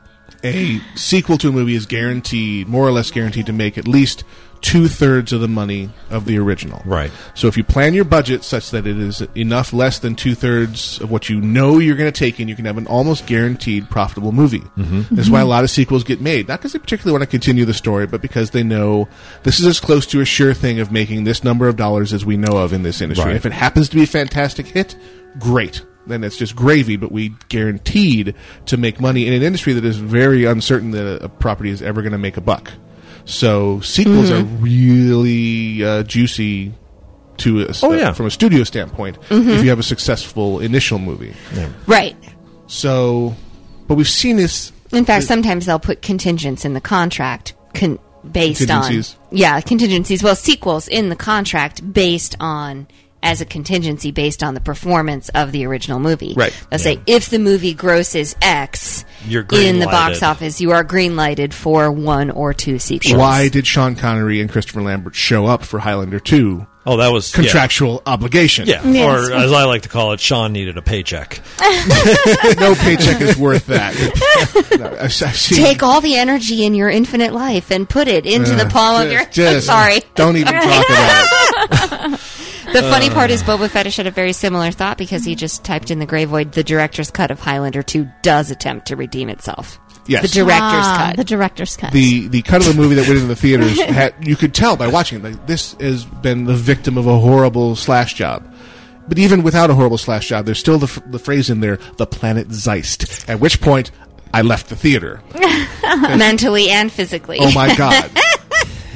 S3: a sequel to a movie is guaranteed, more or less guaranteed, to make at least two thirds of the money of the original.
S4: Right.
S3: So if you plan your budget such that it is enough less than two thirds of what you know you're going to take in, you can have an almost guaranteed profitable movie.
S11: Mhm.
S4: Mm-hmm.
S3: That's why a
S11: Mhm.
S3: lot of sequels get made. Not because they particularly want to continue the story, but because they know this is as close to a sure thing of making this number of dollars as we know of in this industry.
S11: Right.
S3: If it happens to be a fantastic hit, great. Then it's just gravy, but we guaranteed to make money in an industry that is very uncertain that a- a property is ever going to make a buck. So sequels
S11: Mhm.
S3: are really uh, juicy to a,
S11: Oh, yeah.
S3: from a studio standpoint
S11: Mhm.
S3: if you have a successful initial movie.
S6: Right.
S3: So, but we've seen this
S6: In fact, sometimes they'll put contingents in the contract con- based
S3: Contingencies.
S6: on yeah contingencies. Well, sequels in the contract based on as a contingency based on the performance of the original movie.
S15: Right.
S6: They'll say if the movie grosses X
S3: You're
S6: in the box
S3: green-lighted.
S6: office, you are green lighted for one or two sequels.
S3: Why did Sean Connery and Christopher Lambert show up for Highlander 2?
S4: Oh, that was yeah.
S3: contractual obligation.
S4: Yeah, or as I like to call it, Sean needed a paycheck.
S3: no paycheck is worth that. No, uh, I've, I've seen,
S6: Take all the energy in your infinite life and put it into
S3: Uh,
S6: the palm of
S3: just-
S6: your.
S3: just
S6: I'm sorry.
S3: Don't even talk about it.
S6: The funny
S3: Uh.
S6: part is Boba Fettish had a very similar thought because he just typed in the Grey Void, the director's cut of Highlander 2 does attempt to redeem itself.
S3: Yes.
S6: The director's
S5: Ah,
S6: cut.
S5: The director's cut.
S3: The the cut of the movie that went into the theaters had you could tell by watching it like this has been the victim of a horrible slash job. But even without a horrible slash job, there's still the, f- the phrase in there, the planet Zeist. At which point, I left the theater.
S6: Mentally and physically.
S3: Oh my god!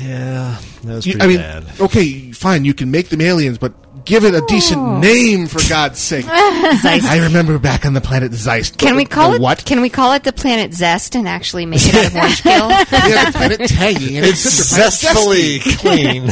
S4: yeah, that was
S3: You-
S4: pretty
S3: I mean,
S4: bad.
S3: okay, fine, you can make them aliens, but give it a
S6: Oh.
S3: decent name for God's sake.
S6: Zeist.
S3: I remember back on the planet Zeist.
S6: Can we call
S3: The
S6: it
S3: what?
S6: Can we call it the planet Zest and actually make it out of orange peel?
S3: yeah, the planet Tangy. And it's, such a
S4: zestfully clean.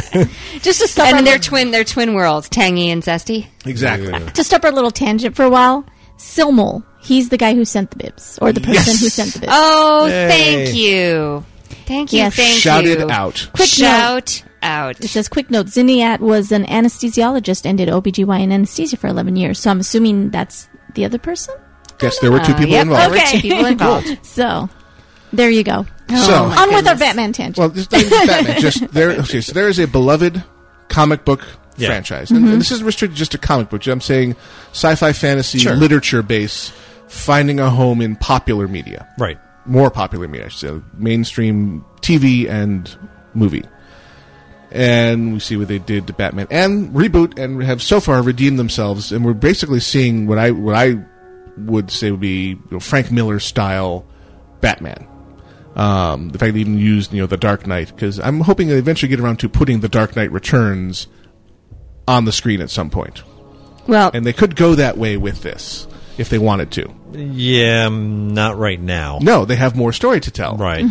S5: Just to stop.
S6: And they're twin. They're twin worlds, tangy and zesty.
S3: Exactly.
S5: to stop our little tangent for a while, Silmul, he's the guy who sent the bibs, or the person
S6: Yes.
S5: who sent the bibs.
S6: Oh, thank you, thank you,
S5: Yes.
S6: thank you.
S5: Shouted
S3: out.
S5: Quick
S6: Shout out.
S5: It says, quick note, Zinniat was an anesthesiologist and did OBGYN anesthesia for 11 years, so I'm assuming that's the other person?
S3: Yes, there were two
S6: Uh,
S3: people
S6: yep,
S3: involved.
S6: there were two people involved.
S5: Cool. So, there you go. Oh,
S3: So- my
S5: On with our Batman tangent.
S3: Well, just, not even Batman, just there. Okay, so there is a beloved comic book franchise,
S6: Mm-hmm.
S3: and, and
S11: Mhm.
S3: this is restricted just to comic books. I'm saying sci-fi, fantasy,
S11: Sure.
S3: literature base finding a home in popular media,
S4: right?
S3: More popular media, I should say, mainstream TV and movie. and we see what they did to Batman and reboot, and have so far redeemed themselves, and we're basically seeing what I what I would say would be you know, Frank Miller style Batman. Um, the fact they even used you know the Dark Knight because I'm hoping they eventually get around to putting the Dark Knight Returns on the screen at some point.
S6: Well,
S3: and they could go that way with this if they wanted to.
S4: Yeah, um, not right now.
S3: No, they have more story to tell.
S4: Right.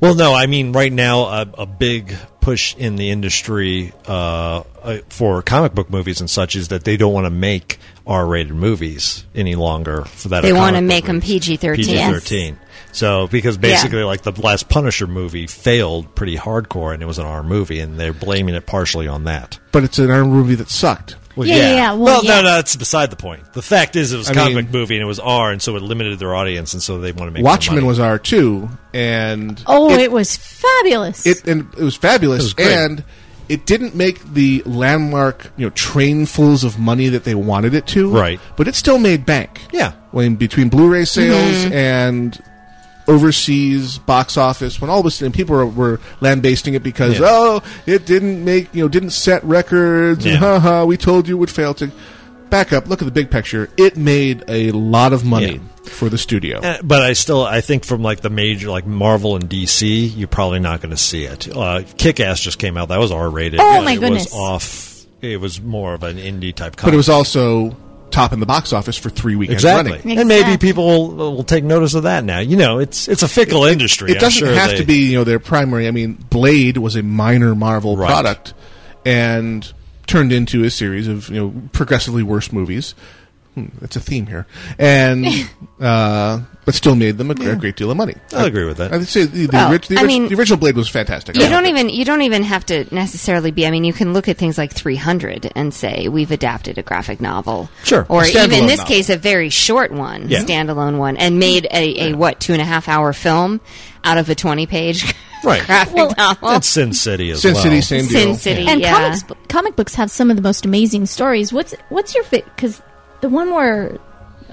S4: Well, no, I mean right now a, a big push in the industry uh, uh, for comic book movies and such is that they don't want to make R-rated movies any longer. For that,
S6: They
S4: are
S6: wanna
S4: comic book
S6: make 'em
S4: movies.
S6: PG-13.
S4: PG-13. So because basically, like the last Punisher movie failed pretty hardcore, and it was an R movie, and they're blaming it partially on that.
S3: But it's an arm movie that sucked.
S4: Well,
S5: Yeah, yeah, yeah. Well,
S4: Well,
S5: yeah.
S4: no, no, that's beside the point. The fact is, it was a
S3: I
S4: comic
S3: mean-
S4: book movie, and it was R, and so it limited their audience, and so they want to make more
S3: Watchmen
S4: money.
S3: was R two, and
S5: Oh, it, was fabulous.
S3: it and it was fabulous
S4: It was great.
S3: and it didn't make the landmark you know trainfuls of money that they wanted it to
S4: Right.
S3: but it still made bank
S4: Yeah.
S3: when between blu-ray sales
S4: Mhm.
S3: and overseas box office when all of a sudden people were, were lambasting it because
S4: Yeah.
S3: oh it didn't make you know didn't set records and
S4: Yeah.
S3: ha ha we told you it would fail to back up look at the big picture it made a lot of money for the studio
S4: Uh, But I still, I think from like the major, like Marvel and DC, you're probably not going to see it. Uh, Kick Ass just came out; that was R rated.
S5: Oh, my
S4: it
S5: goodness.
S4: Was off. It was more of an indie type. Comic.
S3: but it was also top in the box office for three weekends
S4: exactly.
S3: running
S4: and maybe people will, will take notice of that now. You know, it's it's a fickle industry.
S3: It
S4: I'm
S3: doesn't
S4: sure
S3: have
S4: they-
S3: to be, you know, their primary. I mean, Blade was a minor Marvel
S4: Right.
S3: product and turned into a series of, you know, progressively worse movies. Hmm, that's a theme here. And uh, but still made them a, gr- a great deal of money.
S4: I agree with that.
S3: I would say the, the,
S6: Well,
S3: orig- the,
S6: I
S3: orig-
S6: mean-
S3: the original Blade was fantastic.
S6: You don't even you don't even have to necessarily be. I mean, you can look at things like 300 and say we've adapted a graphic novel,
S3: Sure.
S6: or
S3: A
S6: even in
S3: standalone
S6: this
S3: novel.
S6: case a very short one,
S3: Yeah.
S6: standalone one, and made a, a what two and a half hour film out of a 20 page
S4: Right.
S6: graphic novel.
S4: That's Sin City as
S3: Sin
S4: well.
S3: City, same
S6: Sin
S3: deal.
S6: City,
S5: and
S6: yeah.
S5: comics, comic books have some of the most amazing stories. What's what's your favorite? Because the one where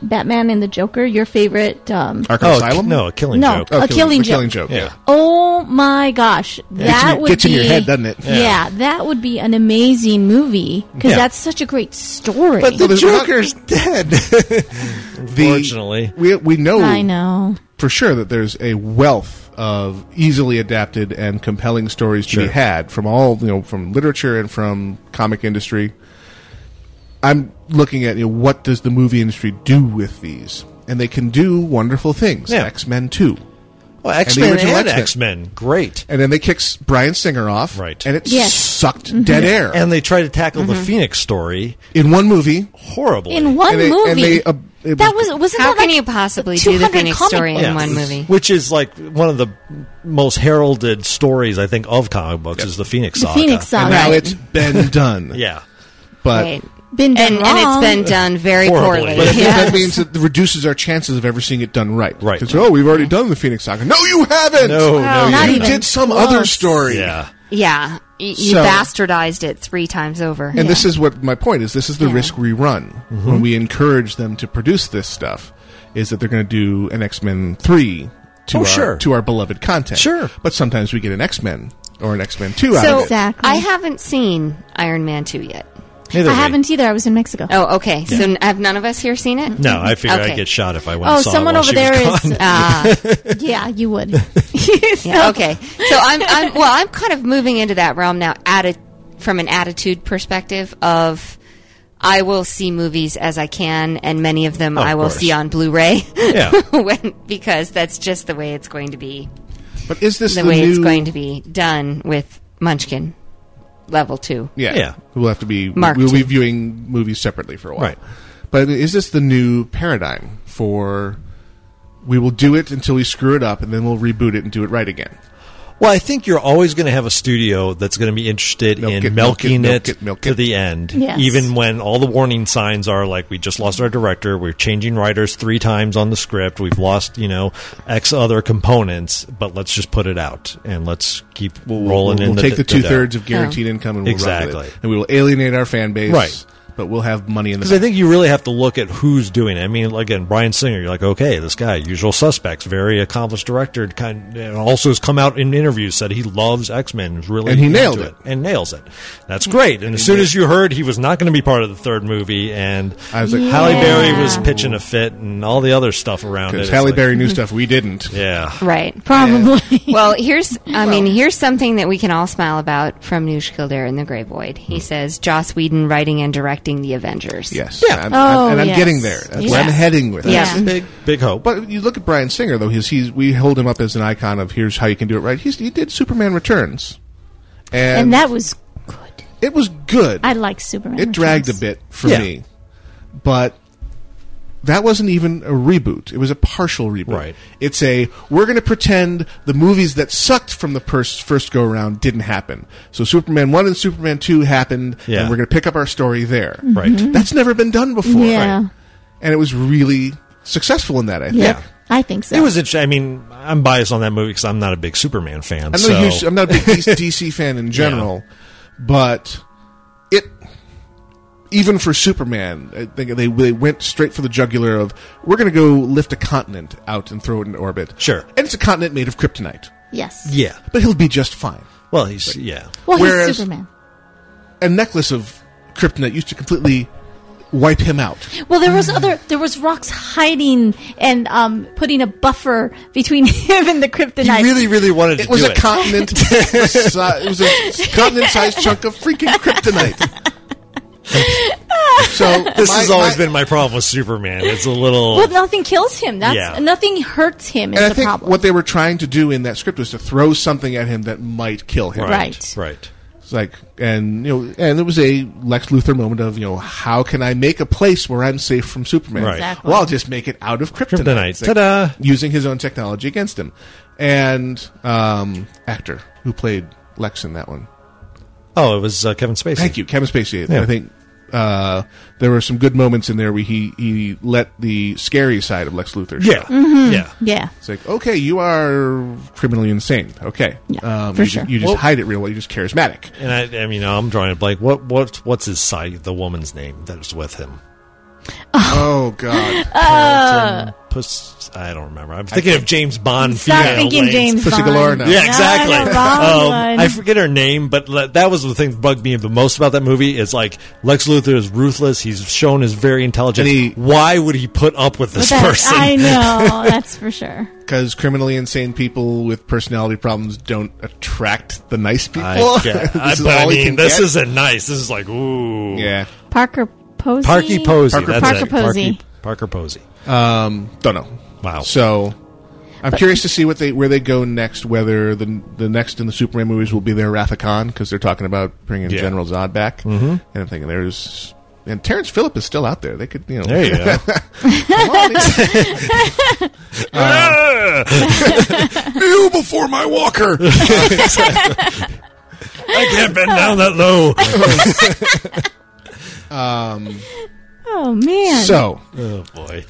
S5: Batman and the Joker, your favorite? Um,
S3: Arkham
S4: Oh,
S3: Asylum?
S4: no, a killing
S5: No,
S4: joke.
S5: a Oh, killing- killing
S3: the Killing
S5: joke.
S3: joke.
S4: Yeah.
S5: Oh my gosh, that
S3: Gets in your-
S5: would
S3: gets in
S5: be,
S3: your head, doesn't it?
S5: Yeah.
S3: Yeah.
S5: that would be an amazing movie because
S3: Yeah.
S5: that's such a great story.
S3: dead.
S4: Unfortunately.
S3: we we know
S5: I know.
S3: for sure that there's a wealth of easily adapted and compelling stories to be
S4: Sure.
S3: had from all you know from literature and from comic industry. I'm looking at you know, what does the movie industry do with these, and they can do wonderful things.
S4: Yeah.
S3: X Men Two,
S4: Well,
S3: And the
S4: X Men
S3: original
S4: and
S3: X-Men.
S4: X Men, great.
S3: and then they kicks Brian Singer off,
S4: Right.
S3: And it
S5: Yes. Mm-hmm.
S3: sucked dead air
S4: And they try to tackle the
S5: Mhm.
S4: Phoenix story
S3: in one movie.
S4: horribly.
S5: in one
S3: And they-
S5: movie.
S3: and they, uh, it
S5: that was wasn't
S6: How
S5: that
S6: can
S5: like
S6: you possibly do the
S5: 200
S6: Phoenix
S5: comic
S6: story in
S5: books?
S6: one movie?
S4: Which is like one of the most heralded stories I think of comic books is the Phoenix
S5: The
S4: Saga.
S5: Phoenix
S3: And
S5: Saga.
S3: now it's been done.
S4: yeah,
S3: But
S6: Right.
S5: Been done
S6: and, and it's
S5: wrong.
S6: been done very
S4: Horribly.
S6: poorly.
S3: But I think
S6: Yeah.
S3: that means that it reduces our chances of ever seeing it done right.
S4: Right.
S3: 'Cause, oh, we've already done the Phoenix Saga. No, you haven't.
S4: No, no,
S5: you Not
S3: you
S5: haven't. even
S3: did some other
S5: close.
S3: story.
S4: yeah.
S6: yeah, Y- you
S3: So-
S6: bastardized it three times over.
S3: And this is what my point is. This is the risk we run
S4: Mm-hmm.
S3: when we encourage them to produce this stuff. Is that they're going to do an X Men three to
S4: Oh,
S3: our,
S4: sure.
S3: to our beloved content?
S4: Sure.
S3: But sometimes we get an X Men or an X Men two out
S6: so
S3: of it.
S5: Exactly.
S6: I haven't seen Iron Man two yet.
S4: Neither
S5: I
S4: way.
S5: haven't either. I was in Mexico.
S6: Oh, okay. So n- have none of us here seen it?
S4: No, I figured
S6: Okay.
S4: I'd get shot if I went.
S5: Oh,
S4: and saw it
S5: someone
S4: while
S5: over
S4: she was
S5: there is.
S4: gone.
S5: Uh, yeah, you would.
S6: Yeah, okay. So I'm, I'm well. I'm kind of moving into that realm now, atti- from an attitude perspective of I will see movies as I can, and many of them
S4: Of
S6: I will
S4: course.
S6: see on Blu-ray.
S4: Yeah.
S6: when, because that's just the way it's going to be.
S3: But is this
S6: the,
S3: the,
S6: way
S3: new?
S6: it's going to be done with Munchkin level two.
S3: Yeah.
S4: Yeah.
S3: We'll have to be
S6: Mark
S3: we'll be
S6: two.
S3: viewing movies separately for a while.
S4: Right.
S3: But I mean, is this the new paradigm for we will do it until we screw it up and then we'll reboot it and do it right again.
S4: Well, I think you're always going to have a studio that's going to be interested
S3: Milk
S4: in
S3: it, milk it,
S4: milking
S3: milk
S4: it,
S3: it, milk
S4: to
S3: it.
S4: the end,
S5: Yes.
S4: even when all the warning signs are like we just lost our director, we're changing writers three times on the script, we've lost you know X other components, but let's just put it out and let's keep rolling
S3: we'll
S4: in.
S3: take the,
S4: dough.
S3: two thirds of guaranteed income and we'll run with it.
S4: Exactly.
S3: And we will alienate our fan base.
S4: Right.
S3: but we'll have money in the
S4: Because I think you really have to look at who's doing it. I mean, again, Brian Singer, you're like, okay, this guy, usual suspects, very accomplished director, kind, and also has come out in interviews said he loves X Men, really,
S3: And he
S4: into
S3: nailed it.
S4: and nails it. That's great. And as soon as you heard he was not going to be part of the third movie, and I
S3: was like,
S4: Halle
S3: Yeah.
S4: Berry was pitching a fit, and all the other stuff around it.
S3: because
S4: It's
S3: Halle
S4: like-
S3: Berry knew stuff we didn't.
S4: Yeah.
S6: Right.
S5: Probably.
S6: well, here's I mean, here's something that we can all smile about from Noosh Kildare in The Grey Void.
S3: Hmm.
S6: He says Joss Whedon writing and directing the Avengers.
S3: Yes. I'm,
S5: Uh,
S3: I'm- and I'm getting there. That's where I'm heading with.
S6: Yeah.
S3: it. big,
S4: big hope.
S3: But you look at Brian Singer though. He's, he's we hold him up as an icon of here's how you can do it right. He's, he did Superman Returns, and,
S5: and that was
S3: it was good.
S5: I like Superman.
S3: it dragged a
S5: Returns.
S3: bit for
S5: Yeah.
S3: me, but that wasn't even a reboot. It was a partial reboot. Right. It's a we're going to pretend the movies that sucked from the pers- first go around didn't happen. So Superman one and Superman two happened,
S4: Yeah.
S3: and we're going to pick up our story there.
S4: Right. Mhm.
S3: That's never been done before.
S5: Mm-hmm. Yeah. Right.
S3: And it was really successful in that. I think.
S5: Yeah. I think so.
S4: It was. Interesting. I mean, I'm biased on that movie because I'm not a big Superman fan.
S3: I'm not,
S4: so-
S3: a huge, I'm not a big DC fan in general, but it even for Superman, I think they they went straight for the jugular of we're going to go lift a continent out and throw it in orbit. Sure, and it's a continent made of kryptonite.
S5: Yes.
S4: Yeah,
S3: but he'll be just fine.
S4: Well, he's yeah.
S5: Well, he's
S3: Whereas-
S5: Superman.
S3: A necklace of kryptonite used to completely wipe him out.
S5: Well, there was other. There was rocks hiding and um, putting a buffer between him and the kryptonite.
S4: really, really wanted
S3: It was a continent. si- it was a continent-sized chunk of freaking kryptonite. so
S4: This
S3: my-
S4: has
S3: my-
S4: always been my problem with Superman. It's a little.
S5: Well, nothing kills him. That's
S3: Yeah.
S5: nothing hurts him. Is
S3: and I
S5: the
S3: think
S5: problem.
S3: what they were trying to do in that script was to throw something at him that might kill him.
S5: Right,
S4: Right.
S3: It's like, and you know, and it was a Lex Luthor moment of you know, how can I make a place where I'm safe from Superman?
S4: Right. Exactly.
S3: Well, I'll just make it out of kryptonite.
S4: Kryptonite.
S3: It's like Using his own technology against him, and um, actor who played Lex in that one.
S4: Oh, it was uh, Kevin Spacey.
S3: Thank you, Kevin Spacey.
S4: Yeah.
S3: I think uh, there were some good moments in there where he he let the scary side of Lex Luthor.
S4: Yeah.
S3: show.
S5: Mhm. Yeah.
S3: It's like, okay, you are criminally insane. Okay. Yeah,
S5: for
S3: you,
S5: sure.
S3: ju- you just
S4: Well-
S3: hide it real well. You're just charismatic.
S4: And I, I mean, I'm drawing a blank. What, what, what's his side? The woman's name that was with him.
S3: Oh, God.
S4: Carlton Puss. I don't remember. I'm thinking of James Bond.
S5: Stop
S4: female
S5: thinking
S4: lanes.
S5: James Pussy Bond. Galore now.
S4: Yeah,
S5: No,
S4: exactly.
S5: the wrong
S4: Um,
S5: one.
S4: I forget her name, but le- that was the thing that bugged me the most about that movie. Is like Lex Luthor is ruthless. He's shown as very intelligent. Why would he put up with this
S5: But that-
S4: person?
S5: I know. That's for sure.
S3: Because criminally insane people with personality problems don't attract the nice people.
S4: I get- I- but I mean, this isn't nice. This is like, ooh.
S3: Yeah.
S5: Parker Posey.
S4: Parky Posey.
S5: Parker,
S4: that's
S5: Parker
S4: it.
S5: Posey.
S4: Parky- Parker Posey.
S3: Um, don't know.
S4: Wow.
S3: So I'm curious to see what they where they go next. Whether the the next in the Superman movies will be their Rathacon because they're talking about bringing
S4: Yeah.
S3: General Zod back.
S4: Mhm.
S3: And I'm thinking there's and Terrence Phillip is still out there. They could you know
S4: There you go.
S3: Come on, in. Uh, kneel before my walker.
S4: I can't bend down that low.
S3: um,
S5: Oh man.
S3: so
S4: oh boy.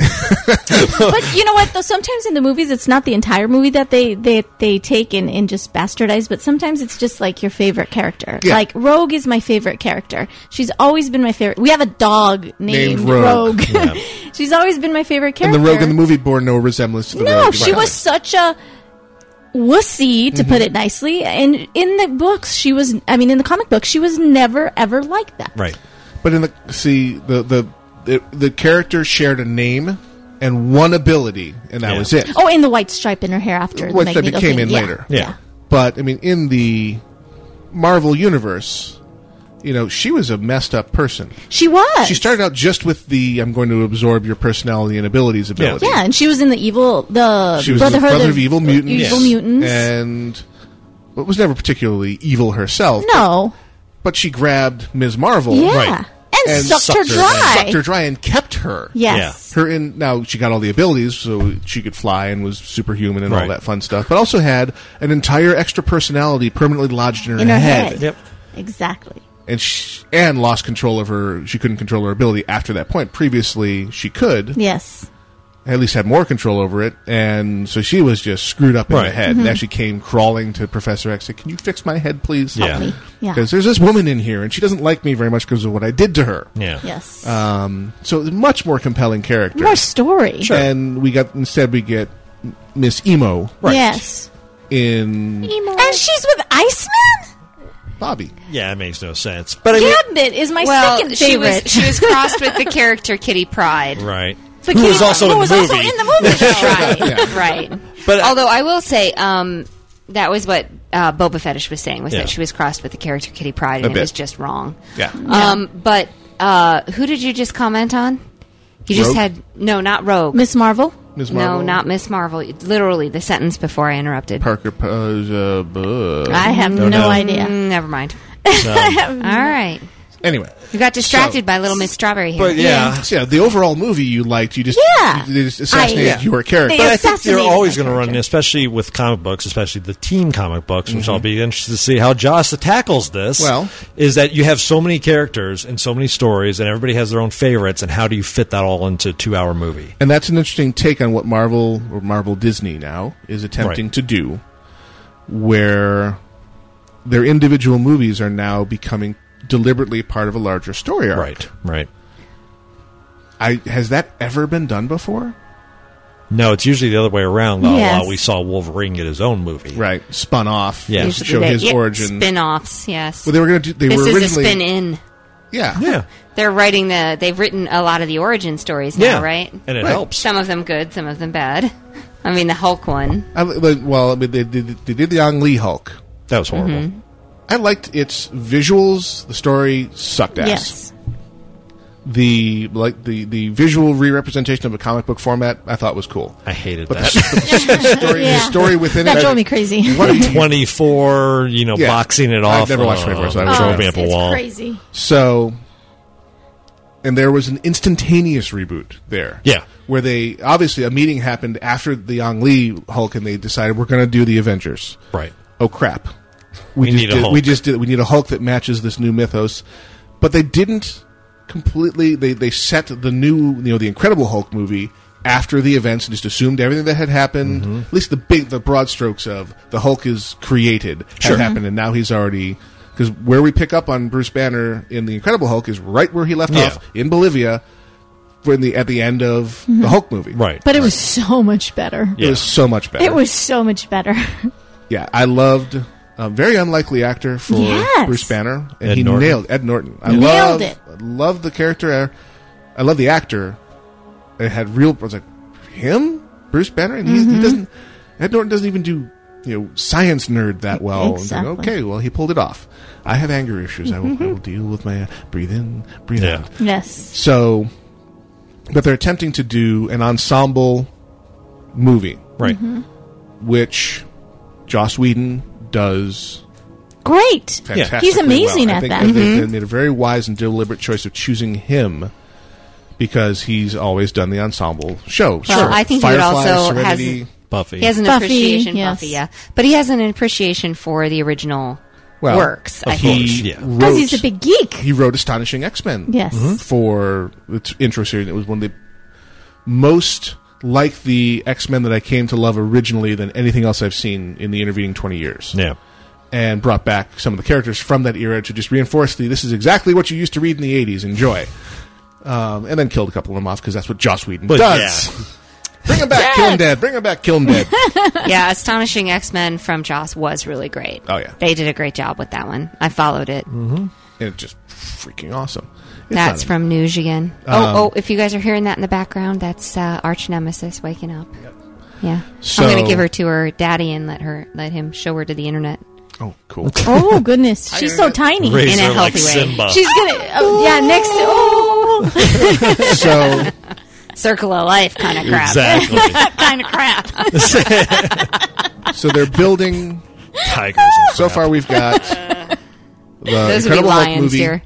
S5: but you know what though sometimes in the movies it's not the entire movie that they they, they take and, and just bastardize but sometimes it's just like your favorite character
S6: Yeah.
S5: like rogue is my favorite character she's always been my favorite we have a dog named,
S3: Named Rogue. Yeah.
S5: she's always been my favorite
S3: and
S5: character
S3: the rogue in the movie bore no resemblance to the
S5: no
S3: rogue.
S5: she was such a wussy to
S3: Mm-hmm.
S5: put it nicely and in the books she was i mean in the comic book she was never ever like that
S4: right.
S3: But in the see the the the, the character shared a name and one ability, and that was it.
S5: oh and the white stripe in her hair after the
S3: Which that
S5: Magneto
S3: became
S5: thing.
S3: in
S5: Yeah.
S3: later. But I mean, in the Marvel universe, you know, she was a messed up person.
S5: she was
S3: She started out just with the "I'm going to absorb your personality and abilities" ability.
S5: Yeah, and she was in the evil, the
S3: She was the
S5: Brotherhood
S3: brother of, evil mutants.
S5: Evil mutants.
S3: and but was never particularly evil herself.
S5: no,
S3: but, but she grabbed Ms. Marvel,
S5: Yeah. Right. And sucked her dry.
S3: sucked her dry, and kept her.
S5: Yes.
S3: her in now she got all the abilities, so she could fly and was superhuman and all
S4: Right.
S3: that fun stuff. But also had an entire extra personality permanently lodged in her,
S5: in her
S3: head.
S5: head. Exactly.
S3: and she, and lost control of her. She couldn't control her ability after that point. Previously, she could.
S5: Yes.
S3: at least had more control over it. And so she was just screwed up in the
S4: Right.
S3: head.
S5: Mhm.
S3: And actually came crawling to Professor X said, Can you fix my head, please?
S5: Help Yeah. me. Yeah.
S3: Because there's this woman in here, and she doesn't like me very much because of what I did to her.
S4: Yeah.
S5: Yes.
S3: Um, so it's a much more compelling character.
S5: More story.
S3: And we got, instead, we get Miss Emo.
S5: Yes.
S3: In
S5: And she's with Iceman?
S3: Bobby.
S4: Yeah, it makes no sense. But
S5: But
S4: I mean,
S5: Gambit is my
S6: well,
S5: second
S6: she
S5: favorite.
S6: was she was crossed with the character Kitty Pride.
S4: right.
S6: But
S4: Who
S6: Kitty
S4: was also
S6: Pryde-
S4: in
S6: who
S4: the
S6: was
S4: movie?
S6: also in the movie. right.
S4: But-
S6: although I will say, um, that was what uh, Boba Fetish was saying was
S4: Yeah.
S6: that she was crossed with the character Kitty Pride,
S4: A
S6: and it
S4: bit.
S6: was just wrong.
S3: Yeah.
S6: Um, but uh, who did you just comment on? You just
S5: Rogue?
S6: had no, not Rogue.
S5: Miss Marvel.
S3: Ms.
S6: No,
S3: Marvel.
S6: not Miss Marvel. Literally the sentence before I interrupted.
S3: Parker Pose. Uh, buh.
S6: I have
S14: Oh,
S3: Don't
S6: no
S3: know.
S6: idea. Mm, never mind. All right.
S3: Anyway.
S6: You got distracted
S3: So-
S6: by Little Miss Strawberry here.
S3: But yeah. yeah, the overall movie you liked, you just
S6: Yeah.
S3: you, they just assassinated
S6: I-
S3: your character.
S4: But I think you're always going to run, especially with comic books, especially the teen comic books, which I'll be interested to see how Joss tackles this.
S3: Mm-hmm. Well-
S4: is that you have so many characters and so many stories, and everybody has their own favorites, and how do you fit that all into a two-hour movie?
S3: And that's an interesting take on what Marvel or Marvel Disney now is attempting to do, where their individual movies are now becoming deliberately part of a larger story arc.
S4: Right, right.
S3: I has that ever been done before?
S4: No, it's usually the other way around. Uh,
S6: Yes.
S4: while we saw Wolverine get his own movie,
S3: right, spun off,
S4: yeah,
S6: Usually they- yeah, Spin-offs, yes.
S3: Well, they were going to do. They
S6: this
S3: were
S6: is a
S3: originally
S6: spin-in.
S3: Yeah.
S4: Yeah.
S6: They're writing the. They've written a lot of the origin stories now,
S3: Yeah,
S6: right?
S3: and it Right. helps.
S6: Some of them good, some of them bad. I mean, the Hulk one.
S3: I, li- like, well, I mean, they, they, they did the Ang Lee Hulk.
S4: That was horrible.
S5: Mm-hmm.
S6: Mhm.
S3: I liked its visuals. The story sucked ass.
S5: Yes.
S3: The like the, the visual re-representation of a comic book format, I thought was cool.
S4: I hated
S3: But
S4: that.
S3: The, the story, the story within
S5: that
S3: it.
S5: drove me crazy.
S4: The Twenty-four, you know,
S3: Yeah.
S4: boxing
S3: I've
S4: it off.
S3: never watched
S4: uh,
S3: 24, so I
S6: Oh,
S3: don't
S4: drove
S3: know.
S4: me up a
S3: It's
S4: wall.
S5: Crazy.
S3: So, and there was an instantaneous reboot there.
S4: Yeah.
S3: Where they, obviously, a meeting happened after the Yang Lee Hulk and they decided we're going to do the Avengers.
S4: Right.
S3: Oh, crap.
S4: We
S3: just
S4: need a
S3: did,
S4: Hulk.
S3: We just did, we need a Hulk that matches this new mythos. But they didn't completely, they, they set the new, you know, the Incredible Hulk movie after the events and just assumed everything that had happened,
S4: Mm-hmm.
S3: at least the big, the broad strokes of the Hulk is created,
S4: Sure.
S3: had happened, and now he's already because where we pick up on Bruce Banner in the Incredible Hulk is right where he left
S4: Yeah.
S3: off in Bolivia, when the at the end of
S5: Mhm.
S3: the Hulk movie. Right,
S5: But it was so much better.
S3: it was so much better.
S5: It was so much better.
S3: yeah, I loved. A very unlikely actor for
S5: Yes.
S3: Bruce Banner, and
S4: Ed
S3: he
S4: Norton.
S3: nailed Ed Norton. I
S4: Yeah.
S3: love,
S5: Nailed it.
S3: Love the character. uh, I love the actor. It had real. I was like, him, Bruce Banner, and he's, he
S5: Mhm.
S3: doesn't. Ed Norton doesn't even do you know science nerd that well. And think,
S5: Exactly. Mm-hmm.
S3: okay, well he pulled it off. I have anger issues. I, will, I will deal with my breathe in, breathe out.
S5: Yes.
S3: So, but they're attempting to do an ensemble movie,
S4: right?
S6: Mm-hmm.
S5: Mhm.
S3: Which Joss Whedon does
S5: Great.
S3: fantastic.
S5: He's amazing at
S3: I think
S5: that.
S3: I think
S6: Mm-hmm.
S3: They made a very wise and deliberate choice of choosing him because he's always done the ensemble show.
S6: Well, I think he would
S3: Firefly,
S6: also has
S3: Serenity,
S4: Buffy.
S6: He has an
S5: Buffy,
S6: appreciation,
S5: yes.
S6: Buffy, yeah, but he has an appreciation for the original
S3: Well,
S6: works. I think.
S3: he wrote-
S5: Because he's a big geek.
S3: He wrote Astonishing X Men.
S5: Yes. Mhm.
S3: For its intro series, it was one of the most like the X Men that I came to love originally than anything else I've seen in the intervening twenty years.
S4: Yeah.
S3: And brought back some of the characters from that era to just reinforce the this is exactly what you used to read in the '80s. Enjoy. Um, and then killed a couple of them off because that's what Joss Whedon
S4: But
S3: does. Bring him back, kill him dead. Bring him back, kill him dead.
S6: yeah, Astonishing X Men from Joss was really great.
S3: Oh, yeah.
S6: they did a great job with that one. I followed it. Mm-hmm.
S3: and it's just freaking awesome. It's
S6: That's
S3: not-
S6: from News again.
S3: Um,
S6: oh, oh! If you guys are hearing that in the background, that's uh, Arch Nemesis waking up. Yeah, I'm going
S3: So-
S6: to give her to her daddy and let her let him show her to the internet.
S3: Oh, cool.
S5: Oh goodness, she's so tiny
S6: Raise In a her like healthy way. Simba.
S5: She's gonna, oh, yeah, next. Oh,
S3: so
S6: Circle of life kind of crap.
S3: Exactly.
S6: kind of crap.
S3: so they're building
S4: tigers.
S3: So far, we've got the
S6: Those would be
S3: Incredible Hulk
S6: lions
S3: movie,
S6: here.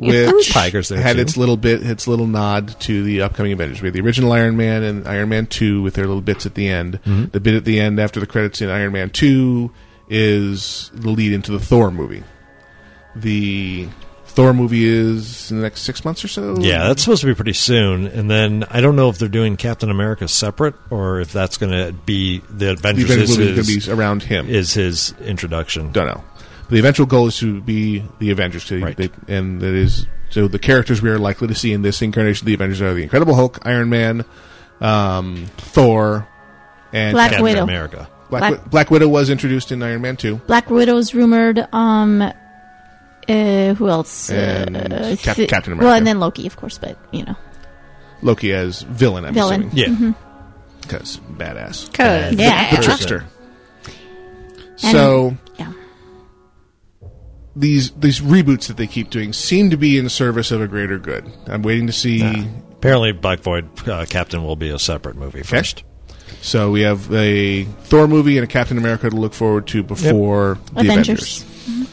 S3: which
S4: Tigers there,
S3: had
S4: too.
S3: its little bit, its little nod to the upcoming Avengers. We had the original Iron Man and Iron Man Two with their little bits at the end.
S4: Mm-hmm.
S3: The bit at the end after the credits in Iron Man Two is the lead into the Thor movie. The Thor movie is in the next six months or so.
S4: Yeah, that's supposed to be pretty soon. And then I don't know if they're doing Captain America separate or if that's going to be the Avengers.
S3: Avengers
S4: is
S3: movie is
S4: his-
S3: gonna be around him.
S4: Is his introduction?
S3: Don't know. The eventual goal is to be the Avengers, to, they, and that is so the characters we are likely to see in this incarnation of the Avengers are the Incredible Hulk, Iron Man, um, Thor, and
S5: Black Captain Widow. America.
S3: Black,
S5: Black-
S3: Wi- Black Widow was introduced in Iron Man two.
S5: Black Widow's rumored. Um, uh, who else?
S3: And
S5: Uh,
S3: Cap-
S5: th-
S3: Captain
S5: Well,
S3: America.
S5: and then Loki, of course, but you know,
S3: Loki as villain. I'm
S5: villain.
S3: assuming.
S5: Mhm.
S3: because badass.
S5: 'Cause yeah.
S3: The trickster.
S5: And-
S3: So
S5: yeah.
S3: these these reboots that they keep doing seem to be in service of a greater good. I'm waiting to see.
S4: Apparently, Black Void uh, Captain will be a separate movie first.
S3: So we have a Thor movie and a Captain America to look forward to before the
S5: Avengers.
S3: Avengers. Mm-hmm.
S5: Mhm.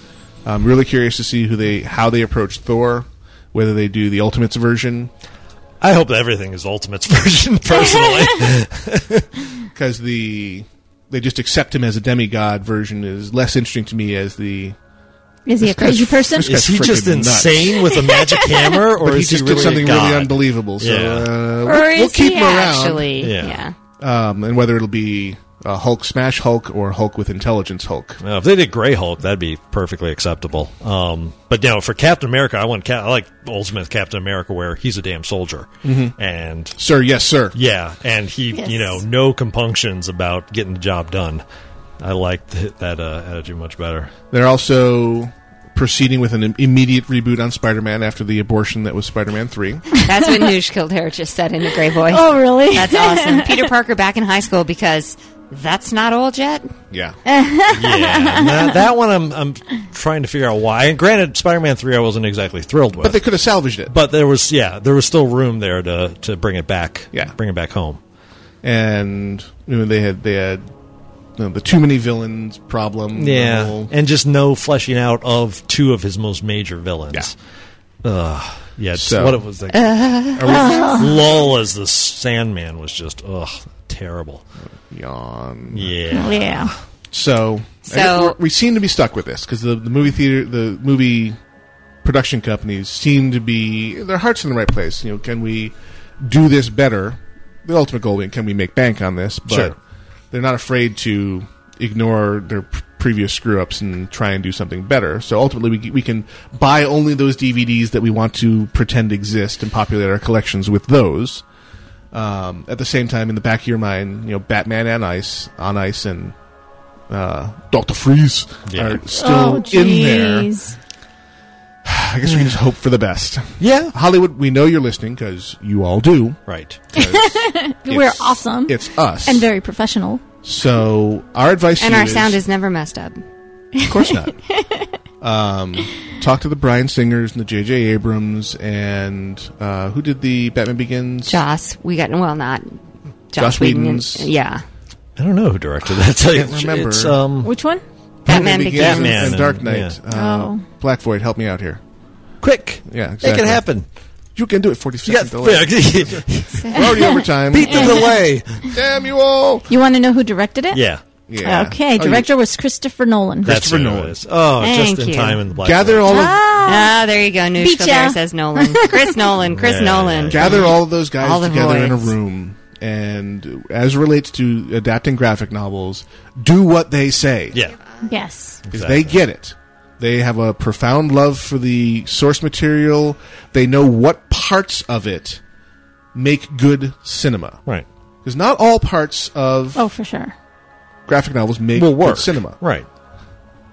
S3: I'm really curious to see who they how they approach Thor, whether they do the Ultimates version.
S4: I hope that everything is Ultimate's version, personally.
S3: because the they just accept him as a demigod version is less interesting to me as the.
S5: Is he
S3: this
S5: a crazy
S3: guy's-
S5: person?
S3: this guy's
S4: Is he
S3: freaking
S4: just
S3: nuts.
S4: insane with a magic hammer, or
S3: But he
S4: is he
S3: just
S4: really
S3: did
S4: a
S3: something really
S4: god?
S3: unbelievable? So
S4: Yeah.
S3: uh,
S4: Or
S3: we'll,
S4: is
S3: we'll keep
S4: he
S3: him around.
S4: actually- Yeah. yeah.
S3: Um, and whether it'll be uh, Hulk Smash Hulk or Hulk with Intelligence Hulk.
S4: Now, if they did Gray Hulk, that'd be perfectly acceptable. Um, but no, for Captain America, I want Cap- I like Ultimate Captain America, where he's a damn soldier,
S3: Mhm.
S4: and
S3: Sir, yes, sir.
S4: yeah, and he,
S3: Yes.
S4: you know, no compunctions about getting the job done. I liked th- that uh, attitude much better.
S3: They're also proceeding with an im- immediate reboot on Spider-Man after the abortion that was Spider-Man 3.
S6: That's what Noosh Kildare just said in a gray voice.
S5: Oh, really?
S6: That's awesome. Peter Parker back in high school because that's not old yet.
S3: Yeah.
S4: yeah, that, that one I'm I'm trying to figure out why. And granted, Spider-Man three I wasn't exactly thrilled with,
S3: But they could have salvaged it.
S4: But there was yeah, there was still room there to to bring it back.
S3: Yeah.
S4: bring it back home.
S3: And you know, they had they had you know, the too many villains problem. the
S4: Yeah,
S3: whole-
S4: and just no fleshing out of two of his most major villains. Yeah, ugh. yeah. just
S3: So-
S4: what it was like.
S3: Uh, Are we-
S4: lull as the Sandman was just ugh terrible.
S3: Yawn.
S4: Yeah.
S5: Yeah.
S3: So,
S6: So-
S3: I- we're- we seem to be stuck with this because the, the movie theater, the movie production companies seem to be their hearts in the right place. You know, can we do this better? The ultimate goal being, can we make bank on this? But
S4: Sure.
S3: they're not afraid to ignore their p- previous screw ups and try and do something better. So ultimately, we, c- we can buy only those DVDs that we want to pretend exist and populate our collections with those. Um, at the same time, in the back of your mind, you know, Batman and Ice on Ice and uh, Doctor Freeze
S4: Yeah.
S3: are
S6: Oh,
S14: Oh,
S3: still in there. I guess we can just hope for the best.
S4: Yeah,
S3: Hollywood, we know you're listening because you all do.
S4: Right.
S5: We're
S3: It's-
S5: awesome.
S3: It's us.
S5: and very professional.
S3: so our advice
S6: And
S3: to you
S6: our sound
S3: is,
S6: is never messed up.
S3: of course not. um, talk to the Brian Singers and the J.J. Abrams and uh, who did the Batman Begins?
S6: Joss, we got well, not Joss,
S3: Joss
S6: Whedon.
S3: Whedon's-
S6: Yeah,
S4: I don't know who directed that.
S3: I
S4: tell you
S3: can't
S4: the tr-
S3: remember.
S4: It's, um,
S5: Which one?
S6: Batman Begins.
S3: and-
S4: Batman
S3: and
S4: and-
S3: Dark Knight.
S4: yeah.
S3: Uh,
S5: Oh.
S3: Black Void, help me out here.
S4: Quick,
S3: Yeah,
S4: make
S3: exactly.
S4: it happen.
S3: You can do it. Forty
S4: Yeah,
S3: seconds. delay. We're already over time.
S4: Beat the delay.
S3: Damn you all!
S5: You want to know who directed it?
S4: Yeah.
S3: Yeah.
S5: Okay.
S3: Oh,
S5: Director was Christopher Nolan.
S4: That's
S3: Christopher
S4: who
S3: Nolan.
S4: It is. Oh,
S5: Thank
S4: just in
S5: you.
S4: time in the black.
S3: Gather all of
S6: Ah, there you go. Noosh
S5: Beat ya.
S6: Kildare says Nolan. Chris Nolan. Chris
S4: Yeah,
S6: Nolan.
S3: gather all of those guys
S6: All the
S3: together in a
S6: voids.
S3: room and as relates to adapting graphic novels do what they say
S4: yeah
S5: Yes.
S3: because they get it they have a profound love for the source material they know what parts of it make good cinema
S4: right
S3: because not all parts of
S5: Oh, for sure.
S3: graphic novels make
S4: Will
S3: good
S4: work.
S3: cinema
S4: Right.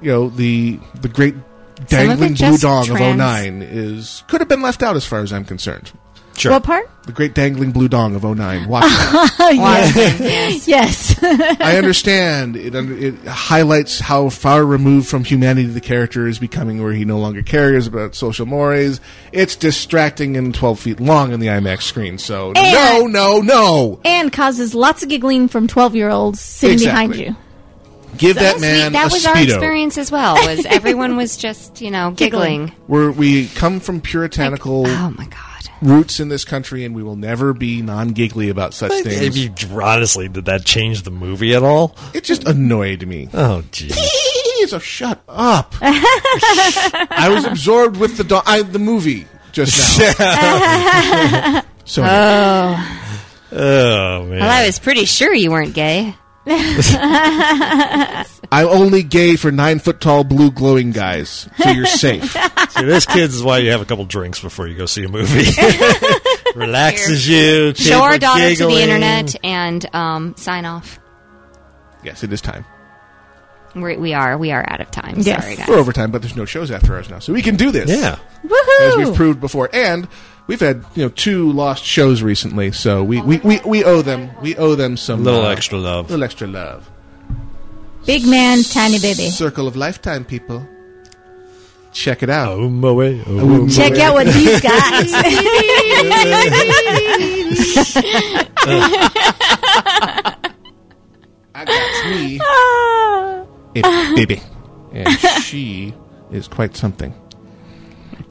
S3: you know the the great
S5: it
S3: dangling blue
S5: just
S3: dog of
S5: trans-
S3: 09 is could have been left out as far as i'm concerned
S4: Sure.
S5: What part?
S3: the great dangling blue dong of 09 watch it.
S5: yes. yes.
S3: Oh, I understand it. under- It highlights how far removed from humanity the character is becoming, where he no longer cares about social mores. It's distracting and twelve feet long in the IMAX screen. So no,
S5: And-
S3: no, no.
S5: and causes lots of giggling from 12 year olds sitting behind
S3: Exactly.
S5: you.
S3: Give that
S6: Sweet,
S3: man a
S6: that was our
S3: speedo.
S6: experience as well. Was everyone was just you know giggling.
S3: We're, we come from puritanical
S6: oh
S3: roots in this country, and we will never be non-giggly about such things.
S4: Maybe honestly, did that change the movie at all?
S3: It just annoyed me.
S4: Oh, jeez.
S3: Lisa, shut up. I was absorbed with the do- I, the movie just now. so
S6: oh.
S4: Oh man.
S6: Well, I was pretty sure you weren't gay.
S3: I'm only gay for nine foot tall blue glowing guys, so you're safe.
S4: See, this kids is why you have a couple drinks before you go see a movie. Relaxes you. kids
S6: Show our
S4: are
S6: daughter to the
S4: giggling.
S6: internet and um, sign off.
S3: Yes, it is time.
S6: We're, we are we are out of time.
S3: Yes.
S6: Sorry, guys.
S3: We're overtime, but there's no shows after hours now, so we can do this.
S4: Yeah.
S3: As we've proved before, and we've had you know two lost shows recently, so we we, we, we owe them we owe them some
S4: Little
S3: uh,
S4: extra love.
S3: little extra love.
S5: Big man, tiny baby.
S3: Circle of lifetime, people. Check it out. Oh
S4: my way.
S5: Check out what he's got.
S3: Uh, I got me a baby, and she is quite something.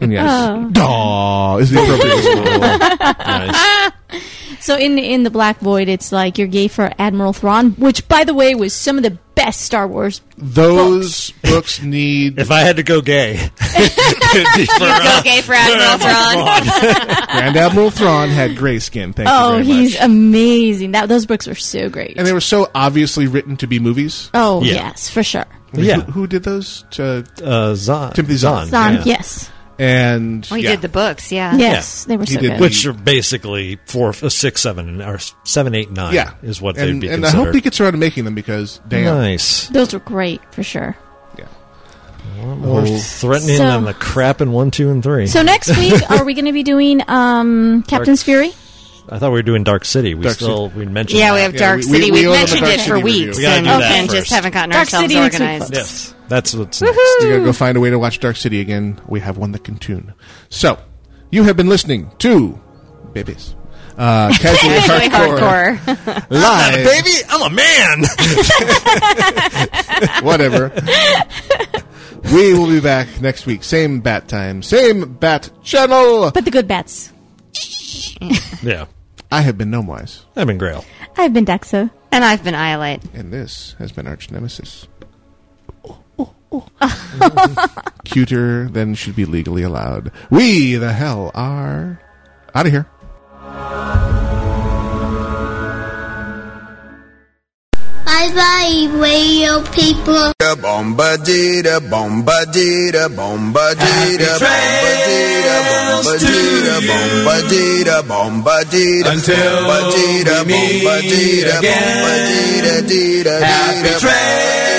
S3: And yes,
S5: Oh.
S3: daw is the appropriate. word.
S5: so in in the Black Void, it's like you're gay for Admiral Thrawn, which by the way was some of the best Star Wars.
S3: Those books need.
S4: If I had to go gay,
S6: Go gay for Admiral Thrawn.
S3: Grand Admiral Thrawn had gray skin. Thank you
S5: oh,
S3: very much.
S5: he's amazing. That those books were so great.
S3: And they were so obviously written to be movies.
S5: Oh yes, for sure.
S3: I mean,
S5: Yeah.
S3: Who, who did those? To,
S4: uh, Zahn.
S3: Timothy Zahn.
S5: Zahn, yes.
S3: And
S6: We
S4: Yeah.
S6: did the books, yeah.
S5: Yes, they were so good.
S4: Which are basically four, uh, six, seven, or seven, eight, nine.
S3: yeah,
S4: is what
S3: and,
S4: they'd be
S3: And
S4: considered.
S3: I hope he gets around to making them because damn,
S4: Nice.
S5: Those were great for sure.
S4: We're
S3: oh,
S4: threatening
S5: So-
S4: them the crap in one, two, and three.
S5: So next week, are we going to be doing um, Captain's Fury?
S4: I thought we were doing Dark City. We
S6: Dark
S4: still we mentioned.
S6: Yeah,
S4: that.
S6: we have Dark City. We, have mentioned it for weeks
S4: We gotta
S6: and,
S4: do that
S6: and just
S4: first.
S6: haven't gotten
S5: Dark
S6: ourselves
S5: City next week,
S6: organized.
S5: folks.
S4: Yes, that's what's
S5: Woohoo!
S4: next.
S3: We gotta go find a way to watch Dark City again. We have one that can tune. So, you have been listening to Babies. Uh, casually
S6: Really
S3: hardcore,
S6: hardcore.
S3: live,
S4: I'm a man.
S3: whatever. we will be back next week, same bat time, same bat channel.
S5: But the good bats.
S4: Yeah,
S3: I have been Gnomewise,
S4: I've been Grail.
S5: I've been Daxa.
S6: And I've been Iolate.
S3: and this has been Arch Nemesis. Cuter than should be legally allowed. We the hell are out of here.
S19: Bye bye, radio people.
S7: Bombadita, bombadita, bombadita, bombadita, bombadita, bombadita, bombadita,
S15: Until
S7: bombadita,
S15: we meet
S7: bombadita,
S15: again.
S7: bombadita, dita, dita,
S15: Happy trails